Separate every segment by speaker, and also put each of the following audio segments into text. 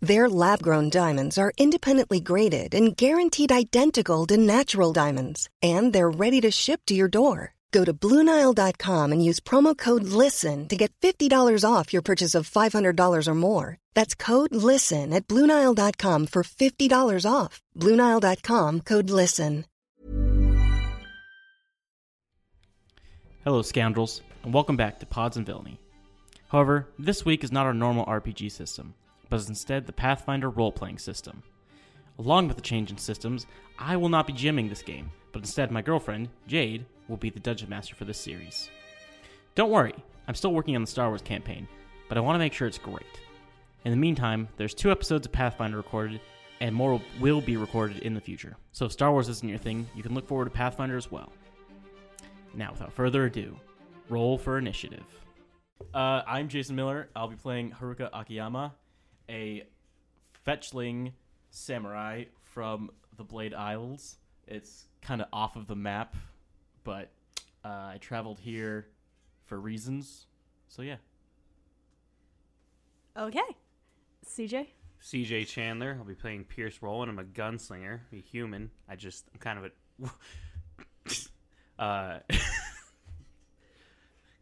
Speaker 1: Their lab grown diamonds are independently graded and guaranteed identical to natural diamonds, and they're ready to ship to your door. Go to BlueNile.com and use promo code LISTEN to get $50 off your purchase of $500 or more. That's code LISTEN at BlueNile.com for $50 off. BlueNile.com code LISTEN.
Speaker 2: Hello, scoundrels, and welcome back to Pods and Villainy. However, this week is not our normal RPG system, but is instead the Pathfinder role playing system. Along with the change in systems, I will not be GMing this game, but instead my girlfriend, Jade, will be the Dungeon Master for this series. Don't worry, I'm still working on the Star Wars campaign, but I want to make sure it's great. In the meantime, there's two episodes of Pathfinder recorded, and more will be recorded in the future. So if Star Wars isn't your thing, you can look forward to Pathfinder as well. Now, without further ado, roll for initiative. Uh, I'm Jason Miller. I'll be playing Haruka Akiyama, a fetchling samurai from the Blade Isles. It's kind of off of the map, but uh, I traveled here for reasons. So yeah,
Speaker 3: Okay. CJ?
Speaker 4: CJ Chandler. I'll be playing Pierce Rowland. I'm a gunslinger, a human. I just I'm kind of a. uh,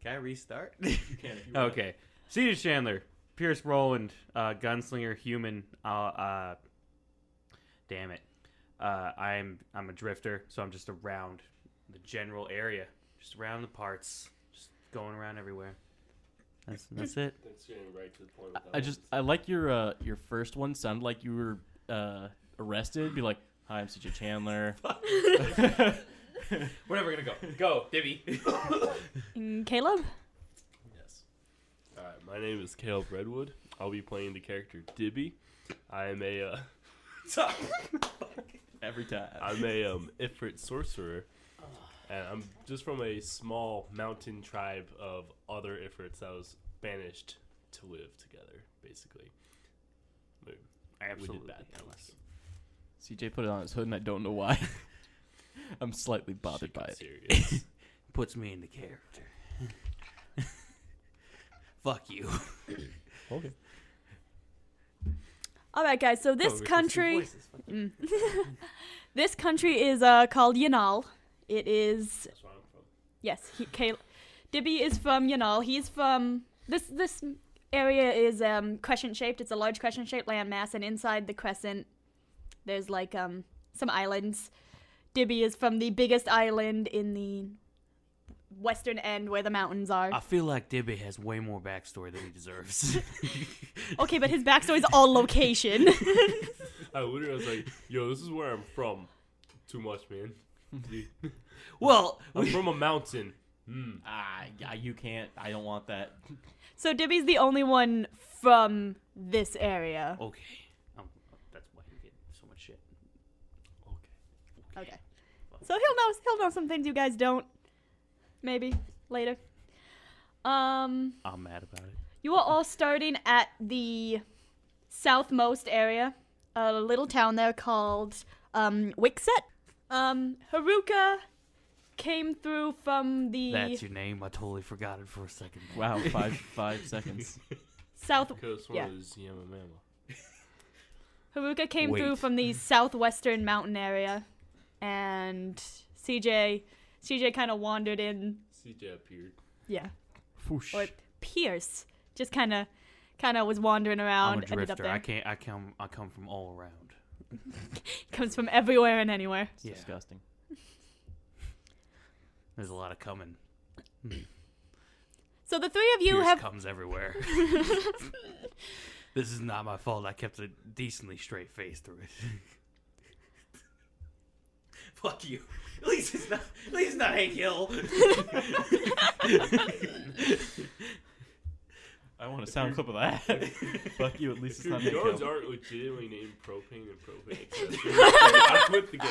Speaker 4: can I restart? okay. CJ Chandler, Pierce Rowland, uh, gunslinger, human. Uh, uh, damn it. Uh, I'm I'm a drifter, so I'm just around the general area, just around the parts, just going around everywhere. That's that's it.
Speaker 2: I just I like your uh, your first one sounded like you were uh, arrested. Be like, hi, I'm CJ Chandler.
Speaker 4: We're never gonna go. Go, Dibby.
Speaker 3: Mm, Caleb?
Speaker 5: All right, my name is Caleb Redwood. I'll be playing the character Dibby. I am a uh,
Speaker 2: Every time.
Speaker 5: I'm a um, Ifrit sorcerer, and I'm just from a small mountain tribe of other Ifrits that was banished to live together, basically. We-
Speaker 4: Absolutely.
Speaker 5: We did bad things.
Speaker 2: CJ put it on his hood, and I don't know why. I'm slightly bothered by it.
Speaker 5: Serious.
Speaker 4: Puts me into character. Fuck you.
Speaker 5: okay.
Speaker 3: All right, guys. So this
Speaker 4: we're
Speaker 3: country, this country is uh, called Yanal. It is. That's where I'm from. Yes, he, Cal- Dibby is from Yanal. He's from this. This area is um, crescent shaped. It's a large crescent shaped landmass, and inside the crescent, there's like um, some islands. Dibby is from the biggest island in the western end where the mountains are.
Speaker 4: I feel like Dibby has way more backstory than he deserves.
Speaker 3: Okay, but his backstory is all location.
Speaker 5: I literally was like, "Yo, this is where I'm from." Too much, man.
Speaker 4: well,
Speaker 5: I'm from a mountain. Hmm.
Speaker 2: Ah, yeah, you can't. I don't want that.
Speaker 3: So Dibby's the only one from this area.
Speaker 4: okay. Um, that's why you get so much shit.
Speaker 3: Okay. So he'll know he'll know some things you guys don't. Maybe later. Um
Speaker 4: I'm mad about it.
Speaker 3: you are all starting at the southmost area, a little town there called um Wixet. Um Haruka came through from the
Speaker 4: That's your name. I totally forgot it for a second. there.
Speaker 2: Wow, five five seconds.
Speaker 3: south
Speaker 5: Because one
Speaker 3: yeah.
Speaker 5: is Yamamama.
Speaker 3: Haruka came through
Speaker 4: Wait.
Speaker 3: from the southwestern mountain area, and CJ, CJ kind of wandered in.
Speaker 5: CJ appeared.
Speaker 3: Yeah. Or Pierce just kind of, kind of was wandering around.
Speaker 4: I'm a
Speaker 3: ended up
Speaker 4: drifter.
Speaker 3: there.
Speaker 4: I can't. I come. I come from all around.
Speaker 3: Comes from everywhere and anywhere.
Speaker 2: It's disgusting.
Speaker 4: There's a lot of coming.
Speaker 3: So the three of you
Speaker 4: Pierce
Speaker 3: have
Speaker 4: comes everywhere. this is not my fault. I kept a decently straight face through it. Fuck you. At least it's not. At least it's not Hank Hill.
Speaker 2: I want a sound clip of that. Fuck you. At least it's
Speaker 5: Your
Speaker 2: not Nick
Speaker 5: yards
Speaker 2: Hill.
Speaker 5: aren't legitimately named propane and propane accessories. I quit the game.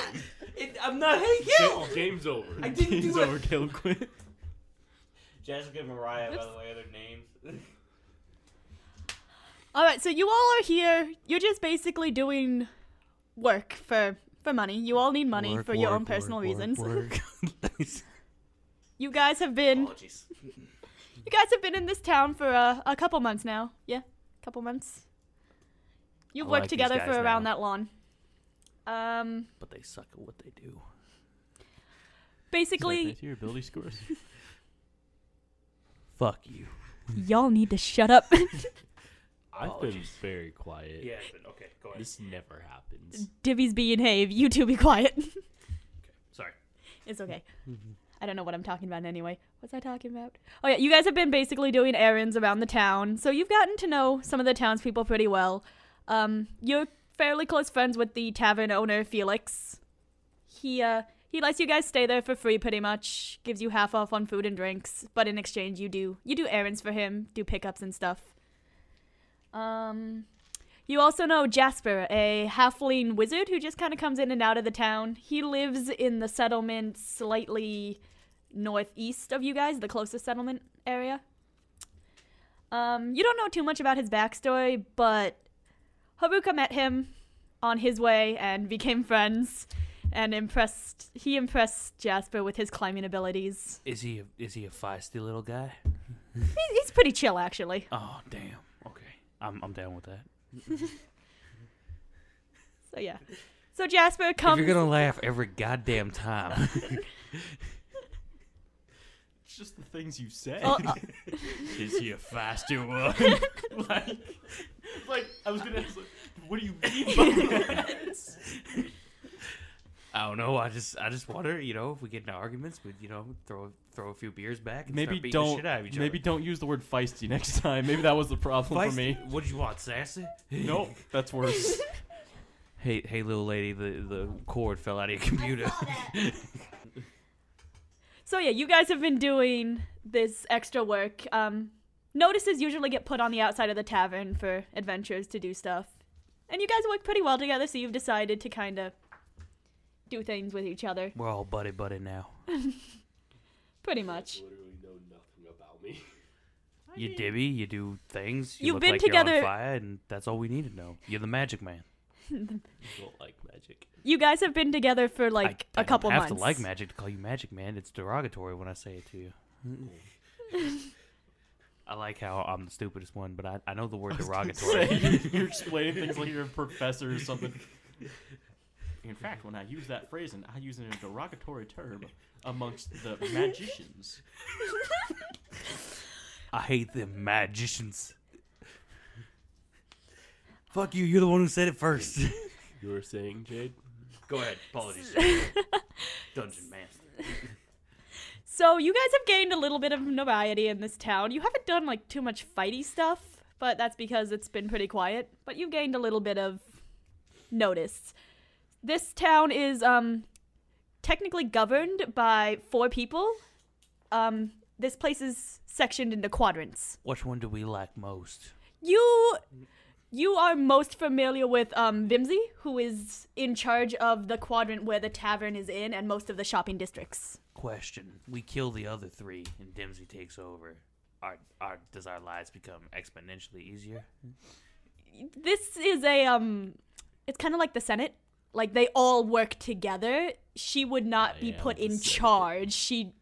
Speaker 4: It, I'm not Hank Hill.
Speaker 5: Ga- Game's over.
Speaker 4: I didn't
Speaker 2: He's
Speaker 4: do
Speaker 2: over
Speaker 4: it.
Speaker 2: Caleb Quinn.
Speaker 4: Jessica and Mariah, by the way, are their names.
Speaker 3: All right, so you all are here. You're just basically doing work for for money. You all need money for your own personal reasons. You guys have been
Speaker 4: Apologies.
Speaker 3: you guys have been in this town for a, a couple months now. Yeah, couple months. You've
Speaker 4: I
Speaker 3: worked
Speaker 4: like these
Speaker 3: together for
Speaker 4: guys
Speaker 3: around
Speaker 4: now.
Speaker 3: that long. Um,
Speaker 4: But they suck at what they do.
Speaker 3: basically,
Speaker 2: your ability scores.
Speaker 4: Fuck you.
Speaker 3: y'all need to shut up.
Speaker 5: I've been
Speaker 4: Apologies.
Speaker 5: very quiet.
Speaker 4: Yeah. but Okay. Go ahead.
Speaker 5: This never happens.
Speaker 3: Divvy's being Have. You two be quiet.
Speaker 4: Sorry.
Speaker 3: It's okay. I don't know what I'm talking about anyway. What's I talking about? Oh yeah, you guys have been basically doing errands around the town, so you've gotten to know some of the townspeople pretty well. Um, you're fairly close friends with the tavern owner Felix. He uh he lets you guys stay there for free pretty much, gives you half off on food and drinks, but in exchange you do you do errands for him, do pickups and stuff. Um you also know Jasper, a halfling wizard who just kind of comes in and out of the town. He lives in the settlement slightly northeast of you guys, the closest settlement area. Um, you don't know too much about his backstory, but Haruka met him on his way and became friends and impressed he impressed Jasper with his climbing abilities.
Speaker 4: Is he a, is he a feisty little guy?
Speaker 3: He- He's pretty chill actually.
Speaker 4: Oh damn. Okay. I'm I'm down with that.
Speaker 3: So yeah. So Jasper comes
Speaker 4: If you're gonna laugh every goddamn time.
Speaker 2: It's just the things you say.
Speaker 3: Oh, uh,
Speaker 2: Is he a faster one? like, like I was gonna ask, like, what do you mean? by that?
Speaker 4: I don't know. I just I just wonder. You know, if we get into arguments, we you know throw throw a few beers back. And
Speaker 2: maybe
Speaker 4: start beating The
Speaker 2: don't.
Speaker 4: shit out of each
Speaker 2: Maybe don't use the word feisty next time. Maybe that was the problem
Speaker 4: other.
Speaker 2: for me.
Speaker 4: Feisty? What do you want, sassy?
Speaker 2: Nope, that's worse.
Speaker 4: Hey hey, little lady, the the cord fell out of your computer.
Speaker 3: So yeah, you guys have been doing this extra work. Um, notices usually get put on the outside of the tavern for adventurers to do stuff, and you guys work pretty well together. So you've decided to kind of do things with each other,
Speaker 4: We're all buddy buddy now.
Speaker 3: pretty much.
Speaker 5: Literally know nothing about me.
Speaker 4: You dibby, you do things. You
Speaker 3: You've
Speaker 4: look
Speaker 3: been
Speaker 4: like You're
Speaker 3: together-
Speaker 4: on fire, and that's all we need to know. You're the magic man.
Speaker 5: I don't like magic.
Speaker 3: You guys have been together for like
Speaker 4: a
Speaker 3: a couple
Speaker 4: don't have
Speaker 3: months.
Speaker 4: to like magic to call you magic man. It's derogatory when I say it to you. I like how I'm the stupidest one, but I, I know the word derogatory.
Speaker 2: you're explaining things like you're a professor or something. In fact, when I use that phrase, and I use it in a derogatory term amongst the magicians.
Speaker 4: I hate them magicians. Fuck you, you're the one who said it first.
Speaker 5: You were saying, Jade?
Speaker 4: Go ahead, apologies. Dungeon master.
Speaker 3: So you guys have gained a little bit of notoriety in this town. You haven't done like too much fighty stuff, but that's because it's been pretty quiet. But you've gained a little bit of notice. This town is um technically governed by four people. Um this place is sectioned into quadrants.
Speaker 4: Which one do we like most?
Speaker 3: You you are most familiar with um Vimsy, who is in charge of the quadrant where the tavern is in and most of the shopping districts.
Speaker 4: Question: We kill the other three, and Dimsy takes over. Our, our, does our lives become exponentially easier?
Speaker 3: this is a um it's kind of like the senate like they all work together she would not be put in charge she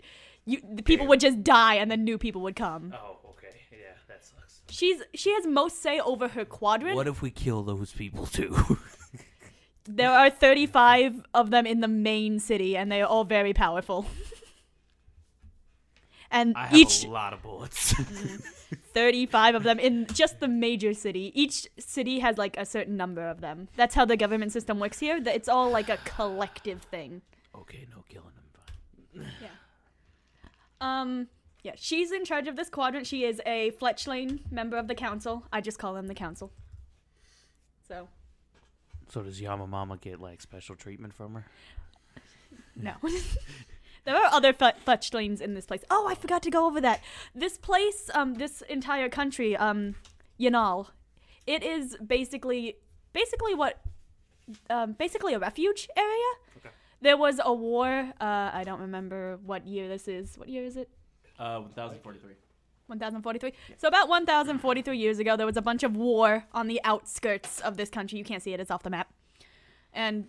Speaker 3: you the people would just die and then new people would come
Speaker 4: Oh, okay. Yeah, that sucks.
Speaker 3: she's she has most say over her quadrant
Speaker 4: What if we kill those people too?
Speaker 3: there are 35 of them in the main city and they are all very powerful and
Speaker 4: I have
Speaker 3: each
Speaker 4: a lot of bullets.
Speaker 3: 35 of them in just the major city. Each city has like a certain number of them. That's how the government system works here. That it's all like a collective thing.
Speaker 4: okay, no killing them. Fine.
Speaker 3: Um yeah, she's in charge of this quadrant. She is a Fletch Lane member of the council. I just call them the council. So,
Speaker 4: So does Yamamama get like special treatment from her?
Speaker 3: no. there are other Fle- Fletch Lanes in this place. Oh, I forgot to go over that. This place, um this entire country, um Yanal, it is basically basically what um, basically a refuge area. There was a war. Uh, I don't remember what year this is. What year is it?
Speaker 2: Uh, 1043.
Speaker 3: 1043. So about 1043 years ago, there was a bunch of war on the outskirts of this country. You can't see it; it's off the map, and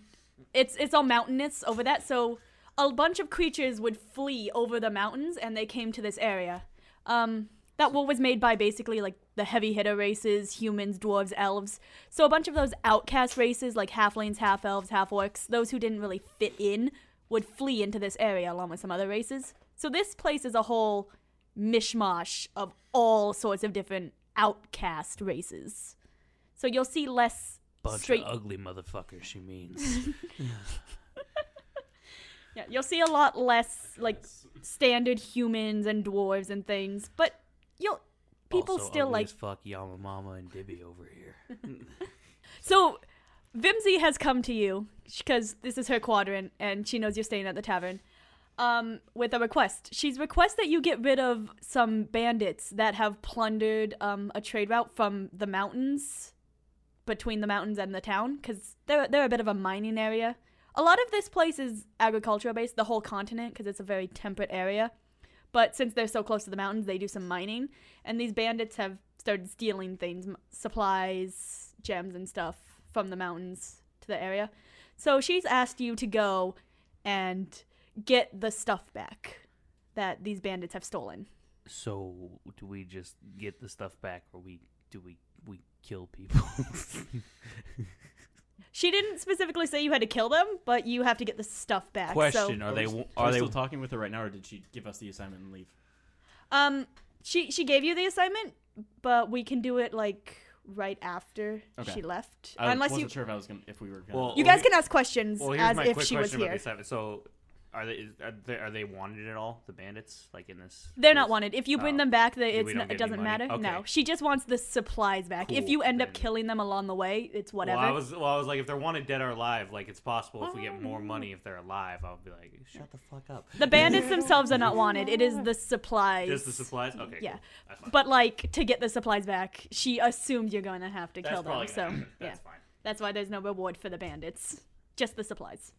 Speaker 3: it's it's all mountainous over that. So a bunch of creatures would flee over the mountains, and they came to this area. Um, that war was made by basically like the heavy hitter races, humans, dwarves, elves. So a bunch of those outcast races, like halflings, half elves, half orcs, those who didn't really fit in, would flee into this area along with some other races. So this place is a whole mishmash of all sorts of different outcast races. So you'll see less
Speaker 4: Bunch
Speaker 3: straight.
Speaker 4: of ugly motherfuckers. She means.
Speaker 3: yeah, you'll see a lot less like standard humans and dwarves and things, but you'll people
Speaker 4: Also
Speaker 3: still
Speaker 4: ugly
Speaker 3: like
Speaker 4: as fuck Yamamama and Dibby over here.
Speaker 3: So, Vimsy has come to you because this is her quadrant, and she knows you're staying at the tavern. Um, with a request, she's request that you get rid of some bandits that have plundered um, a trade route from the mountains, between the mountains and the town, because they're they're a bit of a mining area. A lot of this place is agricultural based, the whole continent, because it's a very temperate area. But since they're so close to the mountains, they do some mining, and these bandits have started stealing things, m- supplies, gems, and stuff from the mountains to the area. So she's asked you to go and get the stuff back that these bandits have stolen.
Speaker 4: So do we just get the stuff back, or we do we we kill people?
Speaker 3: She didn't specifically say you had to kill them, but you have to get the stuff back.
Speaker 2: Question:
Speaker 3: So,
Speaker 2: Are they
Speaker 4: Are we-
Speaker 2: are
Speaker 4: are
Speaker 2: they
Speaker 4: they-
Speaker 2: still talking with her right now, or did she give us the assignment and leave?
Speaker 3: um, she she gave you the assignment, but we can do it like right after
Speaker 2: Okay.
Speaker 3: she left,
Speaker 2: I
Speaker 3: unless
Speaker 2: wasn't
Speaker 3: you
Speaker 2: sure if I was gonna if we were gonna.
Speaker 4: Well,
Speaker 3: you
Speaker 4: Well,
Speaker 3: guys can ask questions
Speaker 4: well, here's
Speaker 3: as
Speaker 4: my
Speaker 3: if
Speaker 4: quick
Speaker 3: she was
Speaker 4: question about
Speaker 3: here.
Speaker 4: this episode. So, are they, is, are they are they wanted at all? The bandits, like in this?
Speaker 3: They're not
Speaker 4: this-
Speaker 3: wanted. If you bring
Speaker 4: Oh.
Speaker 3: them back, they, it's
Speaker 4: We don't
Speaker 3: n- it
Speaker 4: get any
Speaker 3: doesn't
Speaker 4: money?
Speaker 3: matter. No,
Speaker 4: Okay.
Speaker 3: she just wants the supplies back. if
Speaker 4: Cool,
Speaker 3: you end up
Speaker 4: then.
Speaker 3: killing them along the way, it's
Speaker 4: Well,
Speaker 3: whatever.
Speaker 4: I was well, I was like, if they're wanted dead or alive, like it's possible if we get more money if they're alive, I'll be like, shut the fuck up.
Speaker 3: Um. the bandits themselves are not wanted. It is the supplies.
Speaker 4: Just the supplies. Okay.
Speaker 3: Yeah,
Speaker 4: cool. That's fine.
Speaker 3: but like to get the supplies back, she assumed you're going to have to
Speaker 4: That's
Speaker 3: kill them.
Speaker 4: probably
Speaker 3: So
Speaker 4: gonna happen.
Speaker 3: yeah,
Speaker 4: That's fine.
Speaker 3: that's why there's no reward for the bandits. Just the supplies.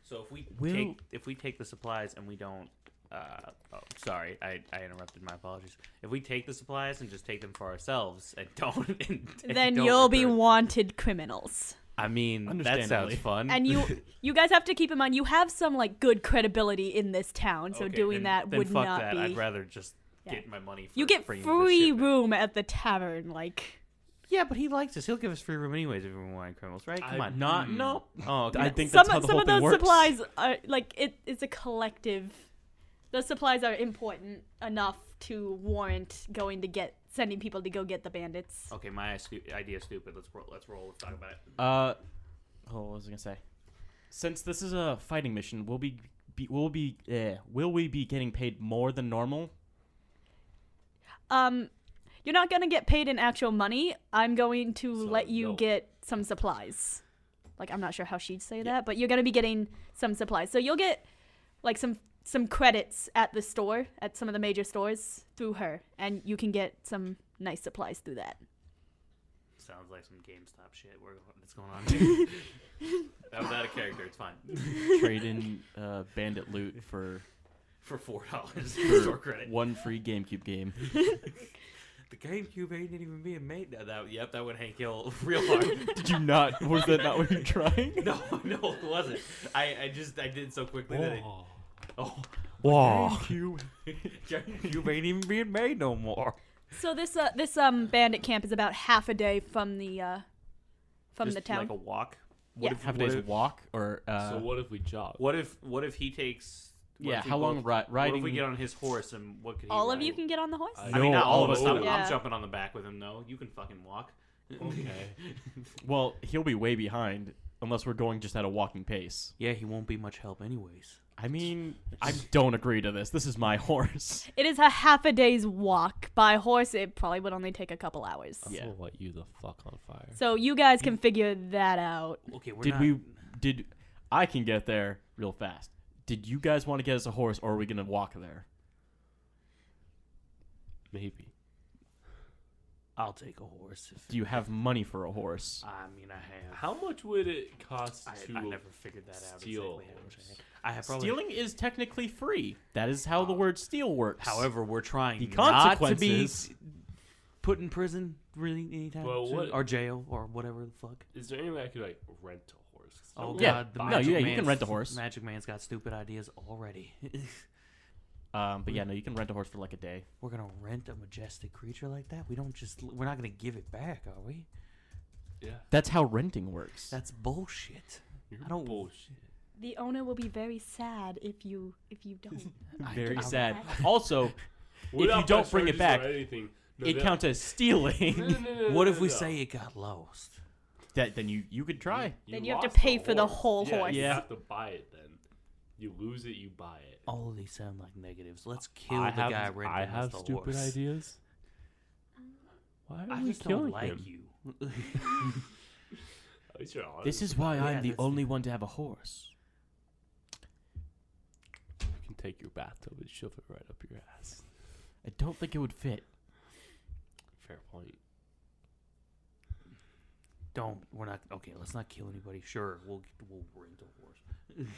Speaker 4: So if we
Speaker 2: Will-
Speaker 4: take if we take the supplies and we don't, uh, oh, sorry, I, I interrupted. My apologies. If we take the supplies and just take them for ourselves and don't, and, and
Speaker 3: Then
Speaker 4: don't
Speaker 3: you'll be
Speaker 4: return-
Speaker 3: wanted criminals.
Speaker 4: I mean, that sounds
Speaker 2: Understandably.
Speaker 4: fun.
Speaker 3: And you you guys have to keep in mind you have some like good credibility in this town, so
Speaker 4: Okay,
Speaker 3: doing
Speaker 4: then-
Speaker 3: that
Speaker 4: then
Speaker 3: would
Speaker 4: fuck
Speaker 3: not
Speaker 4: that.
Speaker 3: be
Speaker 4: I'd rather just
Speaker 3: Yeah.
Speaker 4: get my money. For
Speaker 3: You get
Speaker 4: bringing
Speaker 3: free
Speaker 4: this shit back.
Speaker 3: room at the tavern, like
Speaker 4: Yeah, but he likes us. He'll give us free room anyways if we want criminals, right? Come
Speaker 2: I-
Speaker 4: on, not
Speaker 2: Hmm.
Speaker 4: no. Oh, okay.
Speaker 2: I think
Speaker 3: some
Speaker 2: that's how the
Speaker 3: some
Speaker 2: whole
Speaker 3: of
Speaker 2: thing
Speaker 3: those
Speaker 2: works.
Speaker 3: supplies are like it, it's a collective. Those supplies are important enough to warrant going to get sending people to go get the bandits.
Speaker 4: Okay, my stu- idea's stupid. Let's roll. Let's roll. Let's talk about it.
Speaker 2: Uh, oh, what was I gonna say? Since this is a fighting mission, will be, be will be eh, will we be getting paid more than normal?
Speaker 3: Um, you're not gonna get paid in actual money. I'm going to let you
Speaker 5: no.
Speaker 3: get some supplies. Like I'm not sure how she'd say that, but you're gonna be getting some supplies. So you'll get like some some credits at the store at some of the major stores through her, and you can get some nice supplies through that.
Speaker 4: Sounds like some GameStop shit. We're what's going on? here? that was out of character. It's fine.
Speaker 2: Trade in uh, bandit loot for
Speaker 4: For four dollars
Speaker 2: for
Speaker 4: store credit.
Speaker 2: one free GameCube game.
Speaker 4: The GameCube ain't even being made. That, that yep, that would Hank Hill real hard.
Speaker 2: Did you not? Was that not what you're trying?
Speaker 4: no, no, it wasn't. I, I just I did so quickly that it, oh,
Speaker 2: Wow.
Speaker 4: GameCube ain't even being made no more.
Speaker 3: So this uh, this um bandit camp is about half a day from the uh, from
Speaker 4: Just
Speaker 3: the town.
Speaker 4: like a walk.
Speaker 3: yeah.
Speaker 2: Half a day's walk or uh,
Speaker 5: so what if we jog?
Speaker 4: What if what if he takes What
Speaker 2: yeah,
Speaker 4: if we
Speaker 2: how long
Speaker 4: both-
Speaker 2: ri- riding?
Speaker 4: What if we get on his horse and what could he?
Speaker 3: All of
Speaker 4: ride?
Speaker 3: you can get on the horse.
Speaker 4: I
Speaker 2: No,
Speaker 4: mean, not all of us.
Speaker 5: all of
Speaker 4: I'm,
Speaker 3: us.
Speaker 4: I'm
Speaker 3: Yeah.
Speaker 4: jumping on the back with him though. You can fucking walk.
Speaker 5: Okay.
Speaker 2: Well, he'll be way behind unless we're going just at a walking pace.
Speaker 4: Yeah, he won't be much help anyways.
Speaker 2: I mean, I don't agree to this. This is my horse.
Speaker 3: It is a half a day's walk. By horse, it probably would only take a couple hours.
Speaker 2: Yeah.
Speaker 5: We'll light you the fuck on fire.
Speaker 3: So you guys can figure that out.
Speaker 4: Okay, we're
Speaker 2: did
Speaker 4: not.
Speaker 2: we? Did I can get there real fast? Did you guys want to get us a horse, or are we gonna walk there?
Speaker 5: Maybe.
Speaker 4: I'll take a horse. If
Speaker 2: Do you have money for a horse?
Speaker 4: I mean, I have.
Speaker 5: How much would it cost
Speaker 4: I,
Speaker 5: to
Speaker 4: I never figured that out.
Speaker 5: steal
Speaker 4: exactly how much I
Speaker 5: horse?
Speaker 4: had. I have probably.
Speaker 2: Stealing is technically free. That is how the word steal works.
Speaker 4: However, we're trying
Speaker 2: The
Speaker 4: not to be
Speaker 2: consequences-
Speaker 4: put in prison really anytime
Speaker 5: Well,
Speaker 4: soon,
Speaker 5: what-
Speaker 4: or jail or whatever the fuck.
Speaker 5: Is there any way I could like rent a horse? 'Cause
Speaker 4: Oh
Speaker 5: I'm
Speaker 2: Yeah,
Speaker 4: god, the
Speaker 2: no,
Speaker 4: magic
Speaker 2: yeah, you
Speaker 4: man's,
Speaker 2: can rent a horse.
Speaker 4: Magic Man's got stupid ideas already.
Speaker 2: um, but yeah, no, you can rent a horse for like a day.
Speaker 4: we're gonna rent a majestic creature like that. We don't just. We're not gonna give it back, are we?
Speaker 5: Yeah.
Speaker 2: That's how renting works.
Speaker 4: That's bullshit.
Speaker 5: You're
Speaker 4: I don't.
Speaker 5: bullshit.
Speaker 3: The owner will be very sad if you if you don't.
Speaker 2: Very
Speaker 4: I-
Speaker 2: sad. Also, if
Speaker 5: We're
Speaker 2: you
Speaker 5: not
Speaker 2: don't bring
Speaker 5: charges
Speaker 2: it
Speaker 5: or
Speaker 2: back,
Speaker 5: anything. No,
Speaker 2: it
Speaker 5: that-
Speaker 2: counts as
Speaker 5: No, no,
Speaker 2: stealing.
Speaker 5: no, no, no,
Speaker 4: What
Speaker 5: no,
Speaker 4: if we
Speaker 5: no.
Speaker 4: say it got lost?
Speaker 2: that then you you could try.
Speaker 3: Then you have to
Speaker 5: lost the
Speaker 3: pay for the whole
Speaker 5: yeah,
Speaker 3: horse.
Speaker 5: You
Speaker 2: Yeah.
Speaker 5: have to buy it then. You lose it, you buy it.
Speaker 4: All of these sound like negatives. Let's kill
Speaker 5: I
Speaker 4: the
Speaker 5: have,
Speaker 4: guy renting
Speaker 5: I
Speaker 4: us
Speaker 5: have
Speaker 4: the
Speaker 5: stupid
Speaker 4: horse.
Speaker 5: ideas. Why are
Speaker 4: I
Speaker 5: we
Speaker 4: just don't
Speaker 5: killing
Speaker 4: like
Speaker 5: him?
Speaker 4: you.
Speaker 5: At least you're honest.
Speaker 2: This is why
Speaker 4: Yeah,
Speaker 2: I'm the
Speaker 4: that's-
Speaker 2: only one to have a horse.
Speaker 5: You can take your bathtub and shove it right up your ass.
Speaker 2: I don't think it would fit.
Speaker 5: Fair point.
Speaker 4: Don't. We're not. Okay, let's not kill anybody. Sure, we'll we'll rent a horse.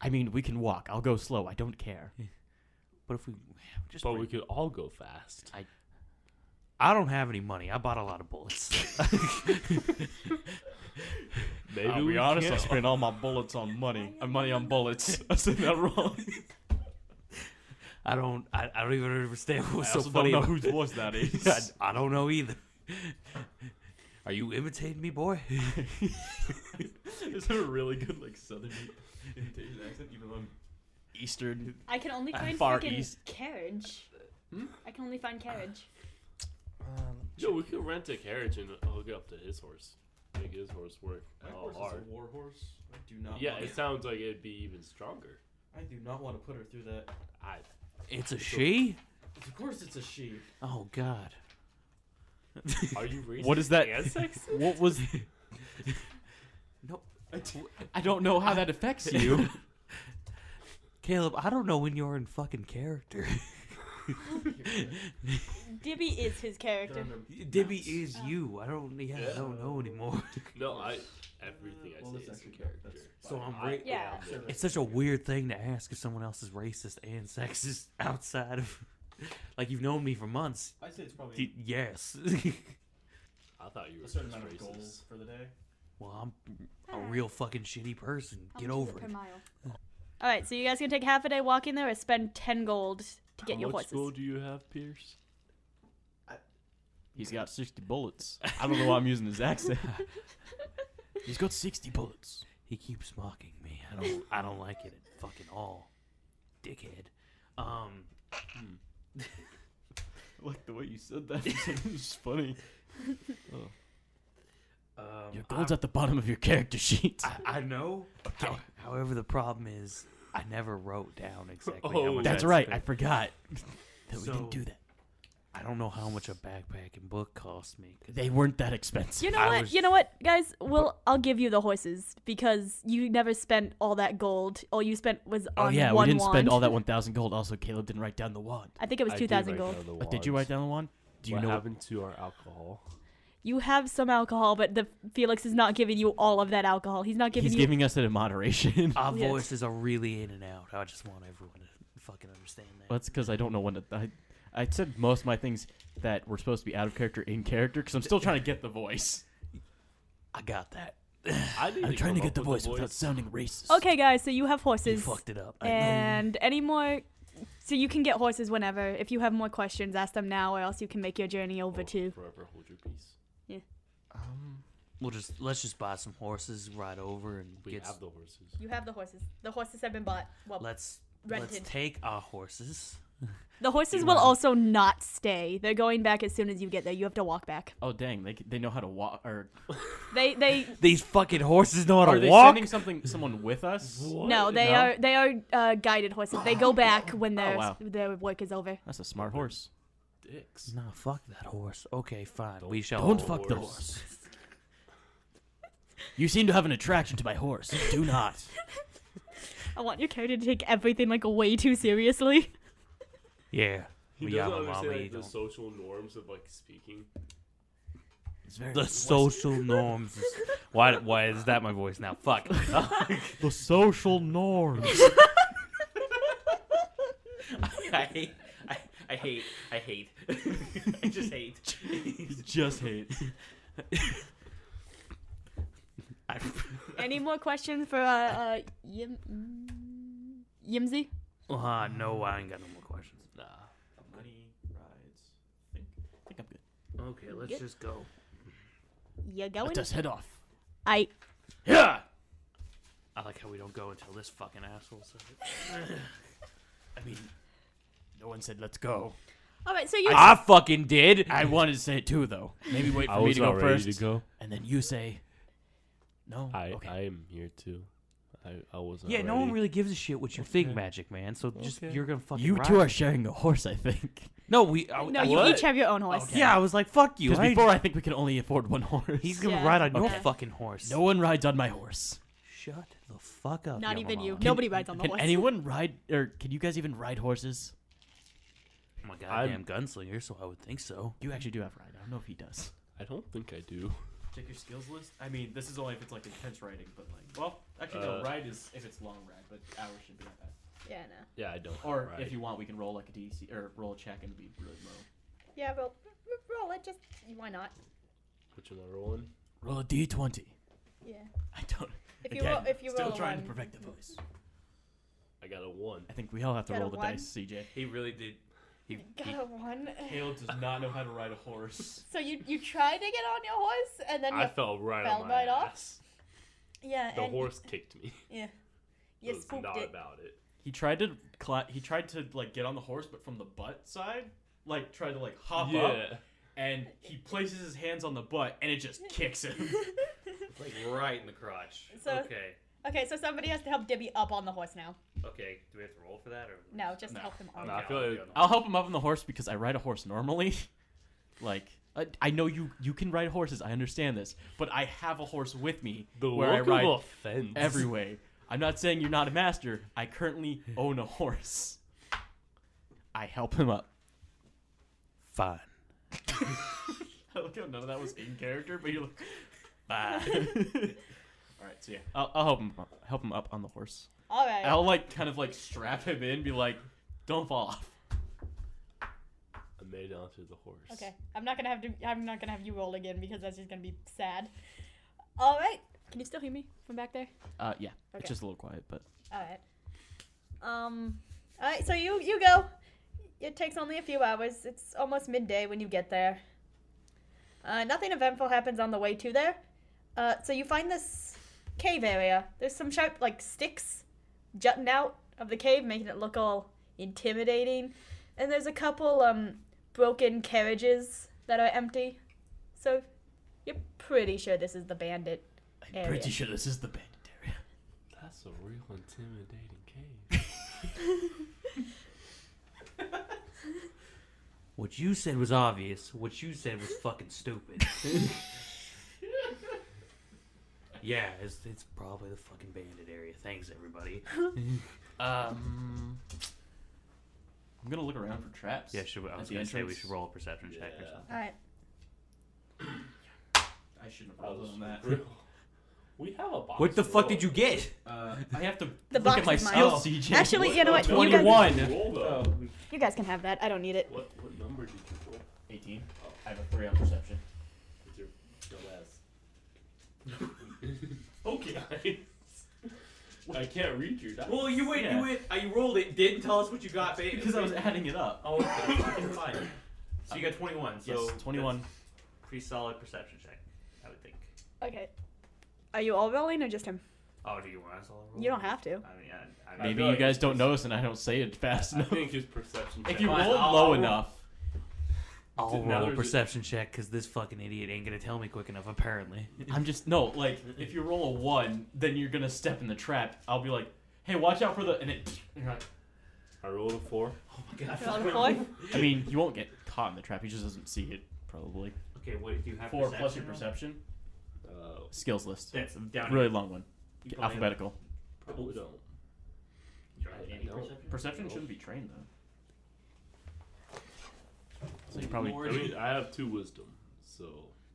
Speaker 2: I mean, we can walk. I'll go slow. I don't care.
Speaker 4: But if we just.
Speaker 5: But we
Speaker 4: rent-
Speaker 5: could all go fast.
Speaker 4: I. I don't have any money. I bought a lot of bullets.
Speaker 5: Maybe
Speaker 2: I'll
Speaker 5: we
Speaker 2: be honest. I
Speaker 5: can't.
Speaker 2: spent all my bullets on money. Uh, money on bullets. I said that wrong.
Speaker 4: I don't. I, I don't even understand
Speaker 2: I
Speaker 4: what's so
Speaker 2: also
Speaker 4: funny.
Speaker 2: don't know
Speaker 4: about-
Speaker 2: whose voice that is.
Speaker 4: I, I don't know either. Are you imitating me, boy?
Speaker 5: Is there a really good like southern imitation accent? Even though I'm
Speaker 2: Eastern.
Speaker 3: I can only find
Speaker 2: Far
Speaker 3: fucking
Speaker 2: east.
Speaker 3: carriage.
Speaker 2: Hmm?
Speaker 3: I can only find carriage.
Speaker 5: Yo, oh, we could rent a carriage and hook it up to his horse. Make his horse work. all Oh, hard.
Speaker 2: war horse. I do not.
Speaker 5: Yeah, it sounds like it'd be even stronger.
Speaker 2: I do not want to put her through that.
Speaker 5: I
Speaker 4: It's a she.
Speaker 2: Of course, it's a she.
Speaker 4: Oh God.
Speaker 5: are you racist?
Speaker 2: What is that?
Speaker 5: and sexist?
Speaker 2: What was?
Speaker 4: No,
Speaker 2: I don't know how that affects you.
Speaker 4: Caleb. I don't know when you're in fucking character.
Speaker 3: Dibby is his character.
Speaker 4: Dibby is you. I don't. Yeah, I
Speaker 5: Yeah.
Speaker 4: don't know anymore.
Speaker 5: No, I everything I say is in character.
Speaker 4: So I'm
Speaker 5: I-
Speaker 4: ra-
Speaker 3: Yeah.
Speaker 5: I'm ra-
Speaker 4: It's such a weird thing to ask if someone else is racist and sexist outside of. Like you've known me for months.
Speaker 2: I say it's probably
Speaker 4: D- yes.
Speaker 5: I thought you were just racist.
Speaker 2: for the day.
Speaker 4: well, I'm a real fucking shitty person.
Speaker 3: How
Speaker 4: Get
Speaker 3: much is
Speaker 4: over
Speaker 3: per
Speaker 4: it.
Speaker 3: mile? All right, so you guys can take half a day walking there, or spend ten gold to get
Speaker 5: How
Speaker 3: your
Speaker 5: much
Speaker 3: horses.
Speaker 5: gold do you have, Pierce?
Speaker 2: He's got 60 bullets. I don't know why I'm using his accent. He's got 60 bullets.
Speaker 4: He keeps mocking me. I don't. I don't like it at fucking all. Dickhead. Um.
Speaker 2: I like the way you said that. it's funny.
Speaker 4: um
Speaker 2: Your gold's at the bottom of your character sheet.
Speaker 4: I, I know. How, however, the problem is I never wrote down exactly how
Speaker 5: Oh,
Speaker 4: much. I
Speaker 2: That's right. I
Speaker 4: spent.
Speaker 2: forgot that we
Speaker 4: So-
Speaker 2: didn't do that.
Speaker 4: I don't know how much a backpack and book cost me. 'cause
Speaker 2: They weren't that expensive.
Speaker 3: You know
Speaker 4: I
Speaker 3: what?
Speaker 4: was-
Speaker 3: You know what, guys? Well, I'll give you the horses because you never spent all that gold. All you spent was on
Speaker 2: Oh yeah, we
Speaker 3: one
Speaker 2: didn't spend
Speaker 3: wand.
Speaker 2: all that 1,000 gold. Also, Caleb didn't write down the wand.
Speaker 3: I think it was
Speaker 5: I
Speaker 3: two
Speaker 5: did
Speaker 3: thousand
Speaker 5: write
Speaker 3: gold.
Speaker 5: down the
Speaker 2: Uh, did you write
Speaker 5: wands.
Speaker 2: down the wand? Do you
Speaker 5: what
Speaker 2: know
Speaker 5: happened to our alcohol?
Speaker 3: You have some alcohol, but the Felix is not giving you all of that alcohol. He's not giving
Speaker 2: He's
Speaker 3: you.
Speaker 2: giving us it in moderation.
Speaker 4: Our
Speaker 3: Yes.
Speaker 4: voices are really in and out. I just want everyone to fucking understand that.
Speaker 2: Well, that's because I don't know when to. I, I said most of my things that were supposed to be out of character in character because I'm still trying to get the voice.
Speaker 4: I got that.
Speaker 5: I need
Speaker 2: I'm trying to get
Speaker 5: come up
Speaker 2: the
Speaker 5: with
Speaker 2: voice
Speaker 5: a
Speaker 2: without sounding racist.
Speaker 3: Okay, guys. So you have
Speaker 4: You
Speaker 3: horses,
Speaker 4: fucked it up. I know.
Speaker 3: and any more. So you can get horses whenever. If you have more questions, ask them now, or else you can make your journey over
Speaker 5: Or
Speaker 3: to.
Speaker 5: Forever hold your peace.
Speaker 2: Um,
Speaker 4: We'll just let's just buy some horses, ride over, and
Speaker 5: We
Speaker 4: get
Speaker 5: have the horses.
Speaker 3: You have the horses. The horses have been bought. Well,
Speaker 4: let's
Speaker 3: Oh, rented.
Speaker 4: let's take our horses.
Speaker 3: the horses will also not stay. They're going back as soon as you get there. You have to walk back.
Speaker 2: Oh dang, they, c- they know how to walk. Or
Speaker 3: They they
Speaker 4: These fucking horses know how
Speaker 2: are
Speaker 4: to
Speaker 2: they
Speaker 4: walk.
Speaker 2: sending something someone with us?
Speaker 3: no they
Speaker 2: No?
Speaker 3: are they are uh, guided horses. They go back when their
Speaker 2: wow.
Speaker 3: their work is over.
Speaker 2: That's a smart horse.
Speaker 5: Dicks.
Speaker 4: Nah, fuck that horse. Okay, fine. we shall.
Speaker 2: Don't fuck the horse. you seem to have an attraction to my horse. Do not.
Speaker 3: I want your character to take everything like way too seriously.
Speaker 4: Yeah.
Speaker 5: He
Speaker 4: we
Speaker 5: doesn't
Speaker 4: got
Speaker 5: understand
Speaker 4: mommy.
Speaker 5: like, the social norms of like speaking.
Speaker 2: It's very
Speaker 4: the social norms. is- Why? Why is that my voice now? Fuck.
Speaker 2: the social norms.
Speaker 4: I hate. I, I hate. I hate. I just hate.
Speaker 2: Just hate.
Speaker 3: Any more questions for uh, uh Yim mm, Yimsy?
Speaker 4: Ah, no, I ain't got no more questions.
Speaker 5: Nah.
Speaker 2: Money rides. Think. I think I'm good.
Speaker 4: Okay, let's just go.
Speaker 3: You going?
Speaker 4: Let us head off.
Speaker 3: I
Speaker 4: Yeah. I like how we don't go until this fucking asshole says it.
Speaker 2: I mean, no one said let's go.
Speaker 3: all right. So you
Speaker 4: I fucking did.
Speaker 2: I wanted to say it too, though. Maybe wait for me to go first,
Speaker 5: go.
Speaker 2: and then you say, "No."
Speaker 5: I
Speaker 2: okay.
Speaker 5: I am here too. I I wasn't.
Speaker 4: yeah, no one
Speaker 5: ready.
Speaker 4: really gives a shit what you think, Magic Man. So just
Speaker 5: Okay.
Speaker 4: you're gonna fucking.
Speaker 2: you two
Speaker 4: ride.
Speaker 2: are sharing a horse, I think.
Speaker 4: No, we. I,
Speaker 3: no,
Speaker 4: I-
Speaker 3: you
Speaker 5: What?
Speaker 3: each have your own horse.
Speaker 4: Yeah, I was like, fuck you.
Speaker 2: Because
Speaker 4: I-
Speaker 2: before, I think we could only afford one horse.
Speaker 4: he's gonna
Speaker 3: Yeah.
Speaker 4: ride on your
Speaker 3: Okay.
Speaker 4: fucking horse.
Speaker 2: no one rides on my horse.
Speaker 4: Shut the fuck up.
Speaker 3: Not even you.
Speaker 4: Yamamama.
Speaker 3: Nobody rides on the
Speaker 2: Can
Speaker 3: horse.
Speaker 2: anyone ride, or can you guys even ride horses?
Speaker 4: I'm a
Speaker 5: I'm-
Speaker 4: goddamn gunslinger, so I would think so.
Speaker 2: You actually do have ride. I don't know if he does.
Speaker 5: I don't think I do.
Speaker 2: Check your skills list. I mean, this is only if it's like intense riding, but like, well, actually,
Speaker 5: Uh,
Speaker 2: ride is if it's long ride, but hours should be not bad.
Speaker 3: Yeah, no.
Speaker 5: Yeah, I don't. ride.
Speaker 2: want, we can roll like a DC
Speaker 4: er,
Speaker 2: or roll a check and it'd be really low.
Speaker 3: Yeah, roll, roll it. Just why not?
Speaker 5: Which one are rolling?
Speaker 2: Roll a D twenty.
Speaker 3: Yeah.
Speaker 2: I don't.
Speaker 3: If you
Speaker 2: again,
Speaker 3: roll- if you
Speaker 2: still
Speaker 3: roll a
Speaker 2: trying
Speaker 3: one.
Speaker 2: to perfect the voice.
Speaker 5: I got a one.
Speaker 2: I think we all have to
Speaker 3: Got a
Speaker 2: roll the
Speaker 3: one?
Speaker 2: dice, CJ.
Speaker 4: He really did. He,
Speaker 3: Got a one.
Speaker 2: Caleb does not know how to ride a horse.
Speaker 3: So you you tried to get on your horse and then
Speaker 5: I
Speaker 3: you,
Speaker 5: fell right
Speaker 3: fell
Speaker 5: on my
Speaker 3: right off?
Speaker 5: ass.
Speaker 3: yeah
Speaker 5: The
Speaker 3: and
Speaker 5: horse kicked me.
Speaker 3: yeah you
Speaker 5: it was
Speaker 3: spooked
Speaker 5: not
Speaker 3: it.
Speaker 5: about it.
Speaker 2: He tried to cla- he tried to like get on the horse, but from the butt side, like tried to like hop up,
Speaker 5: Yeah.
Speaker 2: and he places his hands on the butt, and it just kicks him.
Speaker 6: Like right in the crotch.
Speaker 3: So-
Speaker 6: okay.
Speaker 3: Okay, so somebody has to help Dibby up on the horse now.
Speaker 6: Okay. Do we have to roll for that or?
Speaker 3: No, just help him on.
Speaker 5: Nah, I feel
Speaker 6: I'll
Speaker 5: like
Speaker 6: do it.
Speaker 2: I'll help him up on the horse because I ride a horse normally. like I, I know you you can ride horses. I understand this, but I have a horse with me
Speaker 5: the
Speaker 2: where I
Speaker 5: look
Speaker 2: ride
Speaker 5: of offense.
Speaker 2: every way. I'm not saying you're not a master. I currently own a horse. I help him up.
Speaker 4: fine.
Speaker 2: I look how none of that was in character, but you're like, bye. All right, so yeah, I'll, I'll help him up, help him up on the horse.
Speaker 3: All right.
Speaker 2: I'll like kind of like strap him in, be like, don't fall off.
Speaker 5: I made it onto the horse.
Speaker 3: Okay, I'm not gonna have to. I'm not gonna have you roll again because that's just gonna be sad. All right. Can you still hear me from back there?
Speaker 2: Uh, yeah,
Speaker 3: Okay.
Speaker 2: it's just a little quiet, but
Speaker 3: All right. Um. All right. So you you go. It takes only a few hours. It's almost midday when you get there. Uh, nothing eventful happens on the way to there. Uh, so you find this cave area. There's some sharp like sticks jutting out of the cave, making it look all intimidating. And there's a couple um broken carriages that are empty. So you're pretty sure this is the bandit.
Speaker 2: I'm
Speaker 3: Area.
Speaker 2: pretty sure this is the bandit area.
Speaker 5: That's a real intimidating cave.
Speaker 4: What you said was obvious. What you said was fucking stupid. yeah, it's, it's probably the fucking bandit area. Thanks, everybody. um.
Speaker 2: I'm gonna look around for traps.
Speaker 4: Yeah, should we, I
Speaker 2: at
Speaker 4: was
Speaker 2: the
Speaker 4: gonna say we
Speaker 2: entrance.
Speaker 4: should roll a perception check or
Speaker 5: Yeah.
Speaker 4: something.
Speaker 3: All right.
Speaker 2: I shouldn't have
Speaker 5: That
Speaker 2: rolled
Speaker 5: was
Speaker 2: on that.
Speaker 5: real. We have a box.
Speaker 4: What the
Speaker 5: to
Speaker 4: fuck
Speaker 5: roll.
Speaker 4: did you get?
Speaker 2: Uh, I have to
Speaker 3: The
Speaker 2: look at
Speaker 3: box
Speaker 2: my
Speaker 3: is mine.
Speaker 2: skills,
Speaker 3: Oh.
Speaker 2: CJ.
Speaker 3: Actually, you know what? You guys,
Speaker 2: Twenty-one.
Speaker 5: Roll though.
Speaker 3: you guys can have that. I don't need it.
Speaker 5: What what Oh, number did you roll?
Speaker 2: 18. I have a three on perception.
Speaker 5: With your dumbass. okay. I can't read your dice.
Speaker 4: Well, you wait,
Speaker 2: Yeah.
Speaker 4: you wait. Uh, you rolled it. Didn't tell us what you got, babe.
Speaker 2: Because I was adding it up.
Speaker 4: Oh, okay. fine. So you got 21. So
Speaker 2: yes, 21.
Speaker 4: that's Pretty solid perception check, I would think.
Speaker 3: Okay. Are you all rolling or just him?
Speaker 7: Oh, do you want us all to roll?
Speaker 3: You don't have to.
Speaker 7: I mean, I, I mean,
Speaker 2: Maybe you guys don't notice and I don't say it fast
Speaker 5: I
Speaker 2: enough.
Speaker 5: think his perception.
Speaker 2: If
Speaker 5: check-
Speaker 2: you
Speaker 5: Fine,
Speaker 2: roll
Speaker 5: I'll-
Speaker 2: low
Speaker 5: I'll-
Speaker 2: enough,
Speaker 5: Did-
Speaker 4: I'll
Speaker 5: now
Speaker 4: roll a
Speaker 5: there's a-
Speaker 4: perception check because this fucking idiot ain't gonna tell me quick enough. Apparently,
Speaker 2: I'm just no like if you roll a one, then you're gonna step in the trap. I'll be like, hey, watch out for the and it. and you're like,
Speaker 5: I rolled a four.
Speaker 2: I mean, you won't get caught in the trap. He just doesn't see it probably.
Speaker 4: okay. What do you have?
Speaker 2: Four plus your perception
Speaker 5: Uh,
Speaker 2: skills list.
Speaker 4: That's down.
Speaker 2: Really long one.
Speaker 4: probably have-
Speaker 2: Alphabetical.
Speaker 5: probably don't. I don't.
Speaker 2: Perception shouldn't be trained though. So you probably
Speaker 5: I mean, I have two wisdom, so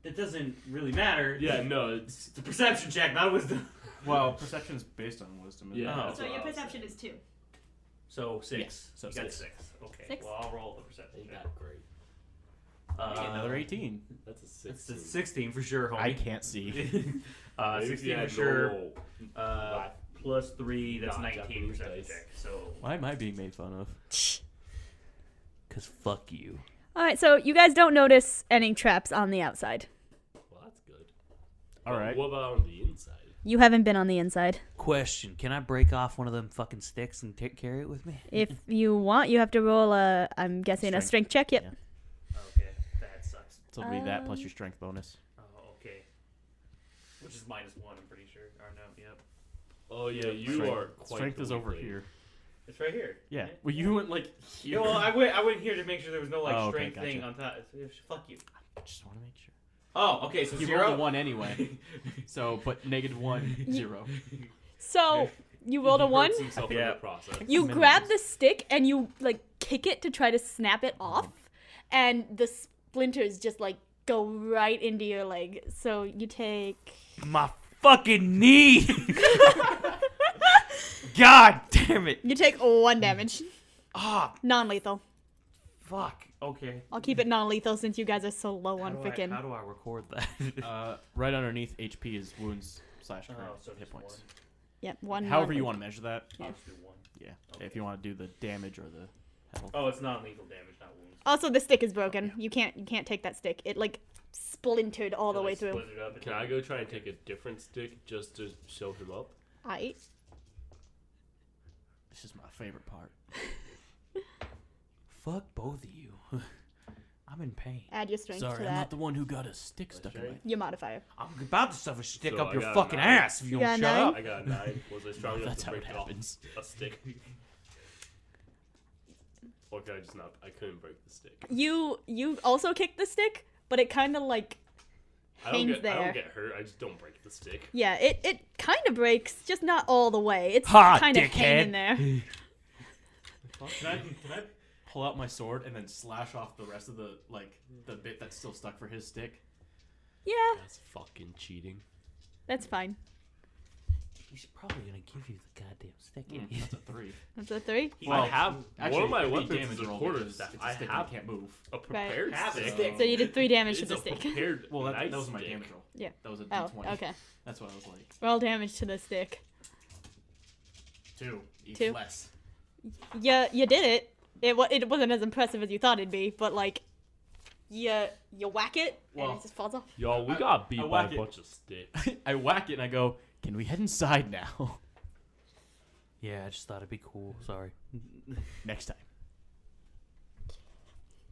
Speaker 4: That doesn't really matter.
Speaker 5: yeah, no, it's
Speaker 4: It's a perception check, not wisdom.
Speaker 2: well, perception's based on wisdom. isn't it?
Speaker 5: Yeah.
Speaker 4: Oh.
Speaker 3: So your perception is two.
Speaker 4: So six.
Speaker 2: Yes, so
Speaker 4: you got
Speaker 2: six.
Speaker 4: six. Okay.
Speaker 3: Six?
Speaker 4: Well, I'll roll a perception
Speaker 5: ain't
Speaker 4: check.
Speaker 5: that great.
Speaker 4: Uh,
Speaker 2: Hey, another eighteen.
Speaker 5: That's a six.
Speaker 4: It's a sixteen for sure, homie.
Speaker 2: I can't see.
Speaker 4: uh,
Speaker 5: Maybe if you
Speaker 4: sixteen for
Speaker 5: had
Speaker 4: sure.
Speaker 5: normal-
Speaker 4: Uh, plus three. That's
Speaker 5: Not
Speaker 4: nineteen
Speaker 5: Japanese
Speaker 4: perception
Speaker 5: dice.
Speaker 4: check. So.
Speaker 2: Why am I being made fun of?
Speaker 4: Cause fuck you.
Speaker 3: All right. So you guys don't notice any traps on the outside.
Speaker 5: Well, that's good.
Speaker 2: All right.
Speaker 5: What about on the inside?
Speaker 3: You haven't been on the inside.
Speaker 4: Question: Can I break off one of them fucking sticks and take carry it with me?
Speaker 3: If you want, you have to roll a. I'm guessing a
Speaker 2: Strength.
Speaker 3: strength check. Yep.
Speaker 2: Yeah.
Speaker 4: Okay, that sucks.
Speaker 2: So it'll be that plus your strength bonus.
Speaker 4: Oh, okay. Which is minus one, I'm pretty sure. Or no, yep.
Speaker 5: Oh yeah, you
Speaker 2: Strength-
Speaker 5: are quite
Speaker 2: strength
Speaker 5: the
Speaker 2: is over
Speaker 5: weakling.
Speaker 2: here.
Speaker 4: It's right here.
Speaker 2: Yeah. Well, you went like here.
Speaker 4: Yeah, well, I went. I went here to make sure there was no like
Speaker 2: Oh, okay,
Speaker 4: strength thing
Speaker 2: gotcha.
Speaker 4: on top. It's- Fuck you.
Speaker 2: just want to make sure.
Speaker 4: Oh, okay. So
Speaker 2: You
Speaker 4: zero.
Speaker 2: rolled a one anyway. So, but negative one, zero.
Speaker 3: So you rolled a
Speaker 5: He
Speaker 3: one.
Speaker 5: hurts himself in
Speaker 4: Yeah.
Speaker 5: the process.
Speaker 3: You grab the stick and you like kick it to try to snap it off, and the splinters just like go right into your leg. So you take.
Speaker 4: My fucking knee. God damn it.
Speaker 3: You take one damage.
Speaker 4: Ah,
Speaker 3: Non-lethal.
Speaker 4: fuck. Okay.
Speaker 3: I'll keep it non-lethal since you guys are so low on
Speaker 4: How do, I,
Speaker 3: freaking.
Speaker 4: how do I record that?
Speaker 2: Uh, right underneath HP is wounds slash current
Speaker 4: so
Speaker 2: hit
Speaker 4: just
Speaker 2: points.
Speaker 3: Yep, one.
Speaker 2: However you
Speaker 3: non-lethal.
Speaker 2: want to measure that.
Speaker 4: I'll just do one.
Speaker 2: Yeah. If you want to do the damage or the health.
Speaker 4: Oh, it's non-lethal damage, not wounds.
Speaker 3: Also, the stick is broken. You can't. You can't take that stick. It like splintered all the way through.
Speaker 4: Split it up.
Speaker 5: Can I go try and take a different stick just to show him up?
Speaker 3: I.
Speaker 2: This is my favorite part.
Speaker 4: Fuck both of you. I'm in pain.
Speaker 3: Add your strength to
Speaker 2: Sorry, I'm
Speaker 3: that.
Speaker 2: not the one who got a stick stuck in my.
Speaker 3: Your modifier.
Speaker 4: I'm about to stuff a stick
Speaker 5: So
Speaker 4: up
Speaker 5: I
Speaker 4: your
Speaker 5: got a
Speaker 4: fucking
Speaker 5: nine.
Speaker 4: ass if you
Speaker 3: You got a
Speaker 4: don't shut
Speaker 3: nine?
Speaker 4: up.
Speaker 5: I got a nine. Was I strong enough
Speaker 2: That's
Speaker 5: to
Speaker 2: how it
Speaker 5: break off
Speaker 2: happens.
Speaker 5: a stick? or could I just not? I couldn't break the stick.
Speaker 3: You you also kick the stick, but it kind of like
Speaker 5: I don't
Speaker 3: Hangs
Speaker 5: get. I
Speaker 3: there.
Speaker 5: don't get hurt. I just don't break the stick.
Speaker 3: yeah, it it kind of breaks, just not all the way. It's
Speaker 4: Ha,
Speaker 3: kind of
Speaker 4: dickhead.
Speaker 3: hanging there.
Speaker 2: Can I, can I pull out my sword and then slash off the rest of the like the bit that's still stuck for his stick?
Speaker 3: Yeah,
Speaker 5: That's fucking cheating.
Speaker 3: that's fine.
Speaker 4: He's probably gonna give you the goddamn stick.
Speaker 2: That's a three.
Speaker 3: That's a three.
Speaker 5: I have one of my weapons is a quarter
Speaker 2: staff.
Speaker 5: I
Speaker 2: stick
Speaker 5: have
Speaker 2: and can't move.
Speaker 5: a prepared stick.
Speaker 3: So you did three damage
Speaker 5: It's
Speaker 3: to
Speaker 5: a
Speaker 3: the stick.
Speaker 5: prepared.
Speaker 2: Well, that,
Speaker 5: knife
Speaker 2: that was my
Speaker 5: stick.
Speaker 2: damage roll.
Speaker 3: Yeah.
Speaker 2: That was a
Speaker 3: Oh,
Speaker 2: d20.
Speaker 3: okay.
Speaker 2: That's what I was like.
Speaker 3: Roll damage to the stick.
Speaker 2: Two. Each
Speaker 3: Two.
Speaker 2: less.
Speaker 3: Yeah, you did it. It wa- it wasn't as impressive as you thought it'd be, but like, you you whack it and
Speaker 2: Well,
Speaker 3: it just falls off.
Speaker 5: Y'all, we got beat
Speaker 2: I
Speaker 5: by
Speaker 2: whack
Speaker 5: a
Speaker 2: it.
Speaker 5: bunch of sticks.
Speaker 2: I whack it and I go, can we head inside now?
Speaker 4: Yeah, I just thought it'd be cool. Sorry.
Speaker 2: Next time.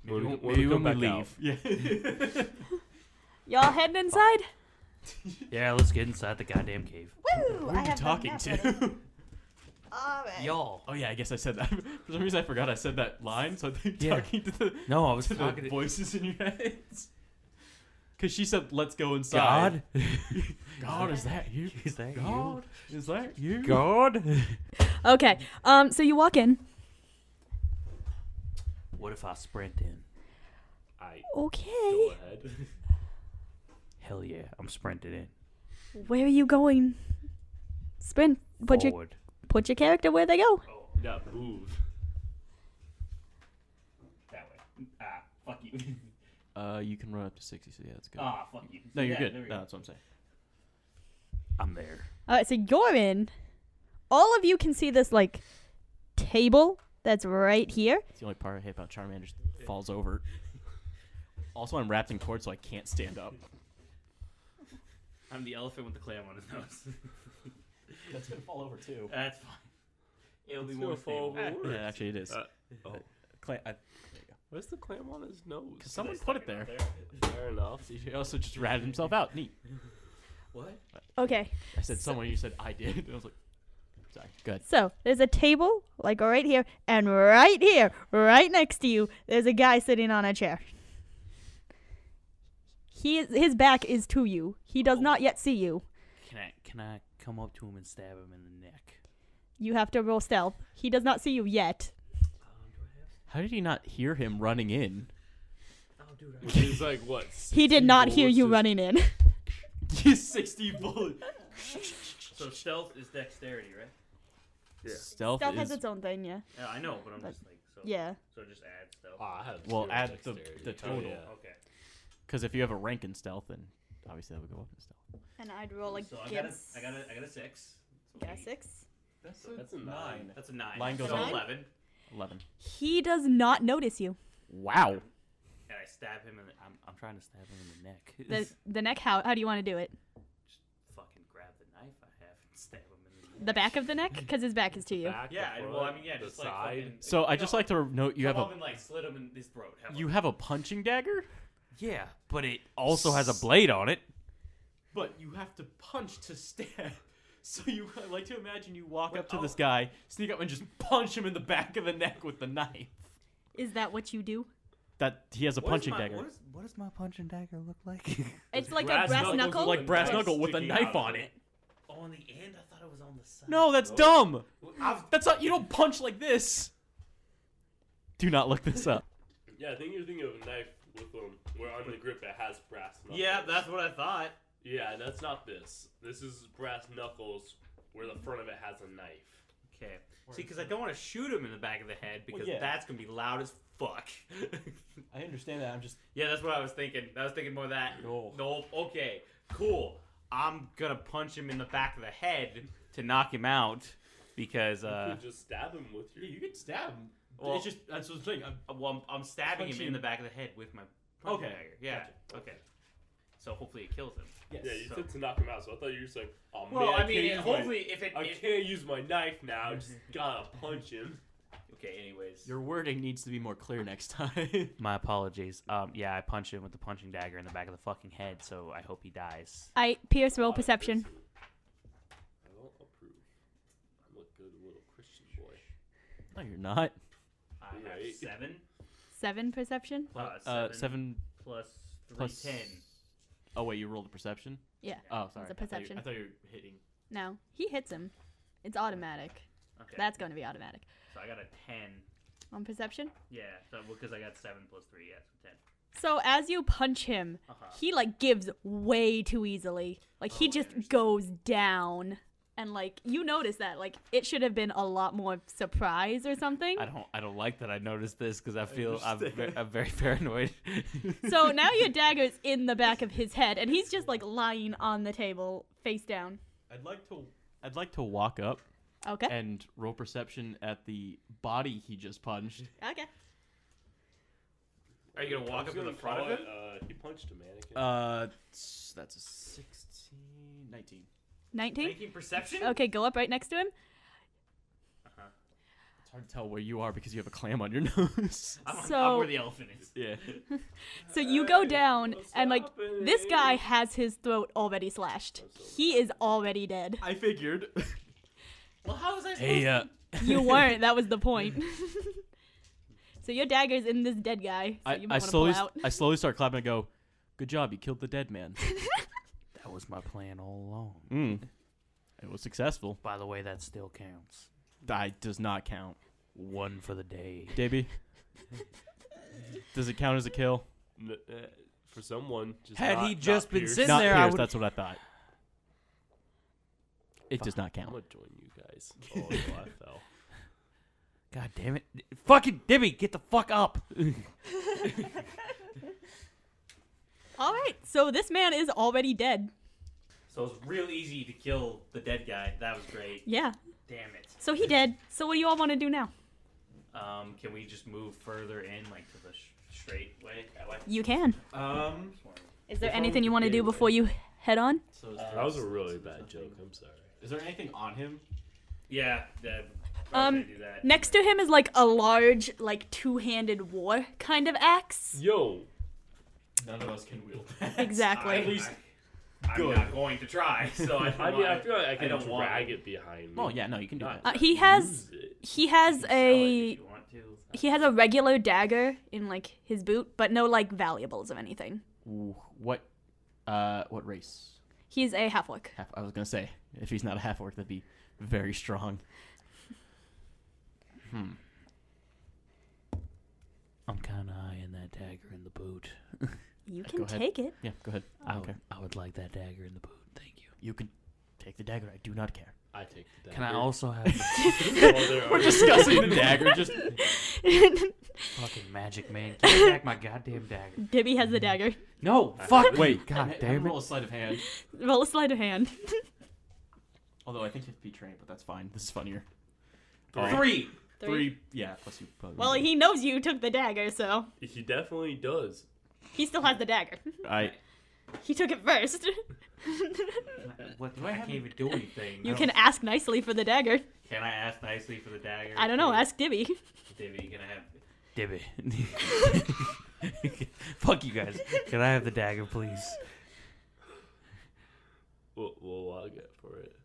Speaker 5: Maybe when,
Speaker 2: Maybe when we leave. Yeah.
Speaker 3: Y'all heading inside?
Speaker 4: Yeah, let's get inside the goddamn cave.
Speaker 3: Woo!
Speaker 2: Who are you talking to?
Speaker 3: All right.
Speaker 4: Y'all.
Speaker 2: oh yeah, I guess I said that. For some reason I forgot I said that line, so I think
Speaker 4: Yeah.
Speaker 2: talking to the
Speaker 4: No, I was
Speaker 2: to
Speaker 4: talking
Speaker 2: the
Speaker 4: to-
Speaker 2: voices in your heads. Cause she said, "Let's go
Speaker 4: God.
Speaker 2: inside." God, is that you?
Speaker 4: Is that you?
Speaker 2: God, is that you?
Speaker 4: God.
Speaker 3: Okay. Um. So you walk in.
Speaker 4: What if I sprint in?
Speaker 5: I go
Speaker 3: Okay.
Speaker 5: ahead.
Speaker 4: Hell yeah, I'm sprinting in.
Speaker 3: Where are you going? Sprint. Put your
Speaker 4: Forward.
Speaker 3: put your character where they go.
Speaker 5: Oh, not move.
Speaker 4: That way. Ah, fuck you.
Speaker 2: Uh, you can run up to sixty, so yeah, that's good.
Speaker 4: ah, fuck you.
Speaker 2: no, you're good. No, that's what I'm saying.
Speaker 4: I'm there.
Speaker 3: All right. So you're in. All of you can see this like table that's right here.
Speaker 2: It's the only part I hate about Charmander. Just falls over. Also, I'm wrapped in cord, so I can't stand up.
Speaker 4: I'm the elephant with the clam on his nose.
Speaker 8: That's gonna fall over too.
Speaker 4: That's fine. It'll be
Speaker 5: It's
Speaker 4: more
Speaker 5: gonna fall
Speaker 4: stable.
Speaker 5: over
Speaker 2: Yeah,
Speaker 5: worse.
Speaker 2: actually, it is.
Speaker 5: Uh, oh,
Speaker 2: Cla- I,
Speaker 5: where's the clam on his nose?
Speaker 2: someone put it there.
Speaker 5: Fair enough.
Speaker 2: He also just ratted himself out. Neat.
Speaker 8: What?
Speaker 3: Okay.
Speaker 2: I said someone. You said I did. I was like, sorry. Good.
Speaker 3: So there's a table, like right here, and right here, right next to you, there's a guy sitting on a chair. He is, his back is to you. He does not yet see you.
Speaker 4: Can I can I come up to him and stab him in the neck?
Speaker 3: You have to roll stealth. He does not see you yet.
Speaker 2: How did he not hear him running in?
Speaker 5: He's like what?
Speaker 3: He did
Speaker 5: 60
Speaker 3: not hear
Speaker 5: bullets
Speaker 3: you
Speaker 5: just-
Speaker 3: running in.
Speaker 4: Sixty bullets. so stealth is dexterity, right?
Speaker 2: Stealth,
Speaker 3: Stealth
Speaker 2: is
Speaker 3: has its own thing, yeah.
Speaker 4: Yeah, I know, but I'm just like so.
Speaker 3: Yeah.
Speaker 4: So just add stealth.
Speaker 5: Ah, I have
Speaker 2: Well,
Speaker 5: zero
Speaker 2: add the-
Speaker 5: dexterity.
Speaker 2: the
Speaker 5: Oh,
Speaker 2: total.
Speaker 5: yeah.
Speaker 4: Okay.
Speaker 2: because if you have a rank in stealth, then obviously that would go up in stealth.
Speaker 3: And I'd roll
Speaker 4: So I got a I got a I got a six. So
Speaker 3: got a
Speaker 4: eight.
Speaker 3: six.
Speaker 5: That's a, that's a nine.
Speaker 4: That's a nine.
Speaker 2: Mine goes
Speaker 4: so
Speaker 2: up.
Speaker 4: eleven.
Speaker 2: Eleven.
Speaker 3: He does not notice you.
Speaker 2: Wow.
Speaker 4: And I stab him in the. I'm, I'm trying to stab him in the neck.
Speaker 3: The the neck how how do you want to do it?
Speaker 4: Fucking grab the knife I have and stab him in the neck.
Speaker 3: The back of the neck because his back is to you.
Speaker 5: Back, the
Speaker 4: Yeah, I- well, I
Speaker 5: front,
Speaker 4: mean, yeah,
Speaker 5: the
Speaker 4: just like
Speaker 5: side.
Speaker 4: fucking-
Speaker 2: So I just
Speaker 4: No,
Speaker 2: like to note you
Speaker 4: come
Speaker 2: have
Speaker 4: up
Speaker 2: a
Speaker 4: and like slit him in his throat. How about
Speaker 2: you have a punching dagger.
Speaker 4: Yeah, but it
Speaker 2: Also has a blade on it.
Speaker 4: But you have to punch to stab. So you
Speaker 2: I like to imagine you walk up to
Speaker 4: Oh.
Speaker 2: this guy, sneak up, and just punch him in the back of the neck with the knife.
Speaker 3: Is that what you do?
Speaker 2: That he has a punching dagger.
Speaker 4: What, is, what does my punching dagger look like?
Speaker 3: It's like a
Speaker 5: brass
Speaker 3: brass
Speaker 5: knuckles
Speaker 3: knuckle.
Speaker 2: like brass
Speaker 5: Like
Speaker 2: knuckle with a
Speaker 5: sticking
Speaker 2: knife
Speaker 5: out of
Speaker 2: on
Speaker 5: it.
Speaker 2: it.
Speaker 4: oh, on the end, I thought it was on the side.
Speaker 2: No, that's dumb. That's not. You don't punch like this. Do not look this up.
Speaker 5: Yeah, I think you're thinking of a knife with um, where on the grip it has brass knuckles.
Speaker 4: Yeah, that's what I thought.
Speaker 5: yeah, that's not this. This is brass knuckles where the front of it has a knife.
Speaker 4: Okay. See, because I don't want to shoot him in the back of the head because
Speaker 2: yeah.
Speaker 4: that's gonna be loud as fuck.
Speaker 2: I understand that. I'm just.
Speaker 4: yeah, that's what I was thinking. I was thinking more of that.
Speaker 2: No.
Speaker 4: No. Okay. Cool. I'm gonna punch him in the back of the head to knock him out because uh,
Speaker 5: you just stab him with your.
Speaker 2: can stab him.
Speaker 4: Well- It's
Speaker 2: just that's the thing. I'm,
Speaker 4: Well, I'm, I'm stabbing him
Speaker 2: Punching
Speaker 4: in
Speaker 2: him.
Speaker 4: the back of the head with my punching
Speaker 2: Okay,
Speaker 4: dagger. Yeah. Okay. So hopefully it kills him.
Speaker 5: yeah, you
Speaker 4: so-
Speaker 5: said to knock him out, so I thought you were just like, oh
Speaker 4: Well,
Speaker 5: man,
Speaker 4: I mean,
Speaker 5: can't use my-
Speaker 4: hopefully if it.
Speaker 5: I
Speaker 4: if-
Speaker 5: can't use my knife now. I just gotta punch him.
Speaker 4: okay. Anyways.
Speaker 2: Your wording needs to be more clear next time.
Speaker 4: my apologies. Um, yeah, I punch him with the punching dagger in the back of the fucking head, so I hope he dies.
Speaker 3: I Pierce roll perception.
Speaker 5: I don't approve. I'm a good little Christian boy.
Speaker 2: no, you're not.
Speaker 4: I have
Speaker 5: Right.
Speaker 4: seven
Speaker 3: Seven perception.
Speaker 4: plus
Speaker 2: Uh,
Speaker 4: seven,
Speaker 2: seven.
Speaker 4: plus three
Speaker 2: plus-
Speaker 4: ten.
Speaker 2: Oh wait, you rolled a perception.
Speaker 3: Yeah.
Speaker 2: Oh, sorry.
Speaker 3: It's a
Speaker 2: I thought you-
Speaker 3: perception.
Speaker 2: I thought you were hitting.
Speaker 3: No, he hits him. It's automatic.
Speaker 4: Okay.
Speaker 3: That's going to be automatic
Speaker 4: so I got a ten.
Speaker 3: on perception.
Speaker 4: Yeah. So because I got seven plus three, yeah, so ten.
Speaker 3: So as you punch him, he like gives way too easily. Like he just goes down. And like you notice that like it should have been a lot more surprise or something.
Speaker 4: I don't. I don't like that. I noticed this because I feel I'm, ve- I'm very paranoid.
Speaker 3: So now your dagger's in the back of his head and he's just like lying on the table face down.
Speaker 2: I'd like to. I'd like to walk up
Speaker 3: Okay.
Speaker 2: and roll perception at the body he just punched.
Speaker 3: okay.
Speaker 4: Are you gonna walk up to the front of
Speaker 5: it.
Speaker 4: him?
Speaker 5: Uh, he punched a mannequin.
Speaker 2: Uh, s- that's a 16, 19.
Speaker 3: 19?
Speaker 4: Making perception.
Speaker 3: Okay, go up right next to him.
Speaker 2: It's hard to tell where you are because you have a clam on your nose.
Speaker 4: I'm, on- I'm
Speaker 3: So-
Speaker 4: where the elephant is.
Speaker 2: yeah.
Speaker 3: So you go down,
Speaker 5: what's
Speaker 3: and like this
Speaker 5: happening?
Speaker 3: guy has his throat already slashed. He is already dead.
Speaker 2: I figured.
Speaker 4: Well, how was I supposed
Speaker 2: Hey, uh,
Speaker 3: You weren't. that was the point. so your dagger's in this dead guy. So
Speaker 2: I,
Speaker 3: you might
Speaker 2: I
Speaker 3: want to
Speaker 2: slowly,
Speaker 3: pull out.
Speaker 2: I slowly start clapping and go, "Good job, you killed the dead man."
Speaker 4: That was my plan all along.
Speaker 2: Mm. It was successful.
Speaker 4: By the way, that still counts.
Speaker 2: Die does not count,
Speaker 4: One for the day.
Speaker 2: Davey. does it count as a kill?
Speaker 5: N- uh, for someone, just
Speaker 4: Had
Speaker 5: not-
Speaker 4: he
Speaker 5: not
Speaker 4: just been
Speaker 5: Pierce.
Speaker 4: sitting
Speaker 2: not
Speaker 4: there, I
Speaker 2: Pierce.
Speaker 4: would-
Speaker 2: That's what I thought. It does not
Speaker 5: I'm
Speaker 2: count.
Speaker 5: gonna join you guys. Oh no, I fell.
Speaker 4: God damn it! Fucking Dibby, get the fuck up!
Speaker 3: All right. So this man is already dead.
Speaker 4: So it's real easy to kill the dead guy. That was great.
Speaker 3: Yeah.
Speaker 4: Damn it.
Speaker 3: So he dead. So what do you all want to do now?
Speaker 4: Um, can we just move further in, like to the sh- straight way? That way.
Speaker 3: You can.
Speaker 8: Um,
Speaker 3: Is there anything you want to do before you head on.
Speaker 4: So is
Speaker 5: Uh, That
Speaker 4: there-
Speaker 5: was a really bad joke. I'm sorry.
Speaker 4: Is there anything on him?
Speaker 9: Yeah, yeah.
Speaker 3: Um, next to him is like a large, like two-handed war kind of axe.
Speaker 5: Yo,
Speaker 4: None of us can wield.
Speaker 9: At
Speaker 3: Exactly.
Speaker 9: least I'm not going to try. So I,
Speaker 5: I, mean, I feel like I
Speaker 9: I
Speaker 5: can
Speaker 9: don't want
Speaker 5: drag it behind me.
Speaker 2: Oh yeah, no, you can do that.
Speaker 3: Uh, he has he has a
Speaker 9: you want to.
Speaker 3: he has a regular dagger in like his boot, but no like valuables of anything.
Speaker 2: Ooh, what? Uh, what race?
Speaker 3: He's a half orc.
Speaker 2: Half. I was gonna say if he's not a half orc, that'd be very strong.
Speaker 4: I'm kind of eyeing that dagger in the boot.
Speaker 3: You can
Speaker 2: ahead.
Speaker 3: take it.
Speaker 2: Yeah, go ahead.
Speaker 4: I
Speaker 2: okay,
Speaker 4: would, I would like that dagger in the boot. Thank you.
Speaker 2: you can take the dagger. I do not care.
Speaker 5: I take the dagger.
Speaker 4: Can I also have
Speaker 5: Well, there are-
Speaker 2: Discussing the dagger, just
Speaker 4: fucking magic man? Give me back my goddamn dagger.
Speaker 3: Dibby has the dagger.
Speaker 4: No, fuck. Wait, god damn
Speaker 2: roll a
Speaker 4: it.
Speaker 2: sleight of hand.
Speaker 3: Roll a sleight of hand.
Speaker 2: Although I think you have to be trained, but that's fine. This is funnier.
Speaker 4: Three.
Speaker 2: Three, yeah, plus you. Probably
Speaker 3: Well, he knows you took the dagger, so
Speaker 5: He definitely does.
Speaker 3: he still has the dagger.
Speaker 2: I
Speaker 3: He took it first.
Speaker 4: What do I, can't even do anything.
Speaker 3: You can ask nicely for the dagger.
Speaker 9: Can I ask nicely for the dagger?
Speaker 3: I don't know. Ask Dibby.
Speaker 9: Divvy, can I have?
Speaker 4: Dibby. Fuck you guys. Can I have the dagger, please?
Speaker 5: We'll, we'll log it for it.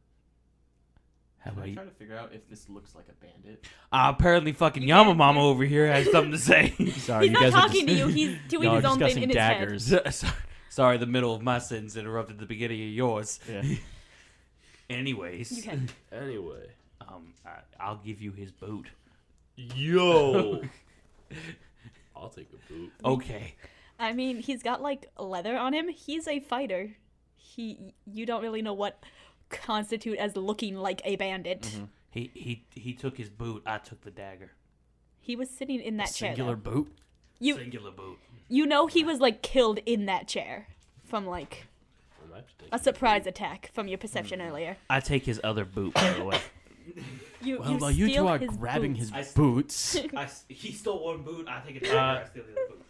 Speaker 4: How about
Speaker 2: I'm
Speaker 4: you?
Speaker 2: trying to figure out if this looks like a bandit.
Speaker 4: Uh, apparently, fucking Yama Mama over here has something to say. Sorry,
Speaker 3: He's not talking to you. He's doing
Speaker 4: Y'all
Speaker 3: his
Speaker 4: are
Speaker 3: own thing in
Speaker 4: discussing
Speaker 3: his head.
Speaker 4: daggers. Sorry- Sorry, the middle of my sentence interrupted the beginning of yours.
Speaker 2: Yeah.
Speaker 4: Anyways,
Speaker 3: can.
Speaker 5: Anyway.
Speaker 4: um, I, I'll give you his boot.
Speaker 5: Yo. I'll take a boot.
Speaker 4: Okay.
Speaker 3: I mean, he's got like leather on him. He's a fighter. He, you don't really know what constitute as looking like a bandit.
Speaker 2: Mm-hmm.
Speaker 4: He he he took his boot. I took the dagger.
Speaker 3: He was sitting in that chair.
Speaker 4: Singular
Speaker 3: though.
Speaker 4: boot.
Speaker 3: You-
Speaker 4: Singular boot.
Speaker 3: You know he was like killed in that chair from like
Speaker 5: I might have to take
Speaker 3: a
Speaker 5: it.
Speaker 3: surprise attack from your
Speaker 2: Hmm.
Speaker 3: perception earlier.
Speaker 4: I take his other boot. By the way.
Speaker 3: You,
Speaker 2: Well,
Speaker 3: you
Speaker 2: while you
Speaker 3: steal
Speaker 2: two are
Speaker 3: his
Speaker 2: grabbing
Speaker 3: boots.
Speaker 2: his boots,
Speaker 4: I s he stole one boot. I take a
Speaker 3: Uh,
Speaker 4: dagger. I steal the other boot.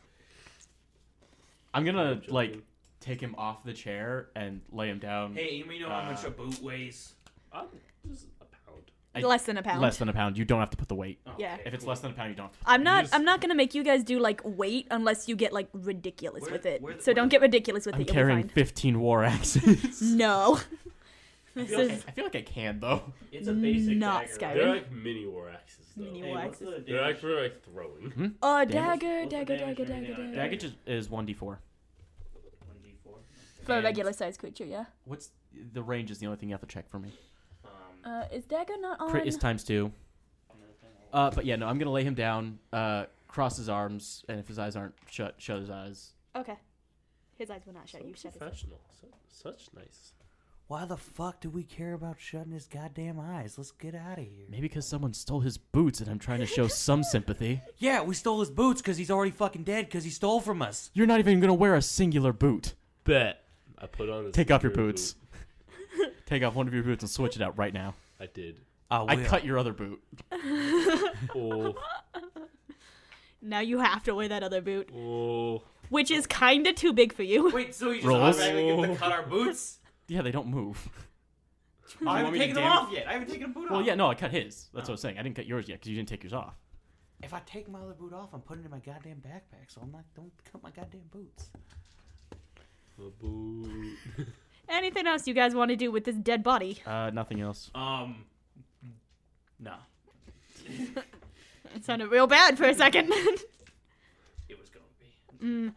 Speaker 2: I'm gonna like take him off the chair and lay him down.
Speaker 4: Hey, anybody know how much
Speaker 3: uh,
Speaker 4: a boot weighs?
Speaker 5: I'm just a pound.
Speaker 2: I-
Speaker 3: less than a pound.
Speaker 2: Less than a pound. You don't have to put the weight.
Speaker 4: Oh,
Speaker 3: yeah.
Speaker 2: If it's less than a pound, you don't. Have to
Speaker 3: I'm not.
Speaker 5: just-
Speaker 3: I'm not gonna make you guys do like weight unless you get like ridiculous
Speaker 4: Where-
Speaker 3: with it.
Speaker 4: where-
Speaker 3: so don't
Speaker 4: where-
Speaker 3: get ridiculous with
Speaker 2: I'm
Speaker 3: it.
Speaker 2: carrying
Speaker 3: You'll be
Speaker 2: 15 war axes.
Speaker 3: fine. No. this
Speaker 2: I, feel
Speaker 3: is
Speaker 2: like I, I feel like I can though.
Speaker 4: It's a basic
Speaker 3: not
Speaker 4: dagger.
Speaker 3: Skyrim.
Speaker 5: They're like mini war axes, though.
Speaker 3: Mini war axes.
Speaker 5: They're like for like throwing.
Speaker 3: Oh, dagger,
Speaker 9: What's the
Speaker 3: dagger,
Speaker 9: damage
Speaker 3: dagger,
Speaker 9: rating
Speaker 3: dagger,
Speaker 9: on a
Speaker 3: dagger.
Speaker 2: Baggage is, is 1d4.
Speaker 3: For a
Speaker 2: And-
Speaker 3: regular sized creature, yeah.
Speaker 2: What's the range? Is the only thing you have to check for me.
Speaker 3: Uh, is dagger not on?
Speaker 2: Crit is times two. Uh, but yeah, no, I'm gonna lay him down, uh, cross his arms, and if his eyes aren't shut, shut his eyes.
Speaker 3: okay. His eyes were not shut. You shut his eyes.
Speaker 5: Professional. Su- Such nice.
Speaker 10: Why the fuck do we care about shutting his goddamn eyes? Let's get out of here.
Speaker 2: Maybe because someone stole his boots, and I'm trying to show some sympathy.
Speaker 10: Yeah, we stole his boots because he's already fucking dead because he stole from us.
Speaker 2: You're not even gonna wear a singular boot.
Speaker 5: Bet. I put on this.
Speaker 2: Take off your
Speaker 5: bigger
Speaker 2: boots.
Speaker 5: boot.
Speaker 2: Take off one of your boots and switch it out right now.
Speaker 5: I did.
Speaker 10: I,
Speaker 2: I
Speaker 10: will.
Speaker 2: cut your other boot.
Speaker 5: Oh,
Speaker 3: Now you have to wear that other boot,
Speaker 5: oh.
Speaker 3: which is kinda too big for you.
Speaker 4: Wait, so you just
Speaker 2: Rolls.
Speaker 4: automatically get to cut our boots?
Speaker 2: Yeah, they don't move.
Speaker 4: I
Speaker 2: want
Speaker 4: haven't
Speaker 2: me to
Speaker 4: taken them
Speaker 2: damage-
Speaker 4: off yet. I haven't taken a boot
Speaker 2: Well,
Speaker 4: off.
Speaker 2: yeah, no, I cut his. That's what I was saying. I didn't cut yours yet because you didn't take yours off.
Speaker 10: If I take my other boot off, I'm putting it in my goddamn backpack, so I'm not. Don't cut my goddamn boots.
Speaker 5: A boot.
Speaker 3: Anything else you guys want to do with this dead body?
Speaker 2: Uh, nothing else.
Speaker 4: Um, no,
Speaker 3: It sounded real bad for a second. Mm.
Speaker 4: it was gonna be.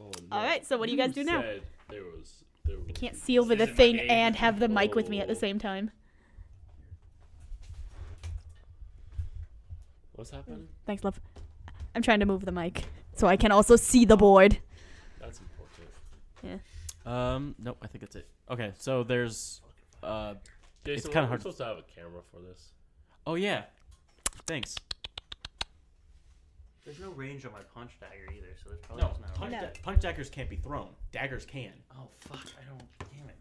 Speaker 5: Oh, no.
Speaker 3: All right, so what do you guys do now?
Speaker 5: Said there was. There was.
Speaker 3: Can't see over the thing and have the mic with me at the same time.
Speaker 5: What's happening?
Speaker 3: Thanks, love. I'm trying to move the mic so I can also see the board.
Speaker 5: That's important.
Speaker 2: Um, nope, I think that's it. Okay, so there's, uh,
Speaker 5: Jason,
Speaker 2: kinda
Speaker 5: we're
Speaker 2: hard-
Speaker 5: supposed to have a camera for this.
Speaker 2: oh yeah, thanks.
Speaker 4: There's no range on my punch dagger either, so there's probably
Speaker 2: No,
Speaker 4: just not.
Speaker 2: punch,
Speaker 3: No.
Speaker 2: da- punch daggers can't be thrown. Daggers can.
Speaker 4: Oh fuck! I don't. Damn it.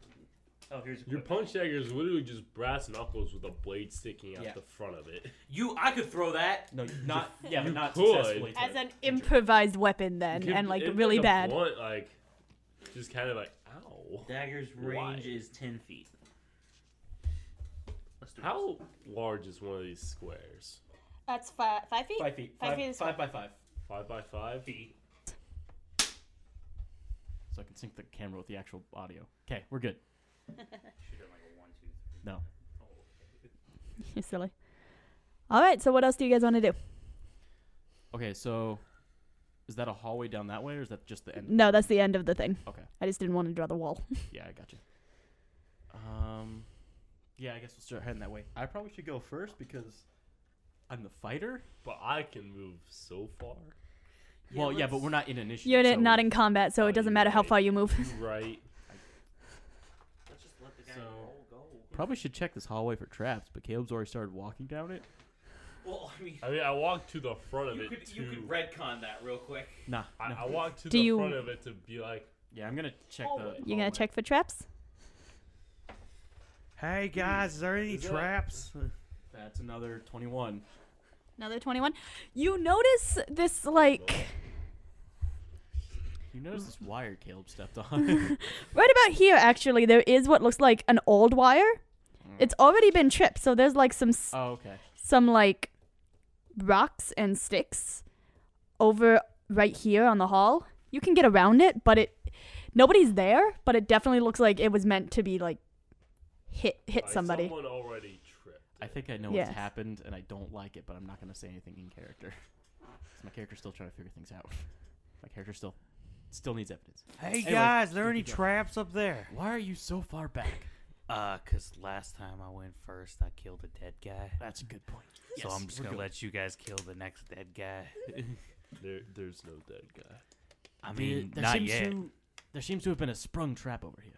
Speaker 4: Oh, here's
Speaker 5: Your punch dagger is literally just brass knuckles with a blade sticking out
Speaker 2: Yeah.
Speaker 5: the front of it.
Speaker 4: You, I could throw that.
Speaker 2: No, not yeah, but not
Speaker 5: could.
Speaker 2: successfully.
Speaker 3: As
Speaker 2: thrown.
Speaker 3: an improvised weapon, then,
Speaker 5: Give-
Speaker 3: and like
Speaker 5: it's
Speaker 3: really
Speaker 5: a
Speaker 3: bad.
Speaker 5: Blunt, like, just kind of like, ow. No.
Speaker 8: Dagger's
Speaker 5: Why?
Speaker 8: range is 10 feet. Let's do this.
Speaker 5: How large is one of these squares?
Speaker 3: That's five, five feet?
Speaker 11: Five feet.
Speaker 3: Five, feet is
Speaker 11: five by five.
Speaker 5: Five by five feet.
Speaker 2: so I can sync the camera with the actual audio. Okay, we're good.
Speaker 8: Should have like a 1, 2,
Speaker 2: No.
Speaker 3: You're silly. All right, so what else do you guys want to do?
Speaker 2: Okay, so is that a hallway down that way, or is that just the end?
Speaker 3: No, that's the end of the thing.
Speaker 2: Okay.
Speaker 3: I just didn't want to draw the wall.
Speaker 2: Yeah, I gotcha. Um, yeah, I guess we'll start heading that way. I probably should go first because I'm the fighter.
Speaker 5: But I can move so far.
Speaker 2: well, yeah, but we're not in initiative.
Speaker 3: You're
Speaker 2: so
Speaker 3: not in combat, so it doesn't matter how far you move.
Speaker 5: Right.
Speaker 8: Let's just let the guy
Speaker 2: So-
Speaker 8: go. go.
Speaker 2: Probably should check this hallway for traps, but Caleb's already started walking down it.
Speaker 11: Well, I mean,
Speaker 5: I mean, I walked to the front of
Speaker 11: you
Speaker 5: it
Speaker 11: could
Speaker 5: to.
Speaker 11: you could redcon that real quick.
Speaker 2: Nah.
Speaker 5: I,
Speaker 2: no.
Speaker 5: I walked to
Speaker 3: Do
Speaker 5: the
Speaker 3: you-
Speaker 5: front of it to be like,
Speaker 2: Yeah, I'm gonna check the.
Speaker 3: You're gonna
Speaker 2: hallway.
Speaker 3: check for traps?
Speaker 2: Hey guys, is there any
Speaker 5: that-
Speaker 2: traps? That's another 21.
Speaker 3: Another 21. You notice this, like,
Speaker 2: You notice this wire Caleb stepped on?
Speaker 3: right about here, actually, there is what looks like an old wire. It's already been tripped, so there's like some s-
Speaker 2: oh, okay.
Speaker 3: some like rocks and sticks over right here on the hall. You can get around it, but it nobody's there, but it definitely looks like it was meant to be like hit hit
Speaker 5: like,
Speaker 3: somebody.
Speaker 5: Someone already tripped.
Speaker 2: I think I know
Speaker 3: Yes.
Speaker 2: what's happened, and I don't like it, but I'm not gonna say anything in character. 'Cause my character's still trying to figure things out. My character still still needs evidence.
Speaker 12: Hey
Speaker 2: Anyway,
Speaker 12: guys, there
Speaker 2: here
Speaker 12: any
Speaker 2: we go.
Speaker 12: traps up there?
Speaker 2: Why are you so far back?
Speaker 11: Uh, cause last time I went first, I killed a dead guy.
Speaker 2: That's a good point.
Speaker 11: so I'm just
Speaker 2: we're
Speaker 11: gonna
Speaker 2: good.
Speaker 11: let you guys kill the next dead guy.
Speaker 5: There, there's no dead guy.
Speaker 11: I
Speaker 2: The-
Speaker 11: mean,
Speaker 2: there
Speaker 11: not
Speaker 2: seems
Speaker 11: yet.
Speaker 2: To, there seems to have been a sprung trap over here.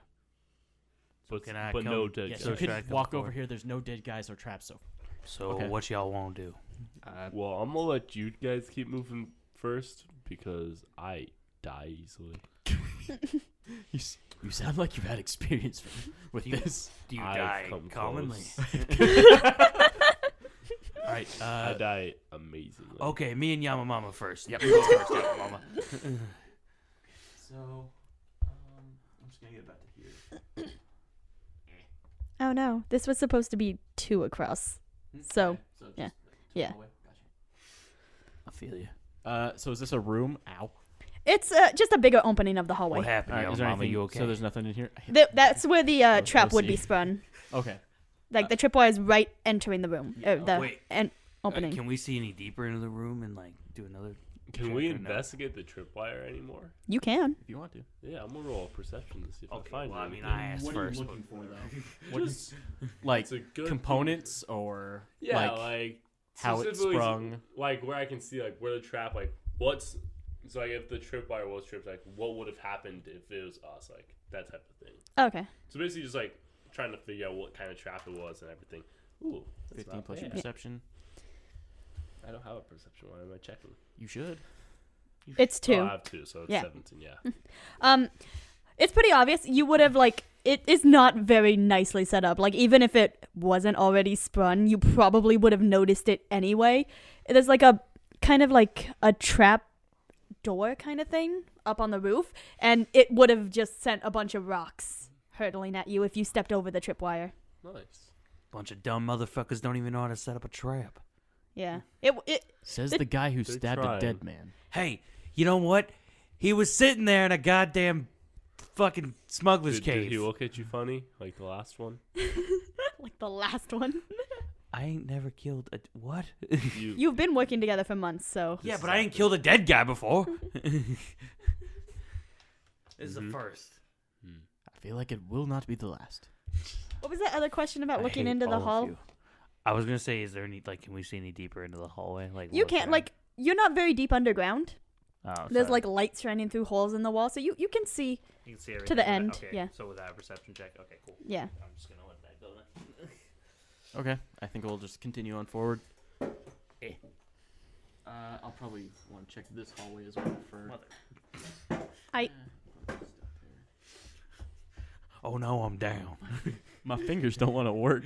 Speaker 5: But,
Speaker 11: can I
Speaker 5: but no
Speaker 11: come-
Speaker 5: dead
Speaker 2: Yes,
Speaker 11: so
Speaker 2: you
Speaker 5: guy.
Speaker 11: should I
Speaker 2: could
Speaker 11: come
Speaker 2: walk over
Speaker 11: forward?
Speaker 2: here. There's no dead guys or traps. So
Speaker 11: So
Speaker 2: Okay.
Speaker 11: what y'all want to do?
Speaker 2: Uh,
Speaker 5: Well, I'm gonna let you guys keep moving first because I die easily.
Speaker 2: you, s- you sound like you've had experience with- with
Speaker 11: Do you-
Speaker 2: this.
Speaker 11: Do you
Speaker 5: I've
Speaker 11: die
Speaker 5: come
Speaker 11: commonly?
Speaker 5: close.
Speaker 11: All right.
Speaker 5: I
Speaker 11: Uh,
Speaker 5: die amazingly.
Speaker 11: okay, me and Yamamama first. Yep. you go first, Yamamama.
Speaker 8: So, um, I'm just gonna get back to here.
Speaker 3: Oh no, this was supposed to be two across. So,
Speaker 8: So just
Speaker 3: Yeah.
Speaker 8: like, to the
Speaker 3: Yeah.
Speaker 8: hallway. Gotcha.
Speaker 11: I feel you.
Speaker 2: Uh, so is this a room? Ow.
Speaker 3: it's uh, just a bigger opening of the hallway.
Speaker 11: What happened,
Speaker 2: All right, is there
Speaker 11: Yamamama?
Speaker 2: anything?
Speaker 11: You okay?
Speaker 2: So there's nothing in here.
Speaker 3: Th- that's where the uh,
Speaker 2: we'll
Speaker 3: trap would
Speaker 2: see.
Speaker 3: be spun.
Speaker 2: Okay.
Speaker 3: Like the tripwire is right entering the room, uh, the
Speaker 11: Wait.
Speaker 3: en-
Speaker 4: Uh,
Speaker 11: All right,
Speaker 3: opening.
Speaker 11: can we see any deeper into the room and like do another?
Speaker 5: Can
Speaker 11: check
Speaker 5: we
Speaker 11: or no?
Speaker 5: investigate the tripwire anymore?
Speaker 3: you can.
Speaker 2: If you want to.
Speaker 5: Yeah, I'm gonna roll a perception to see if I
Speaker 11: Okay.
Speaker 5: find
Speaker 11: Well, I mean,
Speaker 5: anything.
Speaker 11: I asked first. but-
Speaker 2: What is like
Speaker 5: It's a good
Speaker 2: components or
Speaker 5: yeah,
Speaker 2: like,
Speaker 5: like,
Speaker 2: how it
Speaker 5: specifically,
Speaker 2: sprung.
Speaker 5: like where I can see like where the trap, like what's so like if the tripwire was tripped, like what would have happened if it was us, like that type of thing.
Speaker 3: Okay.
Speaker 5: So basically, just like trying to figure out what kind of trap it was and everything. Ooh, that's
Speaker 2: 15
Speaker 5: not
Speaker 2: plus your
Speaker 5: bad.
Speaker 2: perception?
Speaker 5: I don't have a perception. Why am I checking?
Speaker 2: You should.
Speaker 3: It's two.
Speaker 5: Oh, I have two, so it's
Speaker 3: Yeah.
Speaker 5: seventeen. Yeah.
Speaker 3: Um, it's pretty obvious. You would have like it is not very nicely set up. Like even if it wasn't already sprung, you probably would have noticed it anyway. There's like a kind of like a trap door kind of thing up on the roof, and it would have just sent a bunch of rocks hurtling at you if you stepped over the tripwire.
Speaker 5: nice.
Speaker 11: Bunch of dumb motherfuckers don't even know how to set up a trap.
Speaker 3: Yeah. It it
Speaker 2: Says the guy who stabbed a
Speaker 5: trying.
Speaker 2: dead man.
Speaker 11: Hey, you know what? He was sitting there in a goddamn fucking smuggler's
Speaker 5: Did,
Speaker 11: cave.
Speaker 5: did he look at you funny like the last one?
Speaker 3: like the last one.
Speaker 11: I ain't never killed a what?
Speaker 5: You,
Speaker 3: You've been working together for months, so
Speaker 11: yeah, but I ain't killed a dead guy before. this is
Speaker 8: Mm-hmm.
Speaker 11: the first.
Speaker 2: I feel like it will not be the last.
Speaker 3: what was that other question about
Speaker 11: I
Speaker 3: looking
Speaker 11: hate
Speaker 3: into
Speaker 11: all
Speaker 3: the
Speaker 11: of
Speaker 3: hall?
Speaker 11: you. I was gonna say, is there any like, can we see any deeper into the hallway? Like
Speaker 3: You
Speaker 11: look
Speaker 3: can't
Speaker 11: around?
Speaker 3: like you're not very deep underground.
Speaker 11: Oh,
Speaker 3: There's
Speaker 11: sorry.
Speaker 3: like lights running through holes in the wall, so you you can see.
Speaker 8: You can see everything.
Speaker 3: the
Speaker 8: without-
Speaker 3: end,
Speaker 8: Okay.
Speaker 3: yeah.
Speaker 8: So without a perception check, okay, cool.
Speaker 3: Yeah.
Speaker 8: I'm just gonna let that go then.
Speaker 2: Okay. I think we'll just continue on forward. Eh. Uh, I'll probably want to check this hallway as well for. Uh,
Speaker 8: Mother.
Speaker 3: I
Speaker 11: oh no, I'm down.
Speaker 2: My fingers don't want to work.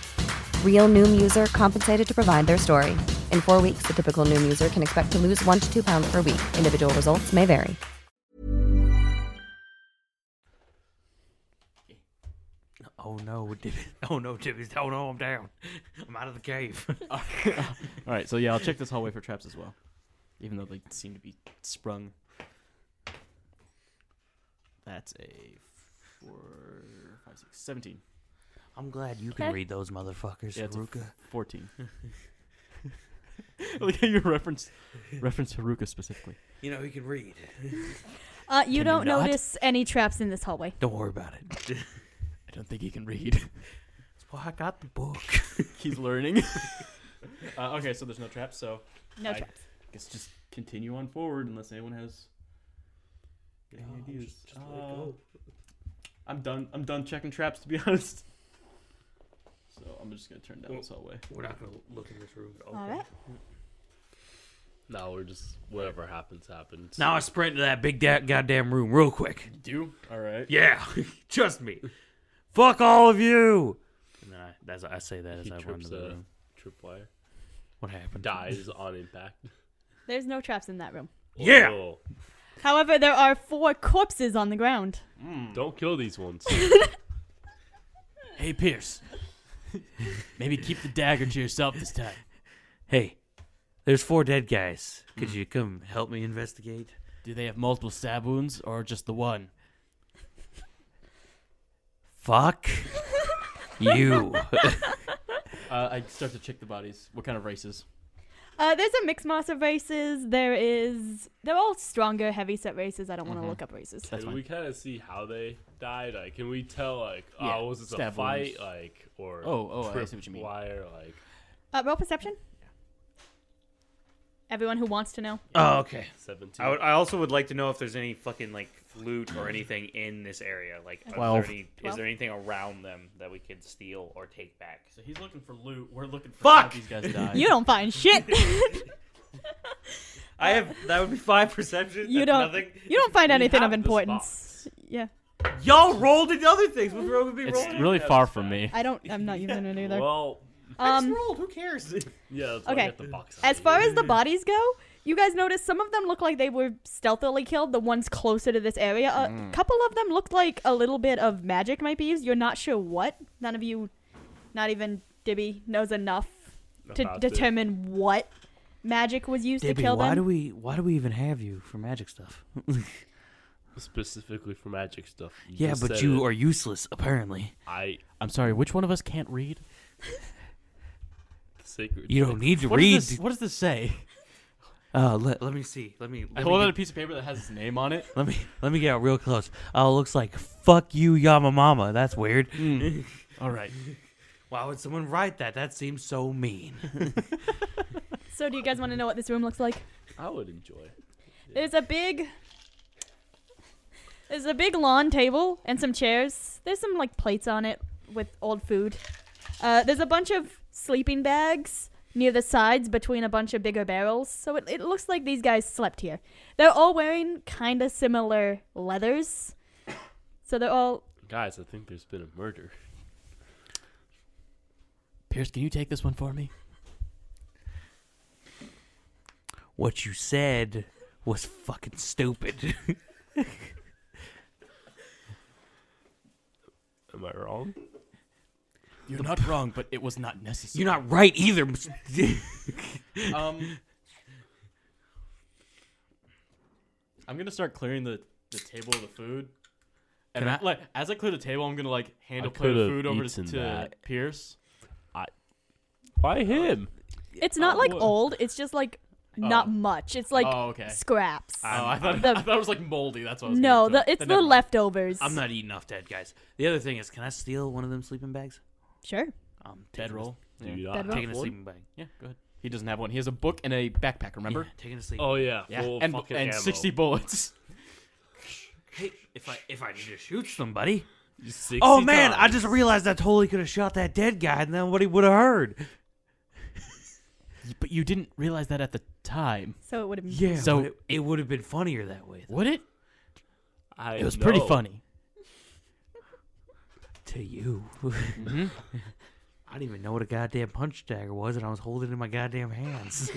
Speaker 13: Real Noom user compensated to provide their story. In four weeks, the typical Noom user can expect to lose one to two pounds per week. Individual results may vary.
Speaker 8: Oh no, Dibby. Oh no, Dibby. Oh no, I'm down. I'm out of the cave.
Speaker 2: All right, so yeah, I'll check this hallway for traps as well, even though they seem to be sprung. That's a four, five, six, seventeen.
Speaker 12: I'm glad you can
Speaker 2: Okay.
Speaker 12: read those motherfuckers,
Speaker 2: Yeah, it's a
Speaker 12: Haruka.
Speaker 2: fourteen. I like how you reference reference Haruka specifically.
Speaker 12: You know he can read.
Speaker 3: Uh, you
Speaker 2: Can you
Speaker 3: don't
Speaker 2: not?
Speaker 3: notice any traps in this hallway.
Speaker 12: Don't worry about it.
Speaker 2: I don't think he can read.
Speaker 12: Well, I got the book.
Speaker 2: He's learning. uh, okay, so there's no traps. So
Speaker 3: No
Speaker 2: I
Speaker 3: traps.
Speaker 2: Guess just continue on forward unless anyone has any ideas. Uh,
Speaker 5: Oh.
Speaker 2: I'm done. I'm done checking traps to be honest. So I'm just gonna turn down this hallway.
Speaker 5: We're not gonna look in this room at all.
Speaker 3: All right.
Speaker 5: No, we're just whatever happens happens.
Speaker 8: now I sprint to that big da- goddamn room real quick.
Speaker 2: Do all right.
Speaker 8: Yeah, trust me. Fuck all of you.
Speaker 5: And then I, that's, I say that
Speaker 8: as
Speaker 5: he
Speaker 8: I run
Speaker 5: trips
Speaker 8: to the
Speaker 5: a
Speaker 8: room.
Speaker 5: Tripwire.
Speaker 8: What happened?
Speaker 5: Dies on impact.
Speaker 3: There's no traps in that room.
Speaker 5: Yeah.
Speaker 3: However, there are four corpses on the ground.
Speaker 5: Don't kill these ones.
Speaker 2: Hey Pierce, maybe keep the dagger to yourself this time.
Speaker 8: Hey, there's four dead guys. Could you come help me investigate?
Speaker 2: Do they have multiple stab wounds or just the one?
Speaker 8: Fuck you.
Speaker 2: Uh, I start to check the bodies. What kind of races?
Speaker 3: Uh, there's a mixed mass of races. There is. They're all stronger, heavy set races. I don't want to
Speaker 2: Mm-hmm.
Speaker 5: Mhm.
Speaker 3: look up races.
Speaker 5: can we kind of see how they died? Like, can we tell? Like,
Speaker 2: Yeah,
Speaker 5: oh, was this a
Speaker 2: stab
Speaker 5: fight?
Speaker 2: wounds.
Speaker 5: Like, or
Speaker 2: Oh, oh, I see what you mean.
Speaker 5: Wire? Like,
Speaker 3: Uh, roll perception. Everyone who wants to know.
Speaker 8: Oh, okay.
Speaker 4: I, would, I also would like to know if there's any fucking like loot or anything in this area. Like, are
Speaker 2: Twelve.
Speaker 4: There any, is
Speaker 2: Twelve.
Speaker 4: there anything around them that we could steal or take back? So
Speaker 2: he's looking for loot. We're looking for
Speaker 4: fuck.
Speaker 2: these guys die.
Speaker 3: You don't find shit.
Speaker 4: I have that would be five perception.
Speaker 3: you
Speaker 4: That's
Speaker 3: don't.
Speaker 4: Nothing.
Speaker 3: You don't find
Speaker 4: We
Speaker 3: anything of
Speaker 4: have this
Speaker 3: importance. Yeah.
Speaker 4: Y'all rolled into other things. What's wrong with me rolling?
Speaker 2: It's really far from me.
Speaker 3: I don't. I'm not using it either.
Speaker 5: well,
Speaker 4: I just
Speaker 3: Um,
Speaker 4: rolled. Who cares?
Speaker 5: yeah. That's
Speaker 3: okay.
Speaker 5: At Oh, the box.
Speaker 3: As far as the bodies go, you guys notice some of them look like they were stealthily killed. The ones closer to this area, a
Speaker 5: Mm.
Speaker 3: couple of them looked like a little bit of magic might be used. You're not sure what. None of you, not even Dibby, knows enough to
Speaker 12: About this.
Speaker 3: determine what magic was used to
Speaker 12: Debbie,
Speaker 3: kill
Speaker 12: why
Speaker 3: them.
Speaker 12: do we why do we even have you for magic stuff?
Speaker 5: Specifically for magic stuff.
Speaker 12: yeah,
Speaker 5: just
Speaker 12: but
Speaker 5: said
Speaker 12: you
Speaker 5: it.
Speaker 12: are useless apparently.
Speaker 5: I
Speaker 2: I'm sorry. Which one of us can't read?
Speaker 5: sacred.
Speaker 12: You don't need to
Speaker 2: What does
Speaker 12: read.
Speaker 2: this- what does this say?
Speaker 4: Uh, let, let me see. Let me.
Speaker 2: I
Speaker 4: let
Speaker 2: hold
Speaker 4: me
Speaker 2: out
Speaker 4: get-
Speaker 2: a piece of paper that has his name on it.
Speaker 4: Let me let me get real close. Oh, looks like fuck you, Yamamama. That's weird. All right. Why would someone write that? That seems so mean.
Speaker 3: So, do you guys want to know what this room looks like?
Speaker 5: I would enjoy.
Speaker 3: There's a big. There's a big lawn table and some chairs. There's some like plates on it with old food. Uh, there's a bunch of sleeping bags near the sides between a bunch of bigger barrels. So it, it looks like these guys slept here. They're all wearing kind of similar leathers. So they're all.
Speaker 5: Guys, I think there's been a murder.
Speaker 1: Pierce, can you take this one for me?
Speaker 4: what you said was fucking stupid.
Speaker 5: Am I wrong?
Speaker 1: You're not wrong, but it was not necessary.
Speaker 4: You're not right either.
Speaker 2: um, I'm gonna start clearing the, the table of the food. And
Speaker 5: Can
Speaker 2: I-
Speaker 5: I-
Speaker 2: like as I clear the table, I'm gonna like hand
Speaker 5: I
Speaker 2: a plate of
Speaker 5: could've
Speaker 2: food over to,
Speaker 5: eaten
Speaker 2: to
Speaker 5: that.
Speaker 2: Pierce.
Speaker 5: I. Why him?
Speaker 3: It's not
Speaker 2: Oh,
Speaker 3: like
Speaker 2: what?
Speaker 3: old. It's just like not much. It's like
Speaker 2: Oh, okay.
Speaker 3: scraps.
Speaker 2: Oh, I thought, I thought it was like moldy. That's what I was
Speaker 3: no,
Speaker 2: gonna
Speaker 3: the,
Speaker 2: say.
Speaker 3: it's
Speaker 4: Then
Speaker 3: the
Speaker 4: never mind.
Speaker 3: leftovers.
Speaker 4: I'm not eating off that, guys. The other thing is, can I steal one of them sleeping bags?
Speaker 3: Sure.
Speaker 4: Um,
Speaker 2: bedroll.
Speaker 4: Taking a, I'm taking a sleeping bag.
Speaker 2: Yeah, go ahead. He doesn't have one. He has a book and a backpack. Remember?
Speaker 4: Yeah, taking a sleep.
Speaker 5: Oh, yeah, full
Speaker 2: and
Speaker 5: fucking
Speaker 2: and
Speaker 5: ammo.
Speaker 2: sixty bullets.
Speaker 4: Hey, if I if I need to shoot somebody.
Speaker 5: Oh
Speaker 4: Oh man, I just realized I totally could have shot that dead guy, and nobody would have heard.
Speaker 1: But you didn't realize that at the time.
Speaker 3: So it would have been.
Speaker 4: Yeah,
Speaker 1: So-
Speaker 4: so it, it would have been funnier that way.
Speaker 1: Would it?
Speaker 5: I
Speaker 1: it was pretty
Speaker 5: know.
Speaker 1: funny.
Speaker 4: To you, I didn't even know what a goddamn punch dagger was, and I was holding it in my goddamn hands.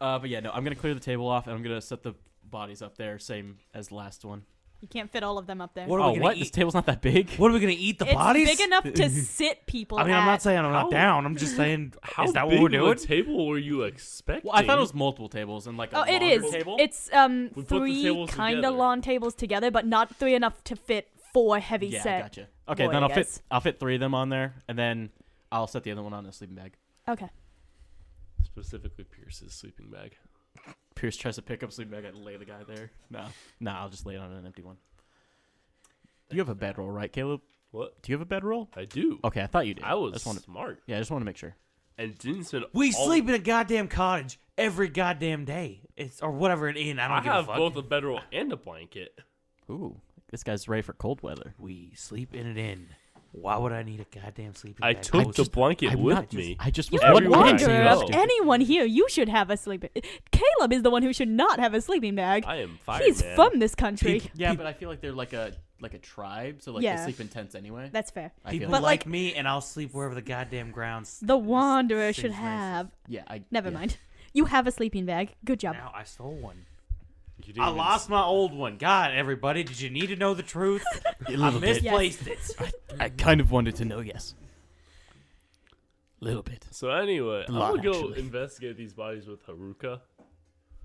Speaker 2: Uh, but yeah, no, I'm gonna clear the table off and I'm gonna set the bodies up there, same as the last one.
Speaker 3: You can't fit all of them up there.
Speaker 2: oh, what? This table's not that big.
Speaker 4: What are we gonna eat? The
Speaker 3: it's
Speaker 4: bodies?
Speaker 3: big enough to sit people.
Speaker 4: I mean,
Speaker 3: at.
Speaker 4: I'm not saying I'm
Speaker 3: How-
Speaker 4: not down. I'm just saying,
Speaker 5: How
Speaker 4: is that
Speaker 5: big
Speaker 4: what we're
Speaker 5: of a
Speaker 4: doing?
Speaker 5: table were you expecting?
Speaker 2: Well, I thought it was multiple tables and like a
Speaker 3: Oh, it
Speaker 2: longer
Speaker 3: is.
Speaker 2: table.
Speaker 3: It's um
Speaker 2: We put the
Speaker 3: three
Speaker 2: tables
Speaker 3: kind
Speaker 2: together.
Speaker 3: of lawn tables together, but not three enough to fit four heavy
Speaker 2: yeah,
Speaker 3: set.
Speaker 2: gotcha. Okay, then I'll fit I'll fit three of them on there, and then I'll set the other one on a sleeping bag.
Speaker 3: Okay.
Speaker 5: specifically Pierce's sleeping bag.
Speaker 2: Pierce tries to pick up sleeping bag. I lay the guy there. No, no, I'll just lay it on an empty one. You have a bedroll, right, Caleb?
Speaker 5: What?
Speaker 2: Do you have a bedroll?
Speaker 5: I do.
Speaker 2: Okay, I thought you did.
Speaker 5: I was
Speaker 2: just wanted-
Speaker 5: smart
Speaker 2: Yeah, I just want to make sure.
Speaker 5: and didn't spend.
Speaker 4: We
Speaker 5: all-
Speaker 4: sleep in a goddamn cottage every goddamn day. It's or whatever it is. I don't
Speaker 5: I
Speaker 4: give
Speaker 5: have
Speaker 4: a fuck.
Speaker 5: both a bedroll and a blanket.
Speaker 2: Ooh, this guy's ready for cold weather.
Speaker 4: We sleep in an inn. Why would I need a goddamn sleeping
Speaker 5: I
Speaker 4: bag?
Speaker 5: took the blanket
Speaker 4: I'm
Speaker 5: with
Speaker 4: not
Speaker 5: me.
Speaker 4: Just,
Speaker 1: I just
Speaker 3: You
Speaker 1: was
Speaker 3: are the
Speaker 1: wondering. if you
Speaker 3: wanderer
Speaker 1: were
Speaker 3: of
Speaker 1: stupid.
Speaker 3: anyone here. You should have a sleeping. Caleb is the one who should not have a sleeping bag.
Speaker 5: I am fired,
Speaker 3: He's
Speaker 5: man.
Speaker 3: from this country.
Speaker 2: Yeah, but I feel like they're like a like a tribe, so like
Speaker 3: Yeah.
Speaker 2: they sleep in tents anyway.
Speaker 3: That's fair.
Speaker 2: I feel
Speaker 4: people
Speaker 2: like-
Speaker 4: like, me, and I'll sleep wherever the goddamn grounds.
Speaker 3: The wanderer
Speaker 4: Seems
Speaker 3: should
Speaker 4: nice.
Speaker 3: have.
Speaker 2: Yeah, I
Speaker 3: Never
Speaker 2: yeah.
Speaker 3: mind. You have a sleeping bag. Good job.
Speaker 4: Now I stole one.
Speaker 5: You didn't
Speaker 4: I
Speaker 5: even
Speaker 4: lost my old one. God, everybody, did you need to know the truth? I
Speaker 1: little bit.
Speaker 4: misplaced it.
Speaker 1: I kind of wanted to know, yes. Little bit.
Speaker 5: So anyway,
Speaker 1: A
Speaker 5: I'm
Speaker 1: lot,
Speaker 5: gonna go
Speaker 1: actually.
Speaker 5: investigate these bodies with Haruka.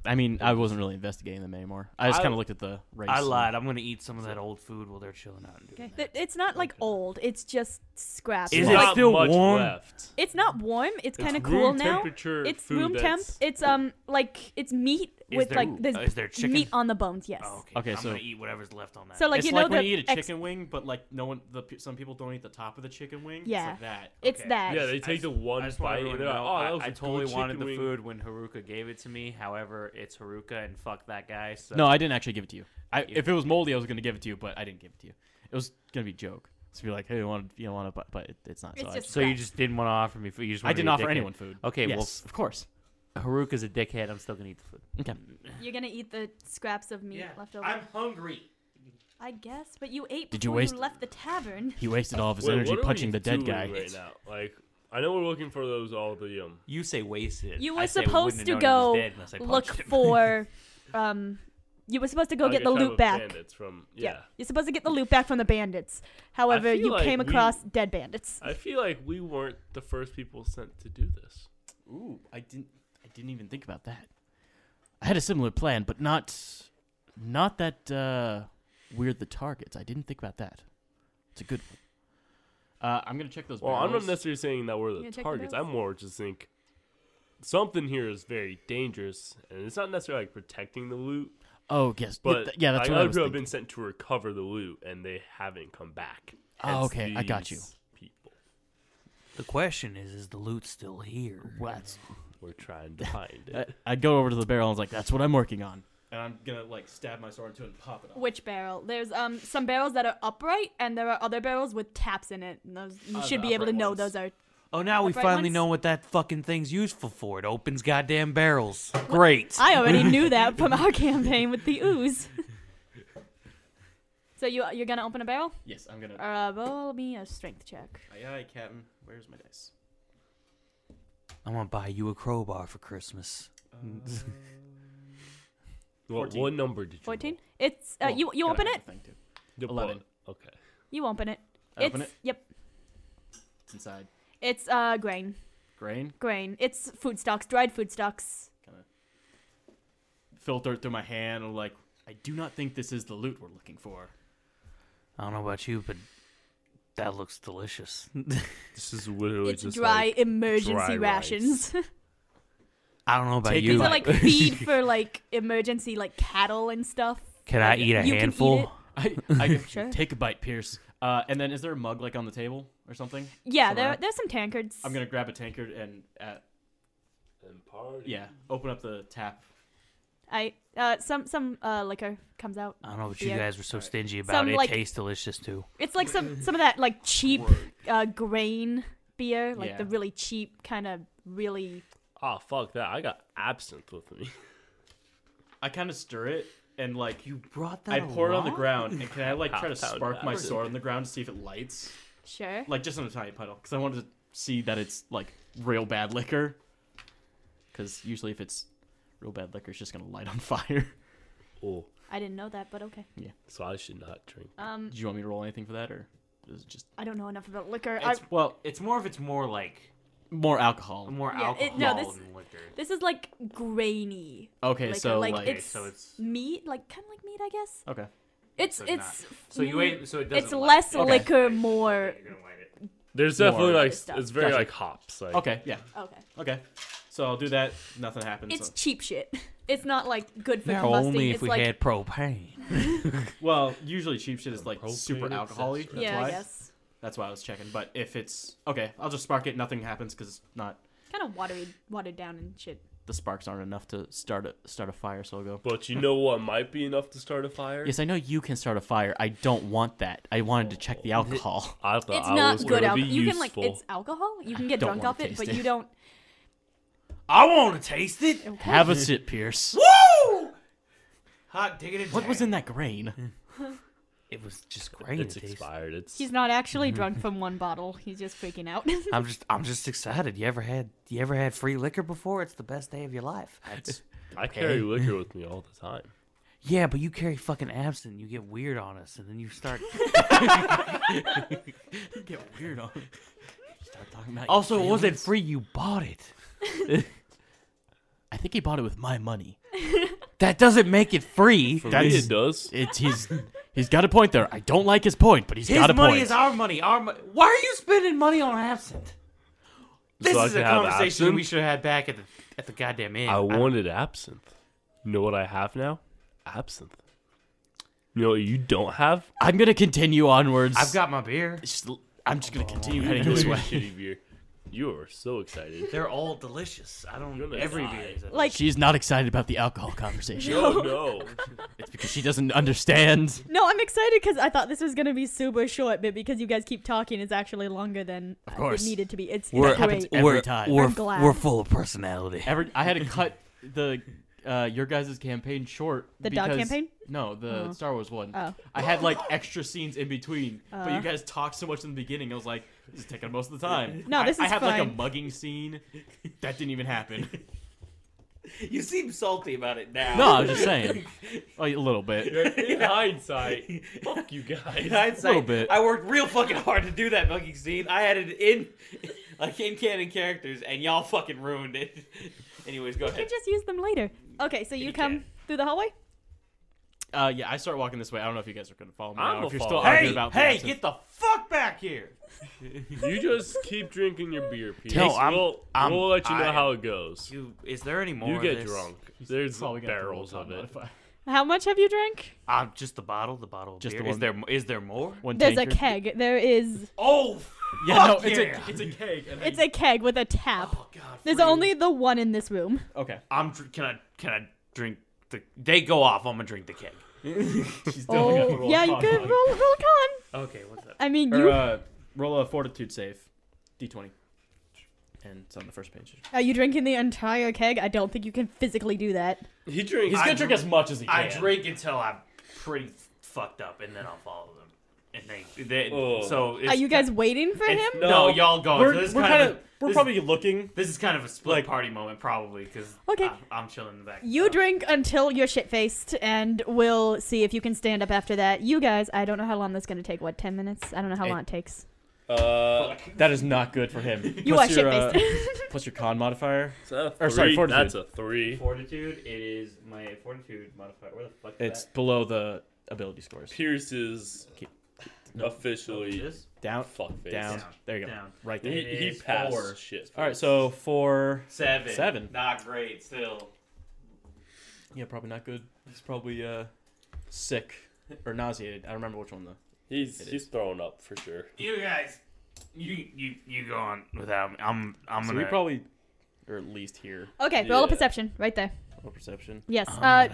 Speaker 2: I mean, I wasn't really investigating them anymore. I just
Speaker 4: I-
Speaker 2: kind of looked at the race.
Speaker 4: I
Speaker 2: and-
Speaker 4: lied. I'm gonna eat some of that old food while they're chilling out. And doing
Speaker 3: Th- It's not like old. It's just scraps.
Speaker 4: Is
Speaker 3: It's
Speaker 4: it
Speaker 3: like-
Speaker 5: Not
Speaker 4: still
Speaker 5: much
Speaker 4: warm?
Speaker 5: left.
Speaker 3: It's not warm. It's,
Speaker 5: It's
Speaker 3: kind of
Speaker 5: room
Speaker 3: cool now.
Speaker 5: temperature
Speaker 3: It's
Speaker 5: food
Speaker 3: room temp.
Speaker 5: that's-
Speaker 3: It's um like it's meat
Speaker 4: Is
Speaker 3: with
Speaker 4: there- Ooh.
Speaker 3: like this
Speaker 4: Is there chicken?
Speaker 3: meat on the bones. Yes.
Speaker 4: Oh, okay.
Speaker 2: Okay,
Speaker 4: I'm
Speaker 2: so-
Speaker 4: gonna eat whatever's left on that.
Speaker 3: So like
Speaker 2: it's
Speaker 3: you know
Speaker 2: like when
Speaker 3: the
Speaker 2: you eat a
Speaker 3: ex-
Speaker 2: chicken wing, but like no one, the pe- some people don't eat the top of the chicken wing.
Speaker 3: Yeah.
Speaker 2: it's like that.
Speaker 3: It's that.
Speaker 5: Yeah, they take the one
Speaker 14: I just want
Speaker 5: bite and
Speaker 14: everyone to
Speaker 5: they're
Speaker 14: know,
Speaker 5: like, oh, that was
Speaker 14: I, I
Speaker 5: a
Speaker 14: totally
Speaker 5: good
Speaker 14: wanted
Speaker 5: chicken
Speaker 14: the
Speaker 5: wing.
Speaker 14: food when Haruka gave it to me. However, it's Haruka and fuck that guy. So
Speaker 2: No, I didn't actually give it to you. I, if it was moldy, I was gonna give it to you, but I didn't give it to you. It was gonna be a joke. So be like, hey, you want you want to, but, but it, it's not.
Speaker 3: It's
Speaker 2: so I
Speaker 3: just
Speaker 2: just,
Speaker 14: So you just didn't want to offer me food. You just
Speaker 2: I
Speaker 14: wanted to
Speaker 2: didn't
Speaker 14: be a
Speaker 2: offer
Speaker 14: dickhead.
Speaker 2: anyone food.
Speaker 14: Okay, well,
Speaker 2: Yes, of course.
Speaker 14: Haruka's a dickhead. I'm still gonna eat the food.
Speaker 2: Okay.
Speaker 3: You're gonna eat the scraps of meat left over.
Speaker 4: I'm hungry.
Speaker 3: I guess, but you ate
Speaker 2: Did you
Speaker 3: before
Speaker 2: waste-
Speaker 3: left the tavern.
Speaker 2: He wasted all of his
Speaker 5: Wait,
Speaker 2: energy
Speaker 5: what are
Speaker 2: punching
Speaker 5: we
Speaker 2: the dead
Speaker 5: doing
Speaker 2: guy.
Speaker 5: right now. Like, I know we're looking for those all the um.
Speaker 14: You say wasted.
Speaker 3: You
Speaker 14: I
Speaker 3: were
Speaker 14: say we wouldn't
Speaker 3: supposed
Speaker 14: have
Speaker 3: to
Speaker 14: known
Speaker 3: go
Speaker 14: he was dead unless I
Speaker 3: look
Speaker 14: punched him.
Speaker 3: for, um, you were supposed to go
Speaker 5: like
Speaker 3: get
Speaker 5: a
Speaker 3: the
Speaker 5: tribe
Speaker 3: loot
Speaker 5: of
Speaker 3: back.
Speaker 5: bandits from- yeah.
Speaker 3: You're supposed to get the loot back from the bandits. However,
Speaker 5: feel
Speaker 3: you
Speaker 5: like
Speaker 3: came
Speaker 5: we-
Speaker 3: across dead bandits.
Speaker 5: I feel like we weren't the first people sent to do this.
Speaker 2: Ooh, I didn't. I didn't even think about that. I had a similar plan, but not, not that uh, we're the targets. I didn't think about that. It's a good one. Uh, I'm gonna check those.
Speaker 5: Well, I'm not
Speaker 2: barrels.
Speaker 5: necessarily saying that we're
Speaker 3: Yeah,
Speaker 5: the
Speaker 3: check the
Speaker 5: targets.
Speaker 3: barrels.
Speaker 5: I'm more just think something here is very dangerous, and it's not necessarily like protecting the loot.
Speaker 2: Oh, yes.
Speaker 5: but
Speaker 2: Th- yeah, that's
Speaker 5: like,
Speaker 2: what I
Speaker 5: other
Speaker 2: was
Speaker 5: people have been sent to recover the loot, and they haven't come back.
Speaker 2: Oh,
Speaker 5: Hence
Speaker 2: okay, I got
Speaker 5: these
Speaker 2: you.
Speaker 5: People,
Speaker 15: The question is, is the loot still here?
Speaker 2: What?
Speaker 5: we're trying to find
Speaker 2: I,
Speaker 5: it.
Speaker 2: I go over to the barrel and I was like, that's what I'm working on. And I'm gonna like stab my sword into it and pop it off.
Speaker 3: Which barrel? There's um some barrels that are upright, and there are other barrels with taps in it. And those you
Speaker 4: Oh,
Speaker 3: should
Speaker 4: the
Speaker 3: be able to
Speaker 4: upright
Speaker 3: know
Speaker 4: ones.
Speaker 3: those are.
Speaker 4: Oh, now we
Speaker 3: Upright
Speaker 4: finally
Speaker 3: ones?
Speaker 4: know what that fucking thing's useful for. It opens goddamn barrels. Great.
Speaker 3: I already knew that from our campaign with the ooze. So you you're gonna open a barrel?
Speaker 2: Yes, I'm gonna-
Speaker 3: Uh, roll me a strength check.
Speaker 2: Aye, aye, Captain. Where's my dice?
Speaker 4: I'm gonna buy you a crowbar for Christmas.
Speaker 5: what, what number did you?
Speaker 3: Fourteen. It's uh, you you open it.
Speaker 5: The bu-
Speaker 2: Eleven.
Speaker 5: Oh, Okay.
Speaker 3: You open it.
Speaker 2: I open
Speaker 3: It's-
Speaker 2: it?
Speaker 3: Yep.
Speaker 2: It's inside.
Speaker 3: It's uh grain.
Speaker 2: Grain.
Speaker 3: Grain. It's food stocks, dried food stocks.
Speaker 2: Filter it through my hand. I'm like, I do not think this is the loot we're looking for.
Speaker 4: I don't know about you, but that looks delicious.
Speaker 5: this is literally
Speaker 3: It's dry emergency rations.
Speaker 4: I don't know about
Speaker 2: Take a
Speaker 4: you.
Speaker 3: These are like feed for like emergency like cattle and stuff.
Speaker 4: Can I eat a
Speaker 3: You can eat
Speaker 4: handful?
Speaker 3: it.
Speaker 2: I, I can
Speaker 3: Sure.
Speaker 2: take a bite, Pierce. Uh, and then is there a mug like on the table or something?
Speaker 3: Yeah,
Speaker 2: Somewhere?
Speaker 3: there, there's some tankards.
Speaker 2: I'm gonna grab a tankard and at
Speaker 5: and party.
Speaker 2: yeah, open up the tap.
Speaker 3: I uh some some uh liquor comes out.
Speaker 4: I don't know, but you
Speaker 3: Beer.
Speaker 4: guys were so stingy about
Speaker 3: Some,
Speaker 4: it.
Speaker 3: like-
Speaker 4: it tastes delicious too.
Speaker 3: It's like some some of that like cheap uh grain beer, like
Speaker 5: Yeah.
Speaker 3: the really cheap kind of really
Speaker 5: Oh fuck that! I got absinthe with me.
Speaker 2: I kind of stir it and like you
Speaker 4: brought
Speaker 2: I
Speaker 4: that
Speaker 2: pour it on the
Speaker 4: along?
Speaker 2: ground and can I like try to
Speaker 5: Half-pound
Speaker 2: spark my
Speaker 5: apple.
Speaker 2: sword on the ground to see if it lights?
Speaker 3: Sure.
Speaker 2: Like just on a tiny puddle because I wanted to see that it's like real bad liquor. Because usually if it's real bad liquor, it's just gonna light on fire.
Speaker 5: Oh
Speaker 3: I didn't know that, but okay.
Speaker 2: yeah.
Speaker 5: So I should not drink.
Speaker 3: Um,
Speaker 2: Do you want me to roll anything for that or is it just
Speaker 3: I don't know enough about liquor. I,
Speaker 2: It's- well,
Speaker 4: it's more if it's more like
Speaker 2: more alcohol,
Speaker 4: more
Speaker 3: yeah, it, no, this this is like grainy.
Speaker 2: Okay,
Speaker 3: liquor.
Speaker 2: so,
Speaker 3: like
Speaker 2: like-
Speaker 3: it's,
Speaker 2: so
Speaker 4: it's-
Speaker 3: meat, like kind of like meat, I guess.
Speaker 2: Okay.
Speaker 3: It's
Speaker 4: So
Speaker 3: it's
Speaker 4: not- so you
Speaker 3: mm,
Speaker 4: ate- so it doesn't
Speaker 3: it's
Speaker 4: light.
Speaker 3: less
Speaker 4: Okay.
Speaker 3: liquor, more.
Speaker 5: There's
Speaker 2: More
Speaker 5: definitely like
Speaker 3: stuff.
Speaker 5: it's very
Speaker 2: Gotcha.
Speaker 5: like hops. Like
Speaker 2: Okay, yeah.
Speaker 3: Okay.
Speaker 2: Okay. So I'll do that. Nothing happens.
Speaker 3: It's
Speaker 2: so-
Speaker 3: cheap shit. It's not like good for
Speaker 4: Now
Speaker 3: combusting.
Speaker 4: only if
Speaker 3: it's
Speaker 4: we
Speaker 3: like,
Speaker 4: had propane.
Speaker 2: well, usually cheap shit is like super alcohol y.
Speaker 3: accessory. Yeah, I guess.
Speaker 2: That's why I was checking. But if it's okay, I'll just spark it. Nothing happens because it's not
Speaker 3: kind of watery, watered down and shit.
Speaker 2: the sparks aren't enough to start a start a fire. So I'll go.
Speaker 5: But you know what might be enough to start a fire?
Speaker 2: Yes, I know you can start a fire. I don't want that. I wanted to check
Speaker 4: Oh.
Speaker 2: the alcohol.
Speaker 5: I
Speaker 3: It's not good alcohol. You can like it's alcohol. You can get
Speaker 2: don't
Speaker 3: drunk
Speaker 2: wanna
Speaker 3: off it, but
Speaker 2: taste it.
Speaker 3: you don't.
Speaker 4: I want to taste it.
Speaker 2: Have a sip, Pierce.
Speaker 4: Woo! Hot diggity.
Speaker 2: What was in that grain?
Speaker 4: It was just grain.
Speaker 5: It's expired. It's
Speaker 3: He's not actually drunk from one bottle. He's just freaking out.
Speaker 4: I'm just I'm just excited. You ever had you ever had free liquor before? It's the best day of your life. That's
Speaker 5: I
Speaker 4: okay.
Speaker 5: carry liquor with me all the time.
Speaker 4: Yeah, but you carry fucking absinthe. You get weird on us, and then you start.
Speaker 2: You get weird on. Start talking about your
Speaker 4: also, it wasn't
Speaker 2: feelings.
Speaker 4: free. You bought it.
Speaker 2: I think he bought it with my money.
Speaker 4: that doesn't make it free.
Speaker 2: me, That's- it
Speaker 5: does.
Speaker 2: It's he's he's got a point there. I don't like his point, but he's
Speaker 4: His
Speaker 2: got a
Speaker 4: money
Speaker 2: point.
Speaker 4: is our money. Our mo- Why are you spending money on absinthe? This
Speaker 5: I
Speaker 4: is a
Speaker 5: can have
Speaker 4: conversation
Speaker 5: absinthe?
Speaker 4: we should have had back at the at the goddamn inn.
Speaker 5: I wanted absinthe. You know what I have now? Absinthe. You know what you don't have?
Speaker 2: I'm gonna continue onwards.
Speaker 4: I've got my beer.
Speaker 2: I'm just gonna continue
Speaker 5: You
Speaker 2: heading
Speaker 5: know
Speaker 2: this
Speaker 5: your
Speaker 2: way.
Speaker 5: Shitty beer. You are so excited.
Speaker 4: They're all delicious. I don't.
Speaker 5: Goodness.
Speaker 4: Every
Speaker 5: Why?
Speaker 4: beer is a-
Speaker 3: Like-
Speaker 2: she's not excited about the alcohol conversation.
Speaker 5: No, Oh, no.
Speaker 2: It's because she doesn't understand.
Speaker 3: No, I'm excited because I thought this was gonna be super short, but because you guys keep talking, it's actually longer than uh,
Speaker 2: course.
Speaker 3: it needed to be. It's, it's
Speaker 4: We're-
Speaker 3: great.
Speaker 2: happens every
Speaker 4: we're,
Speaker 2: time.
Speaker 4: We're,
Speaker 3: I'm glad.
Speaker 4: we're full of personality.
Speaker 2: Every I had to cut the uh, your guys' campaign short.
Speaker 3: The dog
Speaker 2: because-
Speaker 3: campaign?
Speaker 2: No, the
Speaker 3: Oh.
Speaker 2: Star Wars one.
Speaker 3: Oh.
Speaker 2: I had like extra scenes in between, but
Speaker 3: Uh.
Speaker 2: you guys talked so much in the beginning. I was like, this is taking most of the time.
Speaker 3: No,
Speaker 2: I-
Speaker 3: this
Speaker 2: I
Speaker 3: is
Speaker 2: had like a
Speaker 3: fine.
Speaker 2: mugging scene that didn't even happen.
Speaker 4: You seem salty about it now.
Speaker 2: No, I was just saying, like, a little bit.
Speaker 5: In hindsight, fuck you guys.
Speaker 4: In hindsight,
Speaker 2: Little bit.
Speaker 4: I worked real fucking hard to do that fucking scene. I had it in, like in canon characters, and y'all fucking ruined it. Anyways, go
Speaker 3: You can
Speaker 4: ahead.
Speaker 3: just use them later. Okay, so you come through the hallway.
Speaker 2: Uh, yeah, I start walking this way. I don't know if you guys are gonna follow me.
Speaker 5: I'm
Speaker 2: now,
Speaker 5: gonna
Speaker 2: if you're
Speaker 5: follow
Speaker 2: still
Speaker 5: you.
Speaker 2: arguing
Speaker 5: Hey,
Speaker 2: about
Speaker 5: hey,
Speaker 2: Watson.
Speaker 5: get
Speaker 16: the fuck back here.
Speaker 5: you just keep drinking your beer, Pete.
Speaker 2: No, I'm-
Speaker 5: we'll,
Speaker 2: I'm-
Speaker 5: we'll let you know
Speaker 2: I-
Speaker 5: how it goes.
Speaker 4: You, is there any more
Speaker 5: You
Speaker 4: of
Speaker 5: get
Speaker 4: this?
Speaker 5: drunk.
Speaker 4: He's
Speaker 5: There's
Speaker 4: probably gonna have to
Speaker 5: barrels
Speaker 4: roll
Speaker 5: of it.
Speaker 3: How much have you drank?
Speaker 4: Um, just the bottle, the bottle of
Speaker 2: Just
Speaker 4: beer.
Speaker 2: the
Speaker 4: is
Speaker 2: one-
Speaker 4: there is there more?
Speaker 2: One
Speaker 3: There's a keg. There is.
Speaker 4: Oh.
Speaker 2: Yeah, no,
Speaker 4: Fuck
Speaker 2: it's
Speaker 4: yeah.
Speaker 2: a it's a keg. And
Speaker 3: It's a keg with a tap.
Speaker 2: Oh,
Speaker 3: There's only the one in this room.
Speaker 2: Okay.
Speaker 4: I'm. dr- Can I? Can I drink the? They go off. I'm gonna drink the keg. She's
Speaker 3: Oh, yeah, you could roll roll con.
Speaker 4: Okay, what's that?
Speaker 3: I mean,
Speaker 2: or,
Speaker 3: you
Speaker 2: uh, roll a fortitude save, d20, and it's on the first page.
Speaker 3: are you drinking the entire keg? I don't think you can physically do that.
Speaker 2: He drinks. He's
Speaker 4: I
Speaker 2: gonna drink
Speaker 4: dr-
Speaker 2: as much as he
Speaker 4: I
Speaker 2: can.
Speaker 4: drink until I'm pretty fucked up, and then I'll follow them. And they, they
Speaker 2: Oh.
Speaker 4: so it's,
Speaker 3: Are you guys waiting for
Speaker 4: it's-
Speaker 3: him?
Speaker 4: No, y'all
Speaker 5: Oh,
Speaker 4: go.
Speaker 2: We're,
Speaker 4: So this is
Speaker 2: we're
Speaker 4: kind of
Speaker 2: kinda-
Speaker 4: a-
Speaker 2: we're
Speaker 4: this-
Speaker 2: probably looking.
Speaker 4: This is kind of a split party moment, probably, because
Speaker 3: Okay.
Speaker 4: I'm chilling in the back.
Speaker 3: You drink until you're shit faced, and we'll see if you can stand up after that. You guys, I don't know how long this is gonna take. What, ten minutes? I don't know how
Speaker 2: It-
Speaker 3: long it takes.
Speaker 2: Uh, that is not good for him.
Speaker 3: You
Speaker 2: plus
Speaker 3: are
Speaker 2: your, uh,
Speaker 3: shit-faced.
Speaker 2: plus your con modifier.
Speaker 5: So
Speaker 2: or sorry,
Speaker 5: three.
Speaker 2: fortitude.
Speaker 5: That's a three.
Speaker 17: Fortitude. It is my fortitude modifier. Where the fuck? Is
Speaker 2: It's below the ability scores.
Speaker 5: Pierce is officially
Speaker 2: Down,
Speaker 5: fuckface.
Speaker 2: down. There you go.
Speaker 4: Down.
Speaker 2: Right there.
Speaker 5: He,
Speaker 4: It
Speaker 5: he
Speaker 4: is
Speaker 5: passed
Speaker 4: four.
Speaker 5: shit.
Speaker 2: All right, so four,
Speaker 4: seven,
Speaker 2: seven.
Speaker 4: Not great, still.
Speaker 2: Yeah, probably not good. He's probably uh, sick or nauseated. I don't remember which one though.
Speaker 5: He's he's throwing up for sure.
Speaker 4: You guys, you you you go on without me. I'm I'm
Speaker 2: so
Speaker 4: gonna.
Speaker 2: we probably, or at least here.
Speaker 3: Okay, roll a perception right there.
Speaker 2: Roll perception.
Speaker 3: Yes.
Speaker 4: Um,
Speaker 3: Uh,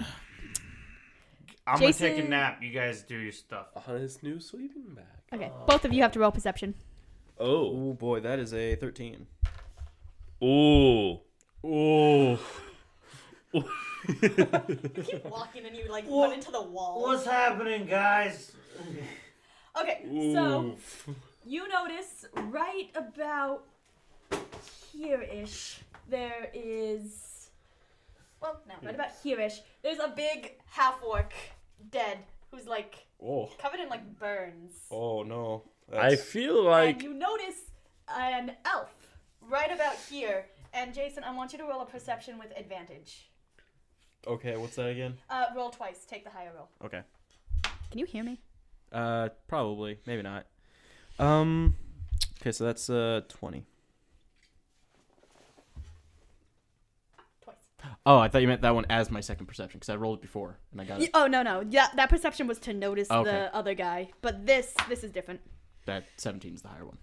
Speaker 4: I'm gonna take a
Speaker 3: Jason-
Speaker 4: nap. You guys do your stuff.
Speaker 5: On his new sleeping bag.
Speaker 3: okay, both of you have to roll perception.
Speaker 5: Oh.
Speaker 2: Oh boy, that is a thirteen.
Speaker 5: Ooh.
Speaker 2: Ooh.
Speaker 3: keep walking and you like
Speaker 18: What-
Speaker 3: into the wall.
Speaker 18: What's happening, guys?
Speaker 3: Okay, so you notice right about here ish, there is. Well, no, right about here ish, there's a big half orc dead who's like
Speaker 2: Oh.
Speaker 3: covered in like burns.
Speaker 2: Oh no.
Speaker 5: I feel like
Speaker 3: and you notice an elf right about here. And Jason, I want you to roll a perception with advantage.
Speaker 2: Okay, what's that again?
Speaker 3: Uh, roll twice, take the higher roll.
Speaker 2: Okay.
Speaker 3: Can you hear me?
Speaker 2: Uh, probably, maybe not. Um. Okay, so that's uh twenty. Oh, I thought you meant that one as my second perception because I rolled it before and I got it.
Speaker 3: oh no no yeah that perception was to notice
Speaker 2: Okay.
Speaker 3: the other guy, but this this is different.
Speaker 2: That seventeen is the higher one,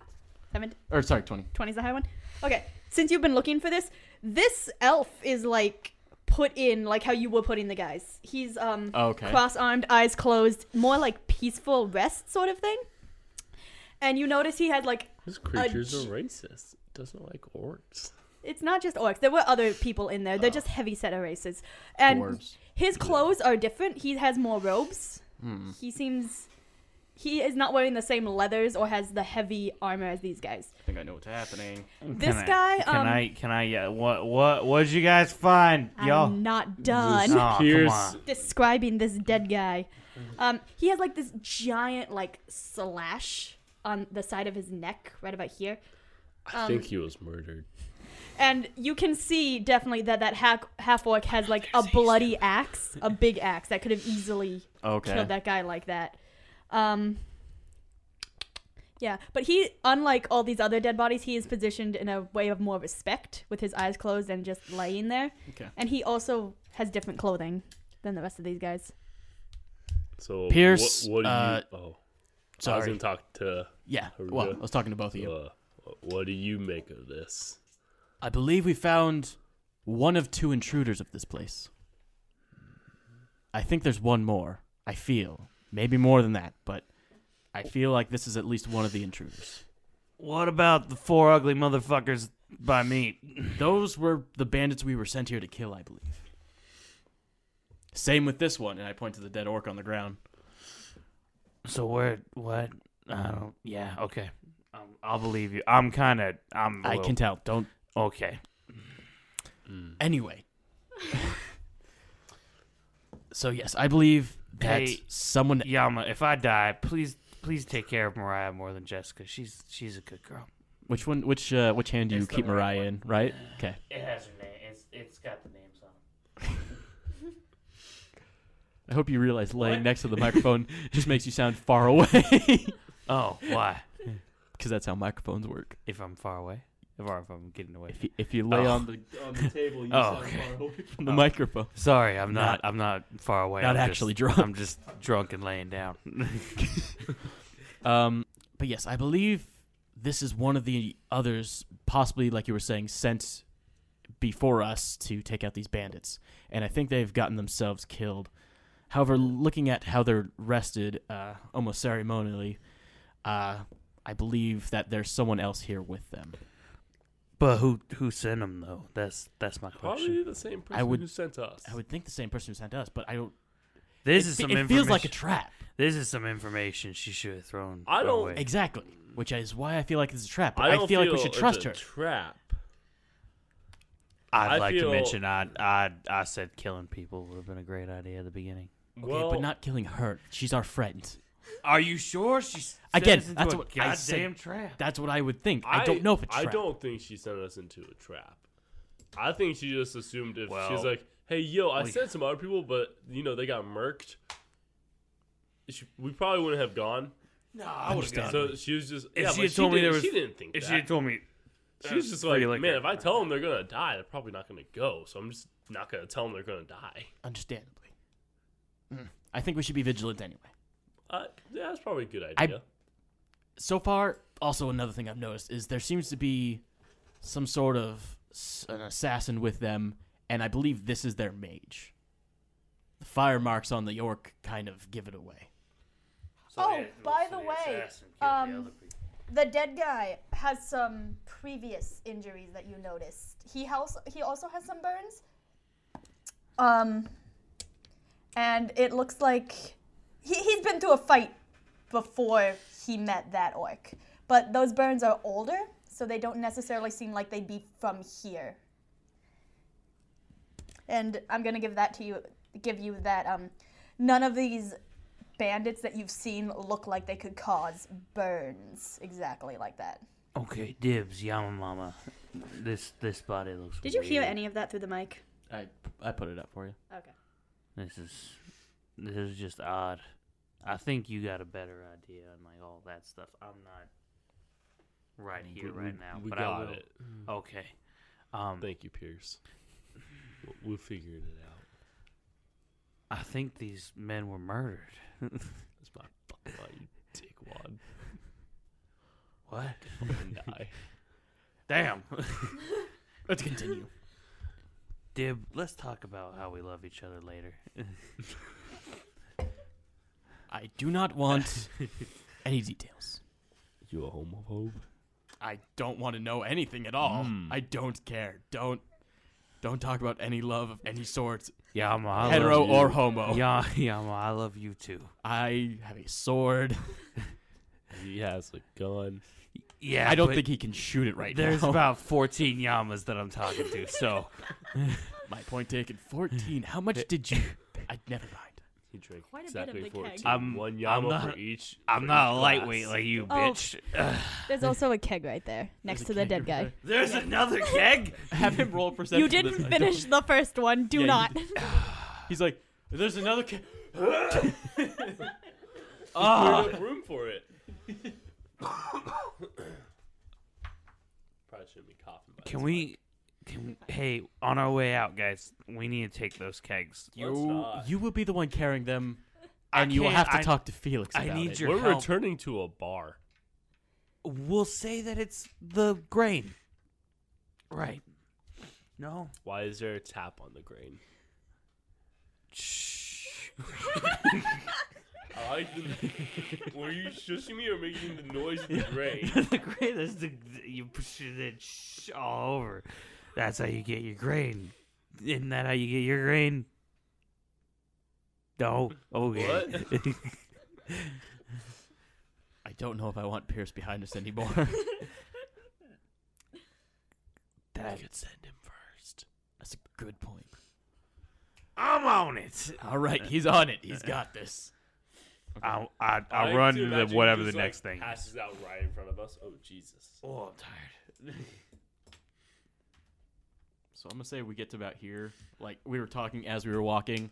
Speaker 3: Seven,
Speaker 2: or sorry, twenty.
Speaker 3: 20 is the high one. Okay, since you've been looking for this, this elf is like put in like how you were putting the guys. He's um
Speaker 5: Oh,
Speaker 2: Okay.
Speaker 3: cross-armed, eyes closed, more like peaceful rest sort of thing. And you notice he had like
Speaker 5: this
Speaker 3: creature's
Speaker 5: creature's a racist. Doesn't like orcs.
Speaker 3: it's not just orcs. There were other people in there. They're just heavy set of races. And
Speaker 5: Oh. Dwarves.
Speaker 3: his clothes are different. He has more robes.
Speaker 5: Hmm.
Speaker 3: He seems he is not wearing the same leathers or has the heavy armor as these guys.
Speaker 2: I think I know what's happening.
Speaker 3: This
Speaker 18: Can
Speaker 3: guy,
Speaker 18: I, can
Speaker 3: um,
Speaker 18: I? Can I? Uh, what? What? What'd you guys find, y'all?
Speaker 3: I'm not done
Speaker 18: Aw, come
Speaker 5: Pierce-
Speaker 18: on.
Speaker 3: describing this dead guy. Um, he has like this giant like slash on the side of his neck, right about here.
Speaker 5: I
Speaker 3: Um,
Speaker 5: think he was murdered.
Speaker 3: And you can see definitely that that hack, half orc has like a bloody axe, a big axe that could have easily
Speaker 2: Okay.
Speaker 3: killed that guy like that. Um, yeah, but he, unlike all these other dead bodies, he is positioned in a way of more respect with his eyes closed and just laying there.
Speaker 2: Okay.
Speaker 3: And he also has different clothing than the rest of these guys.
Speaker 5: So
Speaker 2: Pierce,
Speaker 5: what, what do
Speaker 2: uh,
Speaker 5: you? Oh, I was
Speaker 2: sorry.
Speaker 5: gonna talk to.
Speaker 2: Yeah,
Speaker 5: Haruka.
Speaker 2: well, I was talking to both of you.
Speaker 5: Uh, what do you make of this?
Speaker 2: I believe we found one of two intruders of this place. I think there's one more. I feel maybe more than that, but I feel like this is at least one of the intruders.
Speaker 18: What about the four ugly motherfuckers by me?
Speaker 2: Those were the bandits we were sent here to kill, I believe. Same with this one, and I point to the dead orc on the ground.
Speaker 18: So where? What? I don't. Yeah. Okay. Um, I'll believe you. I'm kind of. I'm. a
Speaker 2: I
Speaker 18: little-
Speaker 2: can tell. Don't.
Speaker 18: Okay.
Speaker 2: Anyway. so yes, I believe that
Speaker 18: Hey,
Speaker 2: someone
Speaker 18: Yama, if I die, please, please take care of Mariah more than Jessica. She's she's a good girl.
Speaker 2: Which one? Which uh, which hand do you
Speaker 18: It's the
Speaker 2: keep
Speaker 18: right
Speaker 2: Mariah in? Right? Okay.
Speaker 4: It has her name. It's it's got the names on.
Speaker 2: I hope you realize laying next to the microphone just makes you sound far away.
Speaker 4: Oh, why?
Speaker 2: Because that's how microphones work.
Speaker 4: If I'm far away, if, or if I'm getting away,
Speaker 2: If you, if you lay
Speaker 4: Oh.
Speaker 2: on the on the table, you
Speaker 4: Oh,
Speaker 2: sound
Speaker 4: okay.
Speaker 2: far away from the
Speaker 4: Oh.
Speaker 2: microphone.
Speaker 4: Sorry, I'm not. I'm not far away.
Speaker 2: Not
Speaker 4: I'm just-
Speaker 2: actually drunk.
Speaker 4: I'm just drunk and laying down.
Speaker 2: Um, but yes, I believe this is one of the others, possibly like you were saying, sent before us to take out these bandits, and I think they've gotten themselves killed. However, looking at how they're rested, uh, almost ceremonially, uh, I believe that there's someone else here with them.
Speaker 4: But who who sent them though? That's that's my question.
Speaker 5: Probably the same person
Speaker 2: I would-
Speaker 5: who sent us.
Speaker 2: I would think the same person who sent us, but I don't.
Speaker 4: This
Speaker 2: it
Speaker 4: is
Speaker 2: fe-
Speaker 4: some.
Speaker 2: It feels like a
Speaker 4: information-
Speaker 2: trap.
Speaker 4: This is some information she should have thrown.
Speaker 5: I don't-
Speaker 4: away.
Speaker 2: Exactly, which is why I feel like it's a trap.
Speaker 5: I
Speaker 2: I,
Speaker 5: don't
Speaker 2: feel like we should
Speaker 5: it's
Speaker 2: trust
Speaker 5: a
Speaker 2: her.
Speaker 5: Trap.
Speaker 4: I'd
Speaker 5: I
Speaker 4: like to
Speaker 5: feel-
Speaker 4: mention I I I said killing people would have been a great idea at the beginning.
Speaker 2: Okay, but not killing her. She's our friend.
Speaker 4: Are you sure she's
Speaker 2: Again, that's what I
Speaker 4: goddamn
Speaker 2: said.
Speaker 4: trap?
Speaker 2: That's what I would think. I, don't know if it's
Speaker 5: I
Speaker 2: trap.
Speaker 5: don't think she sent us into a trap. I think she just assumed if she
Speaker 4: Well-
Speaker 5: was like, "Hey, yo, I
Speaker 4: Well,
Speaker 5: sent some other people, but you know they got murked." She, we probably wouldn't have gone.
Speaker 4: No, I would've Understand. gone.
Speaker 5: So she was just.
Speaker 4: If
Speaker 5: yeah,
Speaker 4: she
Speaker 5: but
Speaker 4: had told me
Speaker 5: didn't-
Speaker 4: there was-
Speaker 5: she didn't think.
Speaker 4: if she
Speaker 5: that.
Speaker 4: had told me
Speaker 5: she
Speaker 4: there
Speaker 5: was
Speaker 4: was
Speaker 5: just
Speaker 4: free
Speaker 5: like,
Speaker 4: liquor."
Speaker 5: man, if I tell them they're gonna die, they're probably not gonna go. So I'm just not gonna tell them they're gonna die.
Speaker 2: Understandably. Mm. I think we should be vigilant anyway.
Speaker 5: Uh, yeah, that's probably a good
Speaker 2: I-
Speaker 5: idea.
Speaker 2: So far, also another thing I've noticed is there seems to be some sort of s- an assassin with them, and I believe this is their mage. The fire marks on the orc kind of give it away.
Speaker 3: oh, by the way, um, the dead guy has some previous injuries that you noticed. He also he also has some burns. Um, and it looks like he he's been through a fight before he met that orc. But those burns are older, so they don't necessarily seem like they'd be from here. And I'm gonna give that to you. Give you that. Um, none of these bandits that you've seen look like they could cause burns exactly like that.
Speaker 4: Okay, dibs, Yamamama. This this body looks.
Speaker 3: Did you hear
Speaker 4: weird.
Speaker 3: any of that through the mic?
Speaker 2: I I put it up for you.
Speaker 3: Okay.
Speaker 4: This is this is just odd. I think you got a better idea and like all that stuff. I'm not right here
Speaker 5: We-
Speaker 4: right
Speaker 5: we-
Speaker 4: now,
Speaker 5: we
Speaker 4: but
Speaker 5: got
Speaker 4: I will. Mm-hmm.
Speaker 5: it.
Speaker 4: Okay. Um,
Speaker 5: Thank you, Pierce. We'll, we'll figure it out.
Speaker 4: I think these men were murdered.
Speaker 5: That's my fucking lie, you dickwad.
Speaker 4: What?
Speaker 5: Fucking die.
Speaker 4: Damn.
Speaker 2: Let's continue.
Speaker 4: Dib, let's talk about how we love each other later.
Speaker 2: I do not want any details.
Speaker 5: You a homophobe?
Speaker 2: I don't want to know anything at all.
Speaker 5: Mm.
Speaker 2: I don't care. Don't don't talk about any love of any sort.
Speaker 4: Yama, I love
Speaker 2: hetero or
Speaker 4: you.
Speaker 2: homo.
Speaker 4: Ya- Yama, I love you too.
Speaker 2: I have a sword.
Speaker 5: He has a gun.
Speaker 4: Yeah,
Speaker 2: I don't
Speaker 4: but
Speaker 2: think he can shoot it right
Speaker 4: There's
Speaker 2: now.
Speaker 4: about 14 Yamas that I'm talking to, so
Speaker 2: my point taken. Fourteen. How much did you? I never mind.
Speaker 5: He drank
Speaker 3: Quite a bit
Speaker 5: exactly
Speaker 3: of the
Speaker 5: 14.
Speaker 3: keg.
Speaker 4: I'm-
Speaker 5: one
Speaker 4: I'm
Speaker 5: yama
Speaker 4: not-
Speaker 5: for each.
Speaker 4: I'm
Speaker 5: for
Speaker 4: not
Speaker 5: each
Speaker 4: a lightweight
Speaker 5: glass.
Speaker 4: like you,
Speaker 3: Oh.
Speaker 4: bitch. Ugh.
Speaker 3: There's also a keg right there next to the dead guy.
Speaker 4: There's another keg.
Speaker 2: Have him roll perception.
Speaker 3: You
Speaker 2: for this.
Speaker 3: didn't
Speaker 2: I don't-
Speaker 3: finish the first one. Do
Speaker 2: Yeah, you
Speaker 3: not.
Speaker 2: He's like, there's another. Ca-
Speaker 5: There's
Speaker 4: ah.
Speaker 5: enough room for it. Probably shouldn't be coughing. By
Speaker 4: Can
Speaker 5: this
Speaker 4: we? Can we, hey, on our way out, guys, we need to take those kegs.
Speaker 2: you,
Speaker 5: not.
Speaker 2: you will be the one carrying them,
Speaker 4: I
Speaker 2: and you will
Speaker 4: can't-
Speaker 2: have to
Speaker 4: I-
Speaker 2: talk to Felix.
Speaker 4: I
Speaker 2: about
Speaker 4: need
Speaker 2: it.
Speaker 4: your
Speaker 5: We're
Speaker 4: help.
Speaker 5: returning to a bar.
Speaker 4: We'll say that it's the grain. Right. No.
Speaker 5: Why is there a tap on the grain?
Speaker 4: Shh.
Speaker 5: I like the. Were you shushing me or making the noise of the grain?
Speaker 4: the grain. That's the you push it in shh, all over. That's how you get your grain. Isn't that how you get your grain? No. Okay.
Speaker 5: What?
Speaker 2: I don't know if I want Pierce behind us anymore.
Speaker 4: That-
Speaker 5: send him first.
Speaker 2: That's a good point.
Speaker 4: I'm on it.
Speaker 2: All right, he's on it. He's got this.
Speaker 4: I'll, I,
Speaker 5: I
Speaker 4: I'll
Speaker 5: like
Speaker 4: run
Speaker 5: to
Speaker 4: to
Speaker 5: imagine
Speaker 4: the,
Speaker 5: he
Speaker 4: whatever the
Speaker 5: just, like,
Speaker 4: next thing. is.
Speaker 5: Passes out right in front of us. Oh Jesus!
Speaker 4: Oh, I'm tired.
Speaker 2: So I'm gonna say we get to about here. Like we were talking as we were walking.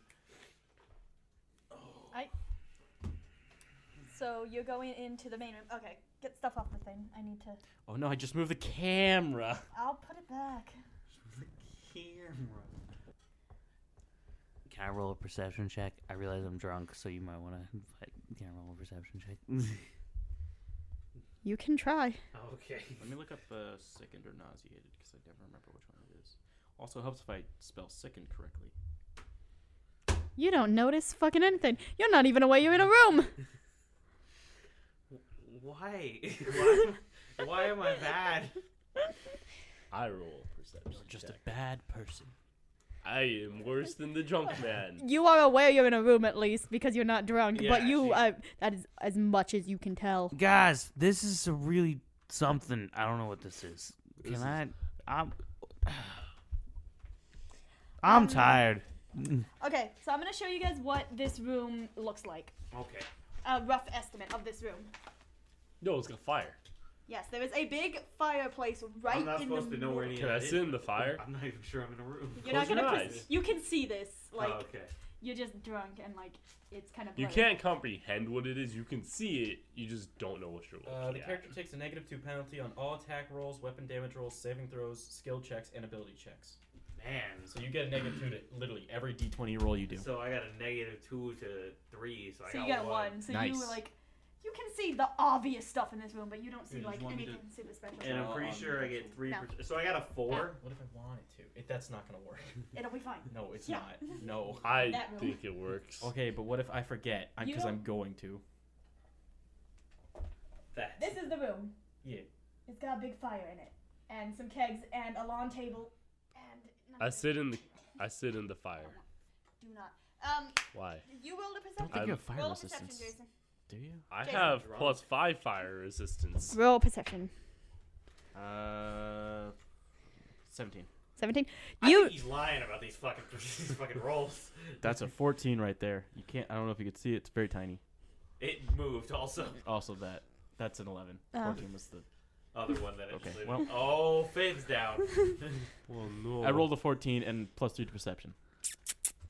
Speaker 3: So you're going into the main room. Okay, get stuff off the thing. I need to.
Speaker 2: Oh no, I just moved the camera.
Speaker 3: I'll put it back.
Speaker 4: Can I roll a perception check? I realize I'm drunk, so you might want to. Can I roll a perception check?
Speaker 19: You can try.
Speaker 2: Okay. Let me look up uh, sickened or nauseated because I never remember which one it is. Also helps if I spell sickened correctly.
Speaker 19: You don't notice fucking anything. You're not even aware you're in a room.
Speaker 20: Why? why? Why am I bad?
Speaker 5: I roll perception. You're just
Speaker 2: a bad person.
Speaker 5: I am worse than the drunk man.
Speaker 19: You are aware you're in a room at least because you're not drunk. but
Speaker 20: Yeah,
Speaker 19: you, uh, that is as much as you can tell.
Speaker 4: Guys, this is a really something. I don't know what this is. Can
Speaker 19: This is-
Speaker 4: I? I'm. I'm tired.
Speaker 3: Okay, so I'm gonna show you guys what this room looks like.
Speaker 5: Okay.
Speaker 3: A rough estimate of this room.
Speaker 5: No, it's got fire.
Speaker 3: Yes, there is a big fireplace right
Speaker 5: not
Speaker 3: in
Speaker 5: supposed
Speaker 3: the
Speaker 5: to know where
Speaker 3: middle.
Speaker 5: any Can of I that sit is. in the fire?
Speaker 20: I'm not even sure I'm in a room. Oh,
Speaker 3: You're not gonna. pres- you can see this. Like
Speaker 5: Oh, okay.
Speaker 3: you're just drunk and like it's kind of.
Speaker 5: You
Speaker 3: blurry.
Speaker 5: can't comprehend what it is. You can see it. You just don't know what you're looking
Speaker 21: Uh, the
Speaker 5: at.
Speaker 21: character takes a negative two penalty on all attack rolls, weapon damage rolls, saving throws, skill checks, and ability checks.
Speaker 20: Man.
Speaker 21: so you get a negative two to literally every d20 roll you do.
Speaker 20: So I got a negative two to three. So,
Speaker 3: So
Speaker 20: I
Speaker 3: you
Speaker 20: got
Speaker 3: got one. So you were
Speaker 20: Nice.
Speaker 3: like, you can see the obvious stuff in this room, but you don't see
Speaker 21: Yeah,
Speaker 3: like
Speaker 21: just want me to-
Speaker 3: anything super special.
Speaker 20: And I'm pretty
Speaker 21: Um,
Speaker 20: sure I get three.
Speaker 3: No.
Speaker 20: Per- so I got a four.
Speaker 21: What if I wanted to? It, that's not gonna work.
Speaker 3: It'll be fine.
Speaker 21: No, it's
Speaker 3: Yeah.
Speaker 21: not. No.
Speaker 3: I That room. think
Speaker 5: it works.
Speaker 21: Okay, but what if I forget?
Speaker 3: You
Speaker 21: Because I'm
Speaker 3: don't-
Speaker 21: going to. That.
Speaker 3: This is the room.
Speaker 21: Yeah.
Speaker 3: It's got a big fire in it, and some kegs, and a lawn table, and
Speaker 5: I sit in the. I sit in the fire.
Speaker 3: do not. Um.
Speaker 5: Why?
Speaker 3: You rolled a perception.
Speaker 5: think you have fire
Speaker 3: roll a
Speaker 5: resistance.
Speaker 3: perception, Jason.
Speaker 2: Do you?
Speaker 5: I
Speaker 3: Jason.
Speaker 5: have plus five fire resistance.
Speaker 19: Roll perception.
Speaker 2: Uh, seventeen.
Speaker 19: 17.
Speaker 20: I
Speaker 19: You.
Speaker 20: think he's lying about these fucking these fucking rolls.
Speaker 2: That's a fourteen right there. You can't. I don't know if you could see it. It's very tiny.
Speaker 20: It moved also.
Speaker 2: Also that. That's an eleven.
Speaker 20: Oh.
Speaker 2: Fourteen was the
Speaker 20: Other one that I just
Speaker 2: Okay.
Speaker 20: okay.
Speaker 2: Well,
Speaker 20: Oh, Finn's down.
Speaker 5: well, no.
Speaker 2: I rolled a fourteen and plus three to perception.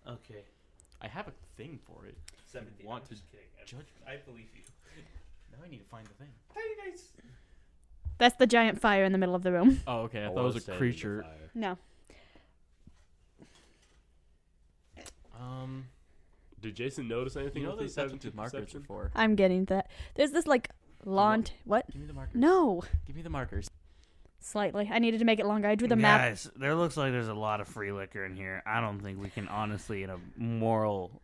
Speaker 20: Okay.
Speaker 2: I have a thing for it.
Speaker 20: Seventeen.
Speaker 2: Want
Speaker 20: I'm
Speaker 2: to
Speaker 20: just kidding. I-
Speaker 2: judge?
Speaker 20: I believe you.
Speaker 2: Now I need to find the thing.
Speaker 20: How you guys?
Speaker 19: That's the giant fire in the middle of the room.
Speaker 2: Oh, okay. I,
Speaker 5: I
Speaker 2: thought
Speaker 5: wanna
Speaker 2: it was
Speaker 5: say
Speaker 2: a
Speaker 5: the
Speaker 2: creature.
Speaker 19: No.
Speaker 2: Um.
Speaker 5: Did Jason notice anything
Speaker 2: You know
Speaker 5: with his
Speaker 2: that- that's what
Speaker 5: 17
Speaker 2: the markers are
Speaker 5: perception?
Speaker 2: for.
Speaker 19: I'm getting that. There's this like lawn. t- what?
Speaker 2: Give me the markers.
Speaker 19: No.
Speaker 2: Give me the markers.
Speaker 19: Slightly. I needed to make it longer. I drew the map.
Speaker 4: Guys, there looks like there's a lot of free liquor in here. I don't think we can honestly, in a moral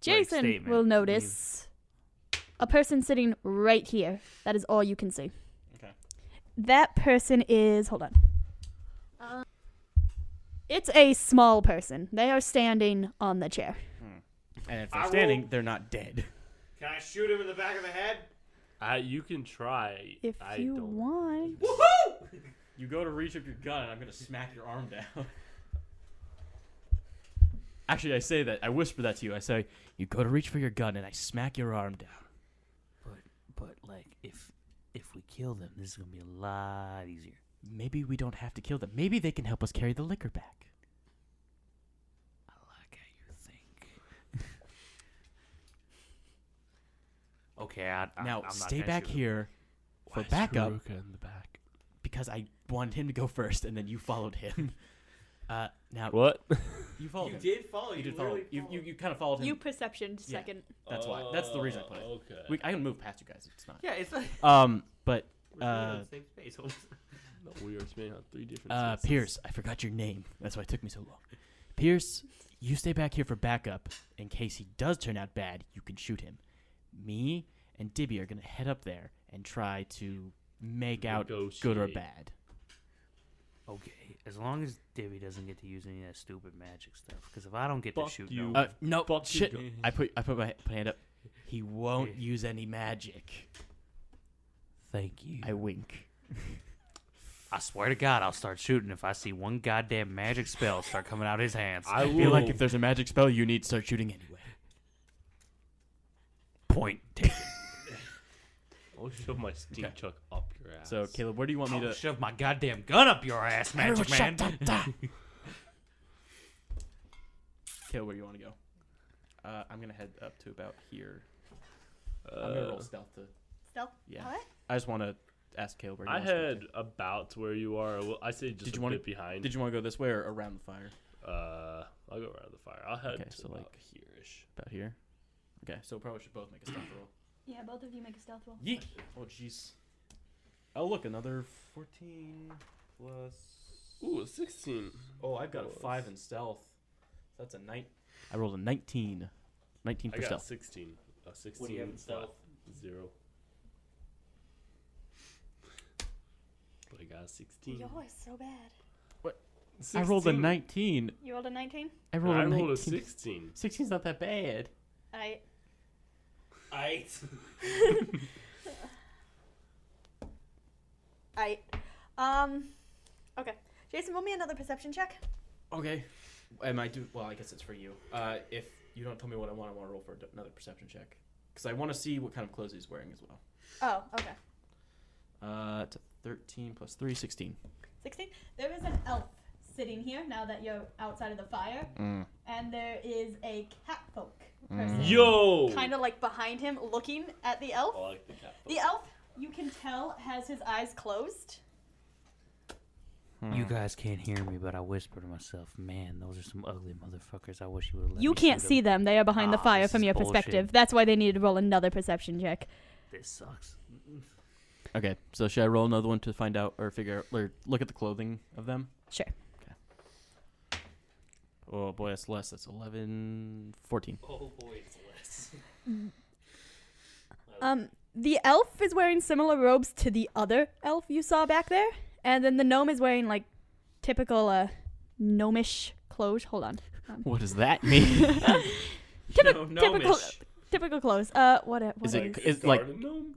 Speaker 19: Jason
Speaker 4: statement.
Speaker 19: will notice a person sitting right here. That is all you can see.
Speaker 2: Okay.
Speaker 19: That person is. Hold on.
Speaker 3: Uh.
Speaker 19: It's a small person. They are standing on the chair.
Speaker 2: And if
Speaker 20: I
Speaker 2: they're
Speaker 20: will-
Speaker 2: standing, they're not dead.
Speaker 20: Can I shoot him in the back of the head?
Speaker 5: I, Uh, you can try.
Speaker 19: If
Speaker 5: I
Speaker 19: you
Speaker 5: don't.
Speaker 19: want.
Speaker 2: You go to reach up your gun, and I'm gonna smack your arm down. Actually, I say that. I whisper that to you. I say, "You go to reach for your gun, and I smack your arm down."
Speaker 4: But like, if if we kill them, this is gonna be a lot easier.
Speaker 2: Maybe we don't have to kill them. Maybe they can help us carry the liquor back.
Speaker 4: Okay, I, I,
Speaker 2: now
Speaker 4: I'm not
Speaker 2: stay
Speaker 4: gonna
Speaker 2: back
Speaker 4: shoot him.
Speaker 2: here for
Speaker 4: Why is
Speaker 2: backup.
Speaker 4: Veruca
Speaker 5: in the back?
Speaker 2: Because I wanted him to go first, and then you followed him. Uh, now
Speaker 5: What?
Speaker 2: You followed.
Speaker 20: You
Speaker 2: him.
Speaker 20: did follow, you
Speaker 2: did follow.
Speaker 20: literally
Speaker 2: You, you you kind of followed him.
Speaker 3: You perception
Speaker 2: Yeah,
Speaker 3: second.
Speaker 2: That's why. That's the reason I put it.
Speaker 5: Oh, okay.
Speaker 2: We, I can move past you guys. It's not.
Speaker 20: Yeah, it's like-
Speaker 2: Um, but
Speaker 20: We're
Speaker 2: uh,
Speaker 20: in the same space.
Speaker 5: No, we are spinning on three different.
Speaker 2: Uh,
Speaker 5: spaces.
Speaker 2: Pierce, I forgot your name. That's why it took me so long. Pierce, you stay back here for backup. In case he does turn out bad, you can shoot him. Me and Dibby are going to head up there and try to make out good or
Speaker 4: Negotiate.
Speaker 2: bad.
Speaker 4: Okay, as long as Divvy doesn't get to use any of that stupid magic stuff, because if I don't get
Speaker 2: Fuck
Speaker 4: to shoot,
Speaker 2: you.
Speaker 4: no,
Speaker 2: Uh, no,
Speaker 4: Fuck you,
Speaker 2: shit.
Speaker 4: Joe.
Speaker 2: I put I put my hand up. He won't use any magic.
Speaker 4: Thank you.
Speaker 2: I wink.
Speaker 4: I swear to God, I'll start shooting if I see one goddamn magic spell start coming out of his hands.
Speaker 2: I feel like if there's a magic spell, you need to start shooting anyway.
Speaker 4: Point taken.
Speaker 5: I'll shove my stink chuck up your ass.
Speaker 2: So, Caleb, where do you want me
Speaker 4: I'll
Speaker 2: to
Speaker 4: shove my goddamn gun up your ass, magic
Speaker 2: Everyone
Speaker 4: man.
Speaker 2: shut the- the- Caleb, where do you want to go? Uh, I'm gonna head up to about here.
Speaker 5: Uh,
Speaker 2: I'm gonna roll stealth to.
Speaker 3: Stealth?
Speaker 2: Yeah.
Speaker 3: Alright.
Speaker 2: I just want to ask Caleb. where he
Speaker 5: I
Speaker 2: wants me to
Speaker 5: had about where you are. Well, I say just
Speaker 2: Did
Speaker 5: a
Speaker 2: you wanna-
Speaker 5: bit behind.
Speaker 2: did you want to go this way or around the fire?
Speaker 5: Uh, I'll go around the fire. I'll head
Speaker 2: Okay,
Speaker 5: to
Speaker 2: so,
Speaker 5: about
Speaker 2: like,
Speaker 5: here-ish.
Speaker 2: About here. Okay, so probably should both make a stealth roll.
Speaker 3: Yeah, both of you make a stealth roll.
Speaker 2: Yeet. Oh jeez. Oh look, another fourteen plus.
Speaker 5: Ooh, a sixteen.
Speaker 2: Oh, I've got a five in stealth. So that's a night. I rolled a 19. 19
Speaker 5: I
Speaker 2: for
Speaker 5: got
Speaker 2: stealth.
Speaker 5: sixteen. A sixteen.
Speaker 2: What do you have in
Speaker 5: flat
Speaker 2: stealth?
Speaker 5: Zero. But I got a sixteen.
Speaker 3: You're so bad.
Speaker 2: What? I rolled a
Speaker 5: 16.
Speaker 2: 19.
Speaker 3: You rolled a 19?
Speaker 2: I rolled,
Speaker 5: I
Speaker 2: a,
Speaker 5: rolled a
Speaker 2: 19.
Speaker 5: 16.
Speaker 2: 16's not that bad.
Speaker 3: I.
Speaker 4: I.
Speaker 3: I. Um. Okay. Jason, roll me another perception check.
Speaker 2: Okay. Am I do? Well, I guess it's for you. Uh, if you don't tell me what I want, I want to roll for another perception check because I want to see what kind of clothes he's wearing as well.
Speaker 3: Oh, okay.
Speaker 2: Uh, it's a 13 plus 3, 16.
Speaker 3: 16. There is an elf sitting here now that you're outside of the fire.
Speaker 2: Mm.
Speaker 3: And there is a cat folk.
Speaker 5: Yo!
Speaker 3: Kind of like behind him looking at the elf.
Speaker 5: I like the cat.
Speaker 3: The elf, you can tell, has his eyes closed.
Speaker 22: You guys can't hear me, but I whisper to myself, "Man, those are some ugly motherfuckers. I wish you would."
Speaker 23: You can't see them. They are behind the
Speaker 22: Ah,
Speaker 23: fire
Speaker 22: this
Speaker 23: from
Speaker 22: is
Speaker 23: your
Speaker 22: bullshit.
Speaker 23: perspective. That's why they needed to roll another perception check.
Speaker 22: This sucks.
Speaker 2: Okay, so should I roll another one to find out or figure out or look at the clothing of them?
Speaker 23: Sure.
Speaker 2: Okay. Oh boy, that's less. That's 11, 14.
Speaker 4: Oh boy, it's less.
Speaker 23: Um, the elf is wearing similar robes to the other elf you saw back there, and then the gnome is wearing like typical uh gnomish clothes. Hold on. Um,
Speaker 2: What does that mean?
Speaker 23: typi-
Speaker 2: No,
Speaker 23: typical,
Speaker 2: gnomish.
Speaker 23: typical clothes. Uh, what? a- what
Speaker 2: is it
Speaker 23: is-
Speaker 2: is like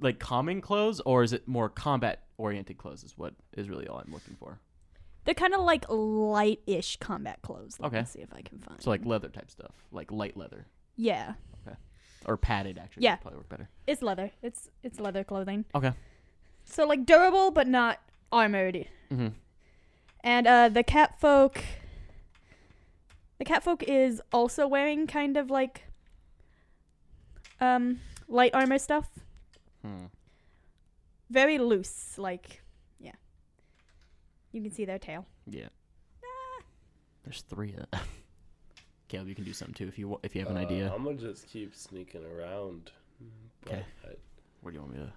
Speaker 2: like common clothes or is it more combat oriented clothes? Is what is really all I'm looking for.
Speaker 23: They're kind of like light-ish combat clothes. Let
Speaker 2: Okay.
Speaker 23: me see if I can find.
Speaker 2: So like leather type stuff, like light leather.
Speaker 23: Yeah.
Speaker 2: Okay. Or padded actually.
Speaker 23: Yeah.
Speaker 2: would probably work better.
Speaker 23: It's leather. It's it's leather clothing.
Speaker 2: Okay.
Speaker 23: So like durable but not armored.
Speaker 2: Mm-hmm.
Speaker 23: And uh, the cat folk. The cat folk is also wearing kind of like um light armor stuff.
Speaker 2: Hmm.
Speaker 23: Very loose, like yeah. You can see their tail.
Speaker 2: Yeah. There's three. Of them. Caleb, you can do something too if you wa- if you have an
Speaker 5: Uh,
Speaker 2: idea.
Speaker 5: I'm gonna just keep sneaking around. but
Speaker 2: 'Kay.
Speaker 5: I,
Speaker 2: Where do you want me to?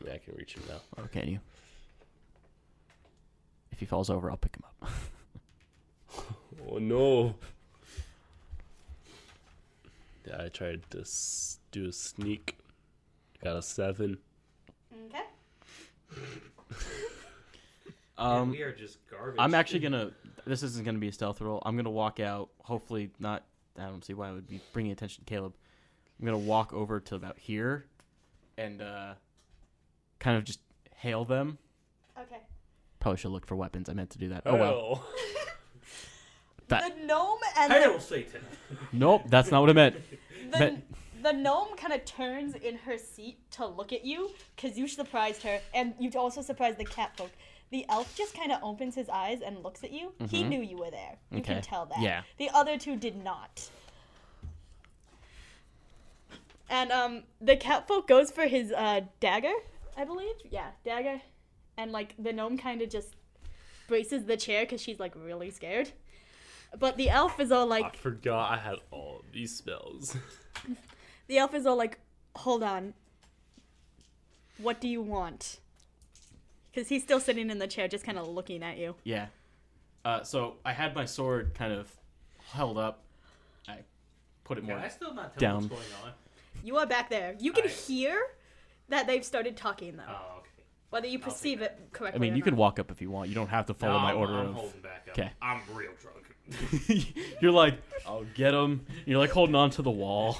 Speaker 5: I mean, I can reach him now.
Speaker 2: Or can you? If he falls over, I'll pick him up.
Speaker 5: Oh no. Yeah, I tried to s- do a sneak. Got a seven.
Speaker 3: Okay.
Speaker 2: Um,
Speaker 4: we are just garbage.
Speaker 2: I'm actually gonna. This isn't gonna be a stealth roll. I'm gonna walk out. Hopefully not. I don't see why I would be bringing attention to Caleb. I'm gonna walk over to about here, and uh, kind of just hail them.
Speaker 3: Okay.
Speaker 2: Probably should look for weapons. I meant to do that. Oh well. That,
Speaker 3: the gnome and
Speaker 4: Hail
Speaker 3: the,
Speaker 4: Satan.
Speaker 2: nope, that's not what I meant.
Speaker 3: the,
Speaker 2: meant
Speaker 3: the gnome kind of turns in her seat to look at you because you surprised her and you also surprised the cat folk. The elf just kind of opens his eyes and looks at you. He
Speaker 2: Mhm.
Speaker 3: knew you were there. You
Speaker 2: Okay.
Speaker 3: can tell that.
Speaker 2: Yeah.
Speaker 3: The other two did not. And um, the cat folk goes for his uh, dagger, I believe. Yeah, dagger. And like the gnome kind of just braces the chair because she's like really scared. But the elf is all like,
Speaker 5: I forgot I had all of these spells.
Speaker 3: The elf is all like, hold on. What do you want? Because he's still sitting in the chair, just kind of looking at you.
Speaker 2: Yeah. Uh, so I had my sword kind of held up. I put it more
Speaker 3: Can I still not
Speaker 4: tell
Speaker 2: down.
Speaker 4: what's going on?
Speaker 3: You are back there. You can hear that they've started talking, though.
Speaker 4: Oh, okay.
Speaker 3: Whether you perceive it
Speaker 2: I
Speaker 3: correctly.
Speaker 2: mean,
Speaker 3: or
Speaker 2: you can
Speaker 3: not.
Speaker 2: walk up if you want. You don't have to follow
Speaker 4: No,
Speaker 2: my
Speaker 4: I'm-
Speaker 2: order.
Speaker 4: I'm
Speaker 2: of...
Speaker 4: holding back up.
Speaker 2: Okay.
Speaker 4: I'm real drunk.
Speaker 2: You're like, I'll get him. You're like holding on to the wall.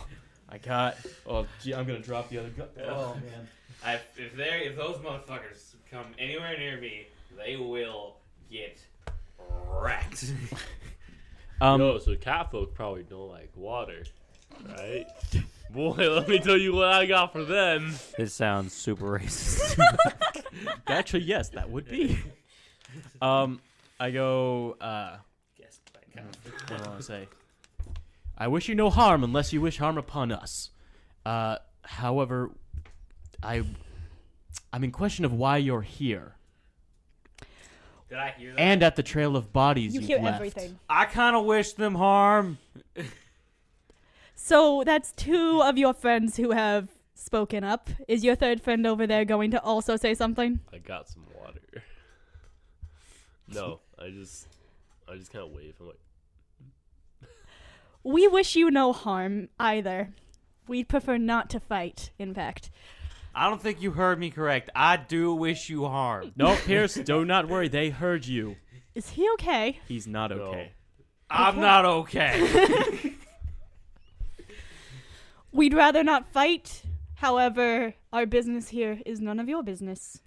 Speaker 2: I got. Oh, gee, I'm gonna drop the other. Gu- oh man.
Speaker 4: I, if they if those motherfuckers come anywhere near me, they will get wrecked.
Speaker 2: Um,
Speaker 5: no, Oh, so cat folk probably don't like water, right? Boy, let me tell you what I got for them.
Speaker 22: This sounds super racist.
Speaker 2: Actually, yes, that would be. Um, I go. Uh, what do I want to say? I wish you no harm unless you wish harm upon us. Uh, however, I I'm in question of why you're here.
Speaker 24: Did I hear that?
Speaker 2: And at the trail of bodies
Speaker 25: You
Speaker 2: you've
Speaker 25: hear
Speaker 2: left.
Speaker 25: everything.
Speaker 24: I kind of wish them harm.
Speaker 3: So that's two of your friends who have spoken up. Is your third friend over there going to also say something?
Speaker 5: I got some water. No, I just, I just kind of wave. I'm like,
Speaker 3: We wish you no harm either. We'd prefer not to fight, in fact.
Speaker 4: I don't think you heard me correct. I do wish you harm.
Speaker 26: No, Pierce, do not worry. They heard you.
Speaker 3: Is he okay?
Speaker 26: He's not okay.
Speaker 4: I'm not okay.
Speaker 3: We'd rather not fight. However, our business here is none of your business.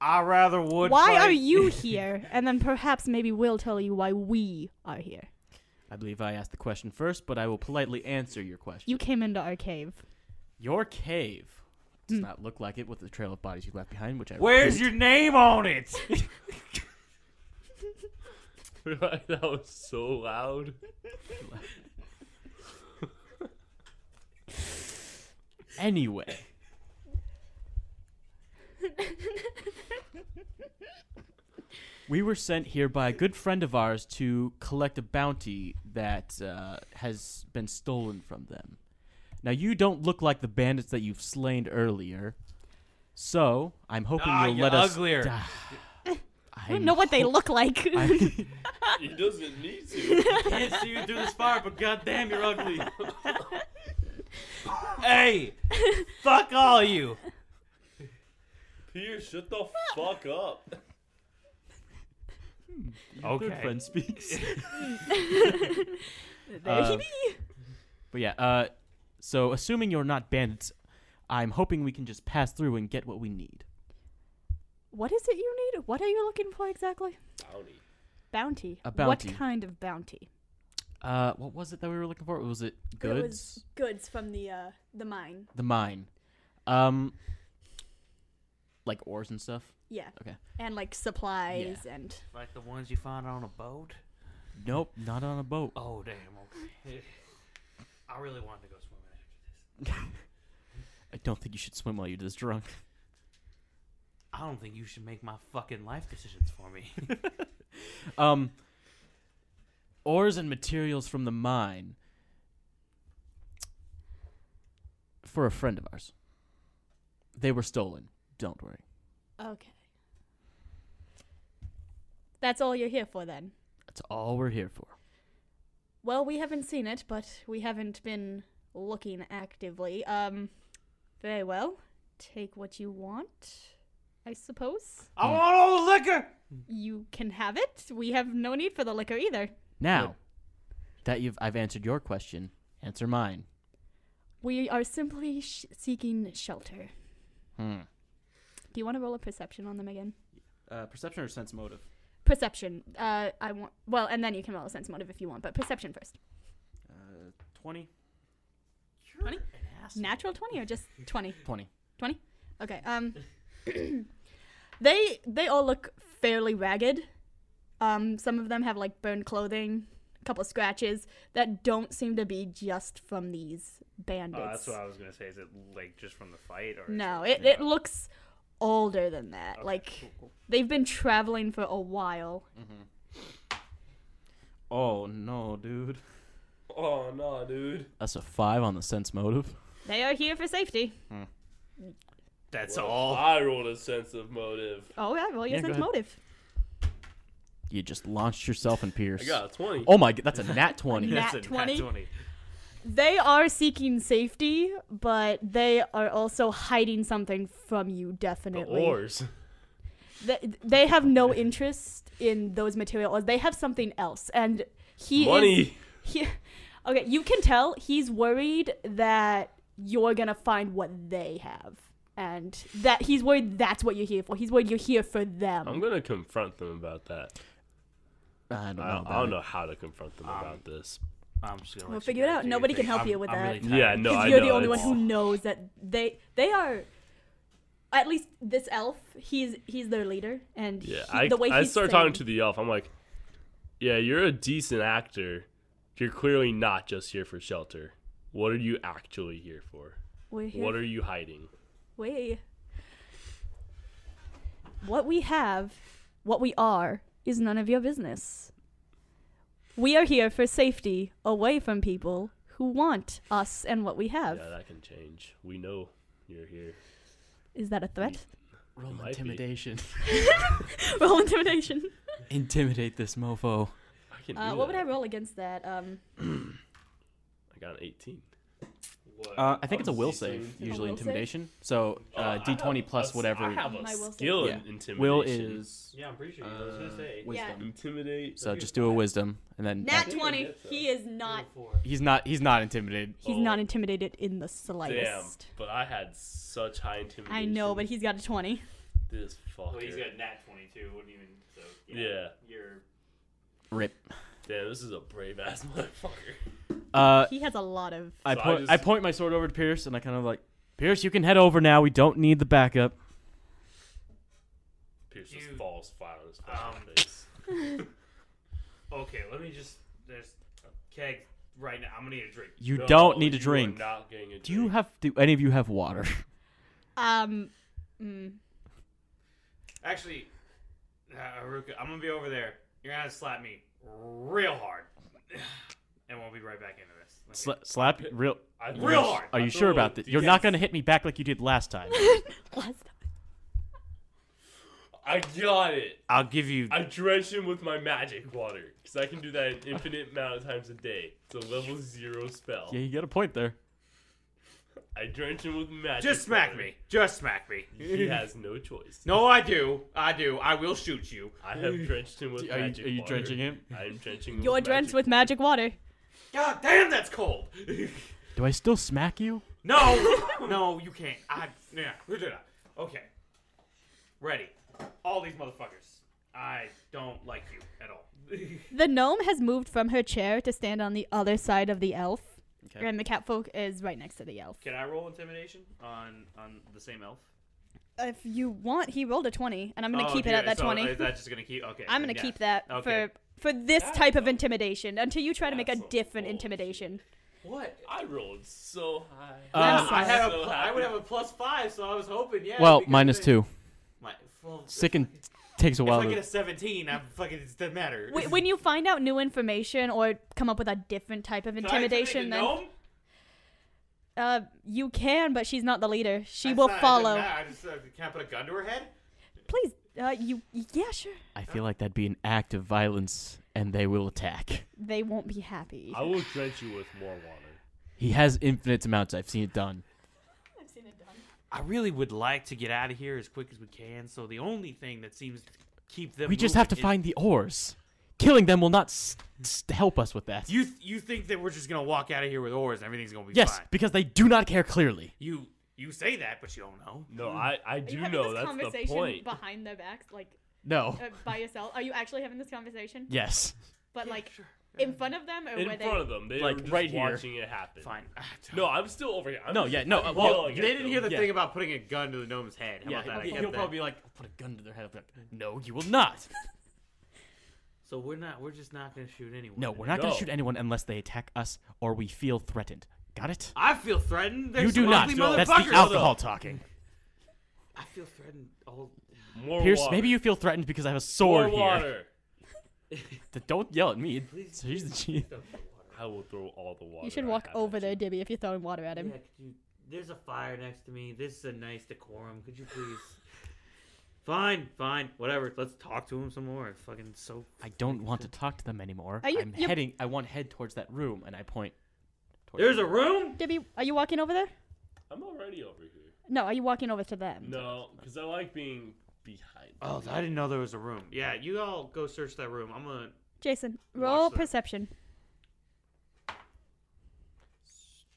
Speaker 4: I rather would.
Speaker 3: why
Speaker 4: fight.
Speaker 3: are you here? and then perhaps maybe we'll tell you why we are here.
Speaker 2: I believe I asked the question first, but I will politely answer your question.
Speaker 3: You came into our cave.
Speaker 2: Your cave does not look like it with the trail of bodies you left behind, which I
Speaker 4: Where's
Speaker 2: repeat.
Speaker 4: your name on it?
Speaker 5: that was so loud.
Speaker 2: anyway? We were sent here by a good friend of ours to collect a bounty that uh, has been stolen from them. Now, you don't look like the bandits that you've slain earlier, so I'm hoping
Speaker 4: Ah,
Speaker 2: you'll
Speaker 4: you're
Speaker 2: let us.
Speaker 4: uglier.
Speaker 2: die.
Speaker 3: I don't know what they look like.
Speaker 2: I-
Speaker 5: he doesn't need to.
Speaker 4: Can't see you through this fire, but goddamn, you're ugly. hey, fuck all you.
Speaker 5: Pierre, shut the fuck up.
Speaker 2: Your third friend speaks.
Speaker 3: There he
Speaker 2: Uh, But yeah, uh, so assuming you're not bandits, I'm hoping we can just pass through and get what we need.
Speaker 3: What is it you need? What are you looking for exactly?
Speaker 5: Bounty.
Speaker 3: Bounty.
Speaker 2: A bounty.
Speaker 3: What kind of bounty?
Speaker 2: Uh, what was it that we were looking for? Was it goods?
Speaker 25: It was goods from the uh, the mine.
Speaker 2: The mine. Um, like ores and stuff.
Speaker 25: Yeah.
Speaker 2: Okay.
Speaker 25: And like supplies and
Speaker 4: Like the ones you find on a boat.
Speaker 2: Nope, not on a boat.
Speaker 4: Oh damn. Okay. I really wanted to go swimming.
Speaker 2: I don't think you should swim while you're this drunk.
Speaker 4: I don't think you should make my fucking life decisions for me.
Speaker 2: Um, ores and materials from the mine for a friend of ours. They were stolen. Don't worry.
Speaker 3: Okay. That's all you're here for then.
Speaker 2: That's all we're here for.
Speaker 3: Well, we haven't seen it, but we haven't been looking actively. Um, very well. Take what you want, I suppose.
Speaker 4: I want all the liquor.
Speaker 3: You can have it. We have no need for the liquor either.
Speaker 2: Now that you've I've answered your question, answer mine.
Speaker 3: We are simply sh- seeking shelter.
Speaker 2: Hmm.
Speaker 3: Do you want to roll a perception on them again?
Speaker 2: Uh, perception or sense motive?
Speaker 3: Perception. Uh, I want. Well, and then you can roll a sense motive if you want, but perception first.
Speaker 2: Uh, twenty.
Speaker 3: 20? Natural 20 or just 20?
Speaker 2: 20.
Speaker 3: 20? Okay. Um They they all look fairly ragged. Um some of them have like burned clothing, a couple scratches that don't seem to be just from these bandits.
Speaker 27: Oh, that's what I was gonna say. Is it like just from the fight or? is
Speaker 3: No, it, it looks older than that. like they've been traveling for a while.
Speaker 2: Oh no, dude.
Speaker 5: Oh no, dude.
Speaker 2: That's a five on the sense motive.
Speaker 3: They are here for safety.
Speaker 5: That's all. I rolled a sense of motive.
Speaker 3: Oh yeah, roll your
Speaker 2: Yeah, go
Speaker 3: sense
Speaker 2: ahead.
Speaker 3: motive.
Speaker 2: You just launched yourself and Pierce.
Speaker 5: I got a 20.
Speaker 2: Oh my, g- that's a nat twenty.
Speaker 3: Nat 20? They are seeking safety, but they are also hiding something from you, definitely.
Speaker 5: Oars.
Speaker 3: They, they have no interest in those material ores. They have something else. And he is.
Speaker 5: Money.
Speaker 3: He, okay, you can tell he's worried that you're going to find what they have. And that he's worried that's what you're here for. He's worried you're here for them.
Speaker 5: I'm gonna confront them about that.
Speaker 2: I don't know.
Speaker 5: I,
Speaker 2: about
Speaker 5: don't
Speaker 2: it.
Speaker 5: know how to confront them about this.
Speaker 4: I'm just gonna.
Speaker 3: We'll figure it out. Nobody can help you with that.
Speaker 5: yeah, no,
Speaker 3: Because
Speaker 5: I
Speaker 3: you're
Speaker 5: know.
Speaker 3: the only one
Speaker 5: it's-
Speaker 3: who knows that they they are. At least this elf, he's he's their leader, and
Speaker 5: Yeah,
Speaker 3: he-
Speaker 5: I,
Speaker 3: the way
Speaker 5: I
Speaker 3: he's
Speaker 5: start
Speaker 3: saying-
Speaker 5: talking to the elf. I'm like, yeah, you're a decent actor. You're clearly not just here for shelter. What are you actually here for?
Speaker 3: We're here
Speaker 5: What
Speaker 3: f-
Speaker 5: are you hiding?
Speaker 3: We. What we have, what we are, is none of your business. We are here for safety, away from people who want us and what we have.
Speaker 5: Yeah, that can change. We know you're here.
Speaker 3: Is that a threat?
Speaker 5: Roll
Speaker 2: Intimidation.
Speaker 3: Roll intimidation.
Speaker 2: Intimidate this mofo.
Speaker 5: I can
Speaker 3: Uh,
Speaker 5: do
Speaker 3: what would
Speaker 5: that.
Speaker 3: I roll against that? Um,
Speaker 5: I got an 18.
Speaker 2: Uh, I think it's a will save, usually
Speaker 3: will save?
Speaker 2: intimidation. So uh,
Speaker 5: Oh, I
Speaker 2: D20
Speaker 5: have a
Speaker 2: plus
Speaker 5: s-
Speaker 2: whatever.
Speaker 5: I have a My will save. skill in intimidation. uh,
Speaker 2: Will is. uh,
Speaker 28: Yeah, I'm pretty sure you- I was gonna say.
Speaker 2: wisdom.
Speaker 28: Yeah.
Speaker 5: Intimidate.
Speaker 2: So just do a wisdom, and then
Speaker 3: nat 20. He is not.
Speaker 2: he's not he's not intimidated.
Speaker 3: He's not intimidated in the slightest.
Speaker 5: Oh, Damn, but I had such high intimidation.
Speaker 3: I know, but he's got a 20.
Speaker 5: This fucker.
Speaker 4: Well, he's got nat 22. Wouldn't even. So,
Speaker 5: Yeah.
Speaker 4: You're.
Speaker 2: Rip.
Speaker 5: Damn, this is a brave ass motherfucker.
Speaker 2: Uh,
Speaker 3: He has a lot of.
Speaker 2: I,
Speaker 5: So I
Speaker 2: point, I,
Speaker 5: just-
Speaker 2: point my sword over to Pierce, and I kind of like, Pierce, you can head over now. We don't need the backup.
Speaker 5: Pierce just falls flat on his
Speaker 4: Um,
Speaker 5: fucking face.
Speaker 4: okay, let me just. There's a keg right now. I'm gonna need a drink.
Speaker 2: You don't need to
Speaker 5: you are
Speaker 2: drink.
Speaker 5: not getting a
Speaker 2: Do you have? Do any of you have water?
Speaker 3: Um. mm.
Speaker 4: Actually, uh, Aruka, I'm gonna be over there. You're gonna have to slap me real hard, and we'll be right back into this.
Speaker 2: Sla- slap real,
Speaker 4: I-
Speaker 2: you
Speaker 4: Real
Speaker 2: guys-
Speaker 4: hard.
Speaker 2: Are
Speaker 4: I
Speaker 2: you sure
Speaker 4: throw
Speaker 2: about this? You're not
Speaker 4: defense.
Speaker 2: gonna hit me back like you did last time.
Speaker 5: I got it.
Speaker 29: I'll give you.
Speaker 4: Uh,
Speaker 5: I drench him with my magic water because I can do that an infinite amount of times a day. It's a level zero spell.
Speaker 2: yeah, you got a point there.
Speaker 5: I drench him with magic.
Speaker 4: Just smack
Speaker 5: water.
Speaker 4: me. Just smack me.
Speaker 5: He has no choice.
Speaker 4: No, I do. I do. I will shoot you.
Speaker 5: I have drenched him with
Speaker 4: Are you-
Speaker 5: magic
Speaker 4: are you
Speaker 5: water.
Speaker 4: drenching him?
Speaker 5: I am drenching him.
Speaker 3: You're
Speaker 5: with
Speaker 3: drenched with magic water.
Speaker 4: God damn, that's cold.
Speaker 2: Do I still smack you?
Speaker 4: no, no, you can't. I yeah. Okay. Ready. All these motherfuckers. I don't like you at all.
Speaker 3: The gnome has moved from her chair to stand on the other side of the elf,
Speaker 4: Okay.
Speaker 3: and the catfolk is right next to the elf.
Speaker 4: Can I roll intimidation on on the same elf?
Speaker 3: If you want, he rolled a 20, and I'm going to
Speaker 4: Oh,
Speaker 3: keep it
Speaker 4: okay,
Speaker 3: at that
Speaker 4: so
Speaker 3: 20.
Speaker 4: Is that just gonna keep? Okay.
Speaker 3: I'm going to
Speaker 4: yeah.
Speaker 3: keep that
Speaker 4: Okay.
Speaker 3: for for this type of intimidation until you try to make a different intimidation.
Speaker 5: What? I rolled so high.
Speaker 2: Uh,
Speaker 4: I, had a
Speaker 5: so
Speaker 4: pl- I would have a plus five, so I was hoping. Yeah.
Speaker 2: well,
Speaker 4: Uh, because
Speaker 2: minus
Speaker 4: they-
Speaker 2: two.
Speaker 4: My, well,
Speaker 2: Sick and takes a
Speaker 4: if
Speaker 2: while.
Speaker 4: I
Speaker 2: to-
Speaker 4: get a 17, I'm fucking. It doesn't matter.
Speaker 3: Wh- when you find out new information or come up with a different type of
Speaker 4: Can I intimidate
Speaker 3: intimidation,
Speaker 4: the
Speaker 3: then
Speaker 4: gnome?
Speaker 3: uh, you can, but she's not the leader. She
Speaker 4: That's
Speaker 3: will
Speaker 4: not- it doesn't
Speaker 3: follow.
Speaker 4: matter, I just uh, can I put a gun to her head?
Speaker 3: Please, uh, you yeah, sure.
Speaker 2: I feel like that'd be an act of violence, and they will attack.
Speaker 3: They won't be happy.
Speaker 5: I will drench you with more water.
Speaker 2: He has infinite amounts. I've seen it done.
Speaker 29: I really would like to get out of here as quick as we can. So the only thing that seems to keep them.
Speaker 2: We just have to
Speaker 29: moving is-
Speaker 2: find the ores. Killing them will not s- s- help us with that.
Speaker 4: You th- you think that we're just gonna walk out of here with oars and everything's gonna be
Speaker 2: yes,
Speaker 4: fine?
Speaker 2: because they do not care clearly.
Speaker 4: You you say that, but you don't know.
Speaker 5: No, I, I do
Speaker 3: having
Speaker 5: know
Speaker 3: this
Speaker 5: that's the
Speaker 3: conversation
Speaker 5: point.
Speaker 3: behind their backs, like
Speaker 2: No.
Speaker 3: uh, by yourself. Are you actually having this conversation?
Speaker 2: Yes.
Speaker 3: But like in front of them, or
Speaker 5: In
Speaker 3: where
Speaker 5: front
Speaker 3: they...
Speaker 5: of them, they
Speaker 2: Like,
Speaker 5: were just
Speaker 2: right here.
Speaker 5: watching it happen.
Speaker 4: Fine.
Speaker 5: No, I'm still over here. I'm
Speaker 2: No,
Speaker 5: just-
Speaker 2: yeah, no,
Speaker 5: I'm
Speaker 2: uh, well,
Speaker 5: yelling
Speaker 4: They
Speaker 5: at
Speaker 4: didn't
Speaker 5: them.
Speaker 4: hear the
Speaker 2: Yeah.
Speaker 4: thing about putting a gun to the gnome's head. How
Speaker 2: yeah,
Speaker 4: about that? I
Speaker 2: he'll,
Speaker 4: get
Speaker 2: he'll
Speaker 4: that.
Speaker 2: probably like put a gun to their head. I'll be like, no, you will not.
Speaker 29: So we're not. We're just not going to shoot anyone.
Speaker 2: No, we're not going to shoot anyone unless they attack us or we feel threatened. Got it?
Speaker 29: I feel threatened. There's
Speaker 2: you do
Speaker 29: some
Speaker 2: not.
Speaker 29: ugly
Speaker 2: That's
Speaker 29: motherfuckers.
Speaker 2: the alcohol talking.
Speaker 29: I feel threatened. All
Speaker 5: More
Speaker 2: Pierce,
Speaker 5: water.
Speaker 2: maybe you feel threatened because I have a sword
Speaker 5: More
Speaker 2: here.
Speaker 5: water.
Speaker 2: Th- Don't yell at me. Here's the chief.
Speaker 5: I will throw all the water.
Speaker 3: You should
Speaker 5: I
Speaker 3: walk
Speaker 5: have.
Speaker 3: over there, Dibby, if you're throwing water at him.
Speaker 29: Yeah, could you, there's a fire next to me. This is a nice decorum. Could you please? fine, fine, whatever. Let's talk to him some more. It's fucking so.
Speaker 2: I don't want to talk to them anymore.
Speaker 3: Are you-
Speaker 2: I'm
Speaker 3: you're-
Speaker 2: heading. I want to head towards that room, and I point.
Speaker 29: There's a room.
Speaker 3: Dibby, are you walking over there?
Speaker 5: I'm already over here.
Speaker 3: No, are you walking over to them?
Speaker 5: No, because I like being behind.
Speaker 29: Oh, I didn't know there was a room.
Speaker 4: Yeah, you all go search that room. I'm gonna.
Speaker 3: Jason, roll perception.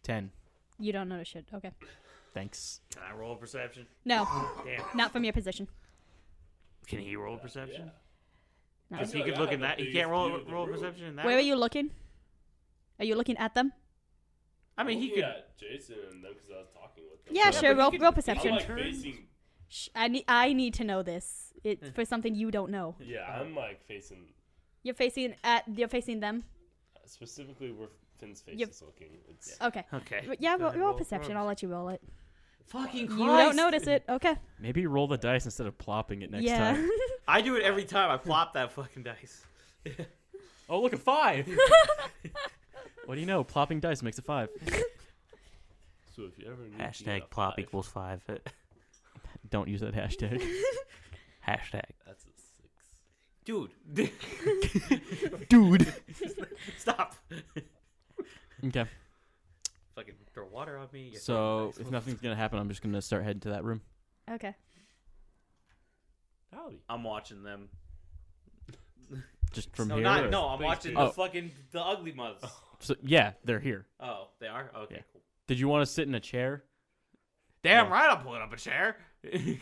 Speaker 2: Ten.
Speaker 3: You don't notice shit. Okay.
Speaker 2: Thanks.
Speaker 4: Can I roll perception?
Speaker 3: No,
Speaker 4: Damn.
Speaker 3: not from your position.
Speaker 4: Can he roll perception?
Speaker 3: No.
Speaker 4: Because
Speaker 3: I
Speaker 4: he
Speaker 3: feel like
Speaker 4: could look
Speaker 3: I
Speaker 4: in
Speaker 3: have
Speaker 4: that.
Speaker 3: the
Speaker 4: He can't roll
Speaker 3: biggest view
Speaker 4: roll
Speaker 3: of the room.
Speaker 4: perception in that.
Speaker 3: Where are you looking? Are you looking at them?
Speaker 4: I mean,
Speaker 3: Oh,
Speaker 4: he could.
Speaker 5: at Oh, Jason and them because I was talking with them.
Speaker 3: Yeah, sure. Roll, roll perception.
Speaker 5: I'm like facing.
Speaker 3: Sh- I need. I need to know this. It's for something you don't know.
Speaker 5: Yeah, I'm like facing.
Speaker 3: You're facing at. You're facing them.
Speaker 5: Specifically, we're Finn's face
Speaker 3: Yep.
Speaker 5: is looking. It's
Speaker 3: Okay. But yeah, roll, roll perception. I'll let you roll it.
Speaker 30: Fucking
Speaker 3: You don't
Speaker 30: Christ.
Speaker 3: notice it. Okay.
Speaker 2: Maybe roll the dice instead of plopping it next
Speaker 3: Yeah.
Speaker 2: time.
Speaker 4: I do it every time. I flop that fucking dice.
Speaker 2: oh, look, a five. what do you know? Plopping dice makes a five.
Speaker 5: So if you ever need to get
Speaker 31: Hashtag plop equals five.
Speaker 2: Don't use that hashtag.
Speaker 31: Hashtag.
Speaker 5: That's a six.
Speaker 4: Dude.
Speaker 2: Dude.
Speaker 4: Stop.
Speaker 2: Okay.
Speaker 4: Fucking throw water on me. you
Speaker 2: So
Speaker 4: fucking
Speaker 2: if
Speaker 4: asshole.
Speaker 2: nothing's gonna happen, I'm just gonna start heading to that room.
Speaker 3: Okay.
Speaker 4: I'm watching them.
Speaker 2: Just from
Speaker 4: no,
Speaker 2: here.
Speaker 4: not, no, I'm watching
Speaker 2: Oh,
Speaker 4: the fucking the ugly mothers.
Speaker 2: so- yeah, they're here.
Speaker 4: Oh, they are? Okay,
Speaker 2: Yeah.
Speaker 4: cool.
Speaker 2: Did you want to sit in a chair?
Speaker 4: Damn right I'm pulling up a chair.
Speaker 3: The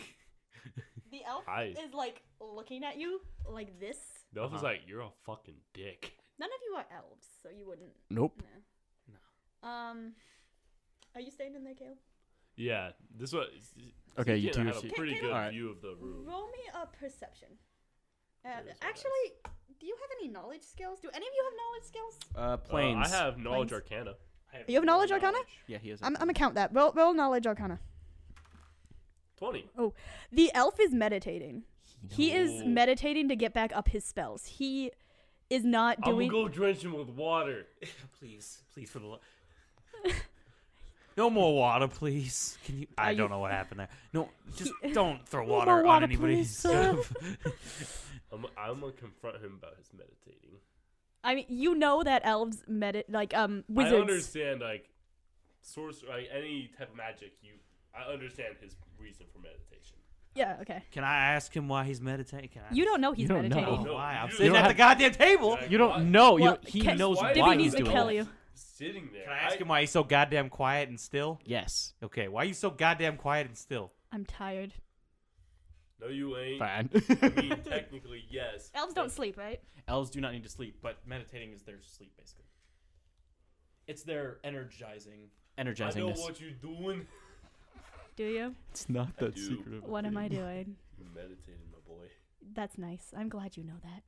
Speaker 3: elf
Speaker 5: Hi.
Speaker 3: is like looking at you like this.
Speaker 5: The elf is like, you're a fucking dick.
Speaker 3: None of you are elves, so you wouldn't.
Speaker 2: Nope.
Speaker 3: No. Um, are you staying in there, Caleb?
Speaker 5: Yeah, this one.
Speaker 2: Okay, you
Speaker 5: Zeke
Speaker 2: two
Speaker 5: had
Speaker 2: see-
Speaker 5: a pretty
Speaker 2: Can-
Speaker 5: good
Speaker 2: can I-
Speaker 5: view of the room. Uh,
Speaker 3: Roll me a perception. Uh, actually, do you have any knowledge skills? Do any of you have knowledge skills?
Speaker 2: Uh,
Speaker 5: Uh, I
Speaker 2: planes.
Speaker 5: have knowledge
Speaker 3: Planes.
Speaker 5: arcana.
Speaker 3: You have knowledge arcana?
Speaker 2: Yeah, he has.
Speaker 3: I'm, I'm gonna count that. Roll, roll knowledge arcana.
Speaker 5: Twenty.
Speaker 3: Oh, the elf is meditating. He is
Speaker 5: No.
Speaker 3: meditating to get back up his spells. He is not
Speaker 5: I will
Speaker 3: doing.
Speaker 5: go drench him with water.
Speaker 4: please, please for the love.
Speaker 31: No more water, please. Can you? I don't know what happened there. No, just don't throw water, on anybody's stuff.
Speaker 5: I'm, I'm gonna confront him about his meditating.
Speaker 3: I mean, you know that elves medit like um
Speaker 5: I
Speaker 3: wizards.
Speaker 5: understand like sorcery, like any type of magic. You, I understand his reason for meditation.
Speaker 3: Yeah. Okay.
Speaker 31: Can I ask him why he's meditating? Can I
Speaker 3: You don't know he's
Speaker 31: You don't know.
Speaker 4: Oh,
Speaker 3: meditating.
Speaker 31: No, Why? Oh, I'm
Speaker 5: you
Speaker 31: sitting
Speaker 5: don't
Speaker 31: at the
Speaker 5: have-
Speaker 31: goddamn table.
Speaker 5: Yeah,
Speaker 31: You
Speaker 5: why?
Speaker 31: don't know.
Speaker 2: You Well, don't- he Ken- knows why
Speaker 31: why he's
Speaker 3: to
Speaker 31: doing
Speaker 3: kill
Speaker 31: it.
Speaker 3: you.
Speaker 5: Sitting there.
Speaker 31: Can I ask him why he's so goddamn quiet and still?
Speaker 2: Yes.
Speaker 31: Okay. Why are you so goddamn quiet and still?
Speaker 3: I'm tired.
Speaker 5: No, you ain't.
Speaker 2: Fine.
Speaker 5: I mean, technically, yes.
Speaker 3: Elves don't sleep, right?
Speaker 2: Elves do not need to sleep, but meditating is their sleep, basically. It's their energizing.
Speaker 5: I know
Speaker 2: Energizingness.
Speaker 5: what you're doing.
Speaker 3: Do you?
Speaker 2: It's not that secretive.
Speaker 3: What am I doing?
Speaker 5: You're meditating, my boy.
Speaker 3: That's nice. I'm glad you know that.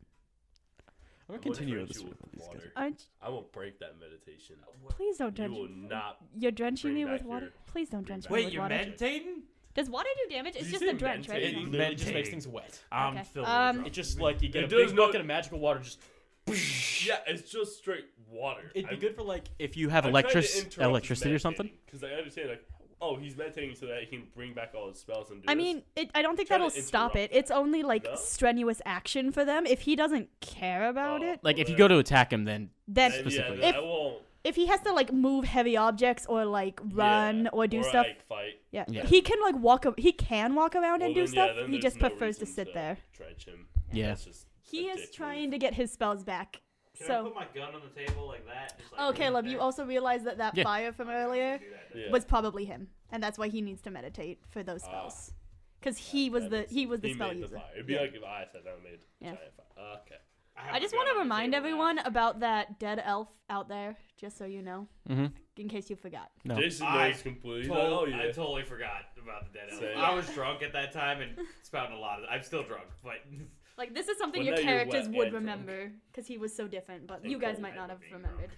Speaker 2: I'm gonna
Speaker 5: I will
Speaker 2: continue
Speaker 5: drench
Speaker 2: this
Speaker 5: you
Speaker 2: with these guys.
Speaker 5: water.
Speaker 3: Aren't-
Speaker 5: I will break that meditation.
Speaker 3: Please don't drench
Speaker 5: You will
Speaker 3: me.
Speaker 5: not.
Speaker 3: You're drenching
Speaker 5: bring
Speaker 3: me
Speaker 5: back
Speaker 3: with water.
Speaker 5: your-
Speaker 3: Please don't
Speaker 5: bring
Speaker 3: drench
Speaker 5: back
Speaker 3: me
Speaker 5: your
Speaker 3: with water.
Speaker 31: meditating?
Speaker 3: Does water do damage? It's
Speaker 5: you
Speaker 3: just
Speaker 5: say
Speaker 3: a drench, right?
Speaker 5: meditating?
Speaker 2: It
Speaker 5: Meditating.
Speaker 2: literally just makes things wet.
Speaker 31: I'm
Speaker 3: Okay.
Speaker 31: still.
Speaker 3: Um,
Speaker 2: It's just like you get
Speaker 5: It
Speaker 2: a big
Speaker 5: does not-
Speaker 2: bucket of magical water. Just
Speaker 5: Yeah, it's just straight water.
Speaker 2: it'd be
Speaker 5: I-
Speaker 2: good for like if you have electric electricity or something.
Speaker 5: Because I understand, like, oh, he's meditating so that he can bring back all his spells and do
Speaker 3: I
Speaker 5: this.
Speaker 3: mean, it, I don't think
Speaker 5: Try to
Speaker 3: that'll stop it.
Speaker 5: interrupt
Speaker 3: It's only like
Speaker 5: No?
Speaker 3: strenuous action for them. If he doesn't care about it,
Speaker 2: Like if you go to attack him, then
Speaker 3: then
Speaker 2: specifically.
Speaker 5: yeah,
Speaker 3: if
Speaker 5: I won't.
Speaker 3: if he has to like move heavy objects or like run or do
Speaker 5: or,
Speaker 3: stuff,
Speaker 5: like, fight.
Speaker 3: yeah.
Speaker 2: Yeah.
Speaker 3: he can like walk. A- he can walk around
Speaker 5: Well,
Speaker 3: and do
Speaker 5: then, yeah,
Speaker 3: stuff.
Speaker 5: then
Speaker 3: he
Speaker 5: there's
Speaker 3: just
Speaker 5: no
Speaker 3: prefers to
Speaker 5: reason
Speaker 3: sit there.
Speaker 5: Drench him.
Speaker 2: Yeah.
Speaker 5: That's just
Speaker 3: He is
Speaker 5: ridiculous.
Speaker 3: trying to get his spells back.
Speaker 4: Can I
Speaker 3: so,
Speaker 4: put my gun on the table like that? Just like
Speaker 3: oh Caleb, you also realize that that
Speaker 2: Yeah.
Speaker 3: fire from earlier
Speaker 5: Yeah.
Speaker 3: was probably him, and that's why he needs to meditate for those spells, because he was the he was the
Speaker 5: He
Speaker 3: spell
Speaker 5: made the
Speaker 3: user.
Speaker 5: fire. It'd be like if I sat down and made a
Speaker 3: Yeah.
Speaker 5: giant fire. Okay.
Speaker 3: I just want to remind everyone about that dead elf out there, just so you know,
Speaker 2: Mhm.
Speaker 3: in case you forgot.
Speaker 2: No.
Speaker 5: Jason
Speaker 4: I
Speaker 5: knows completely. He's
Speaker 4: tol-
Speaker 5: like, oh, yeah.
Speaker 4: I totally forgot about the dead elf.
Speaker 5: Same.
Speaker 4: I was drunk at that time and spouting a lot. Of, I'm still drunk, but
Speaker 3: Like this is something
Speaker 4: Well, now
Speaker 3: your
Speaker 4: you're wet
Speaker 3: characters would
Speaker 4: and drunk.
Speaker 3: remember, because he was so different. But
Speaker 4: And
Speaker 3: you guys
Speaker 4: cold
Speaker 3: might
Speaker 4: and
Speaker 3: not have remembered.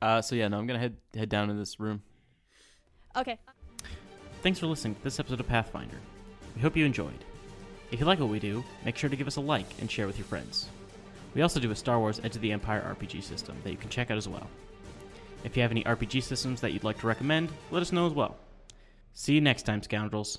Speaker 2: Uh, so yeah, no, I'm gonna head head down to this room.
Speaker 3: Okay.
Speaker 2: Thanks for listening to this episode of Pathfinder. We hope you enjoyed. If you like what we do, make sure to give us a like and share with your friends. We also do a Star Wars Edge of the Empire RPG system that you can check out as well. If you have any RPG systems that you'd like to recommend, let us know as well. See you next time, scoundrels.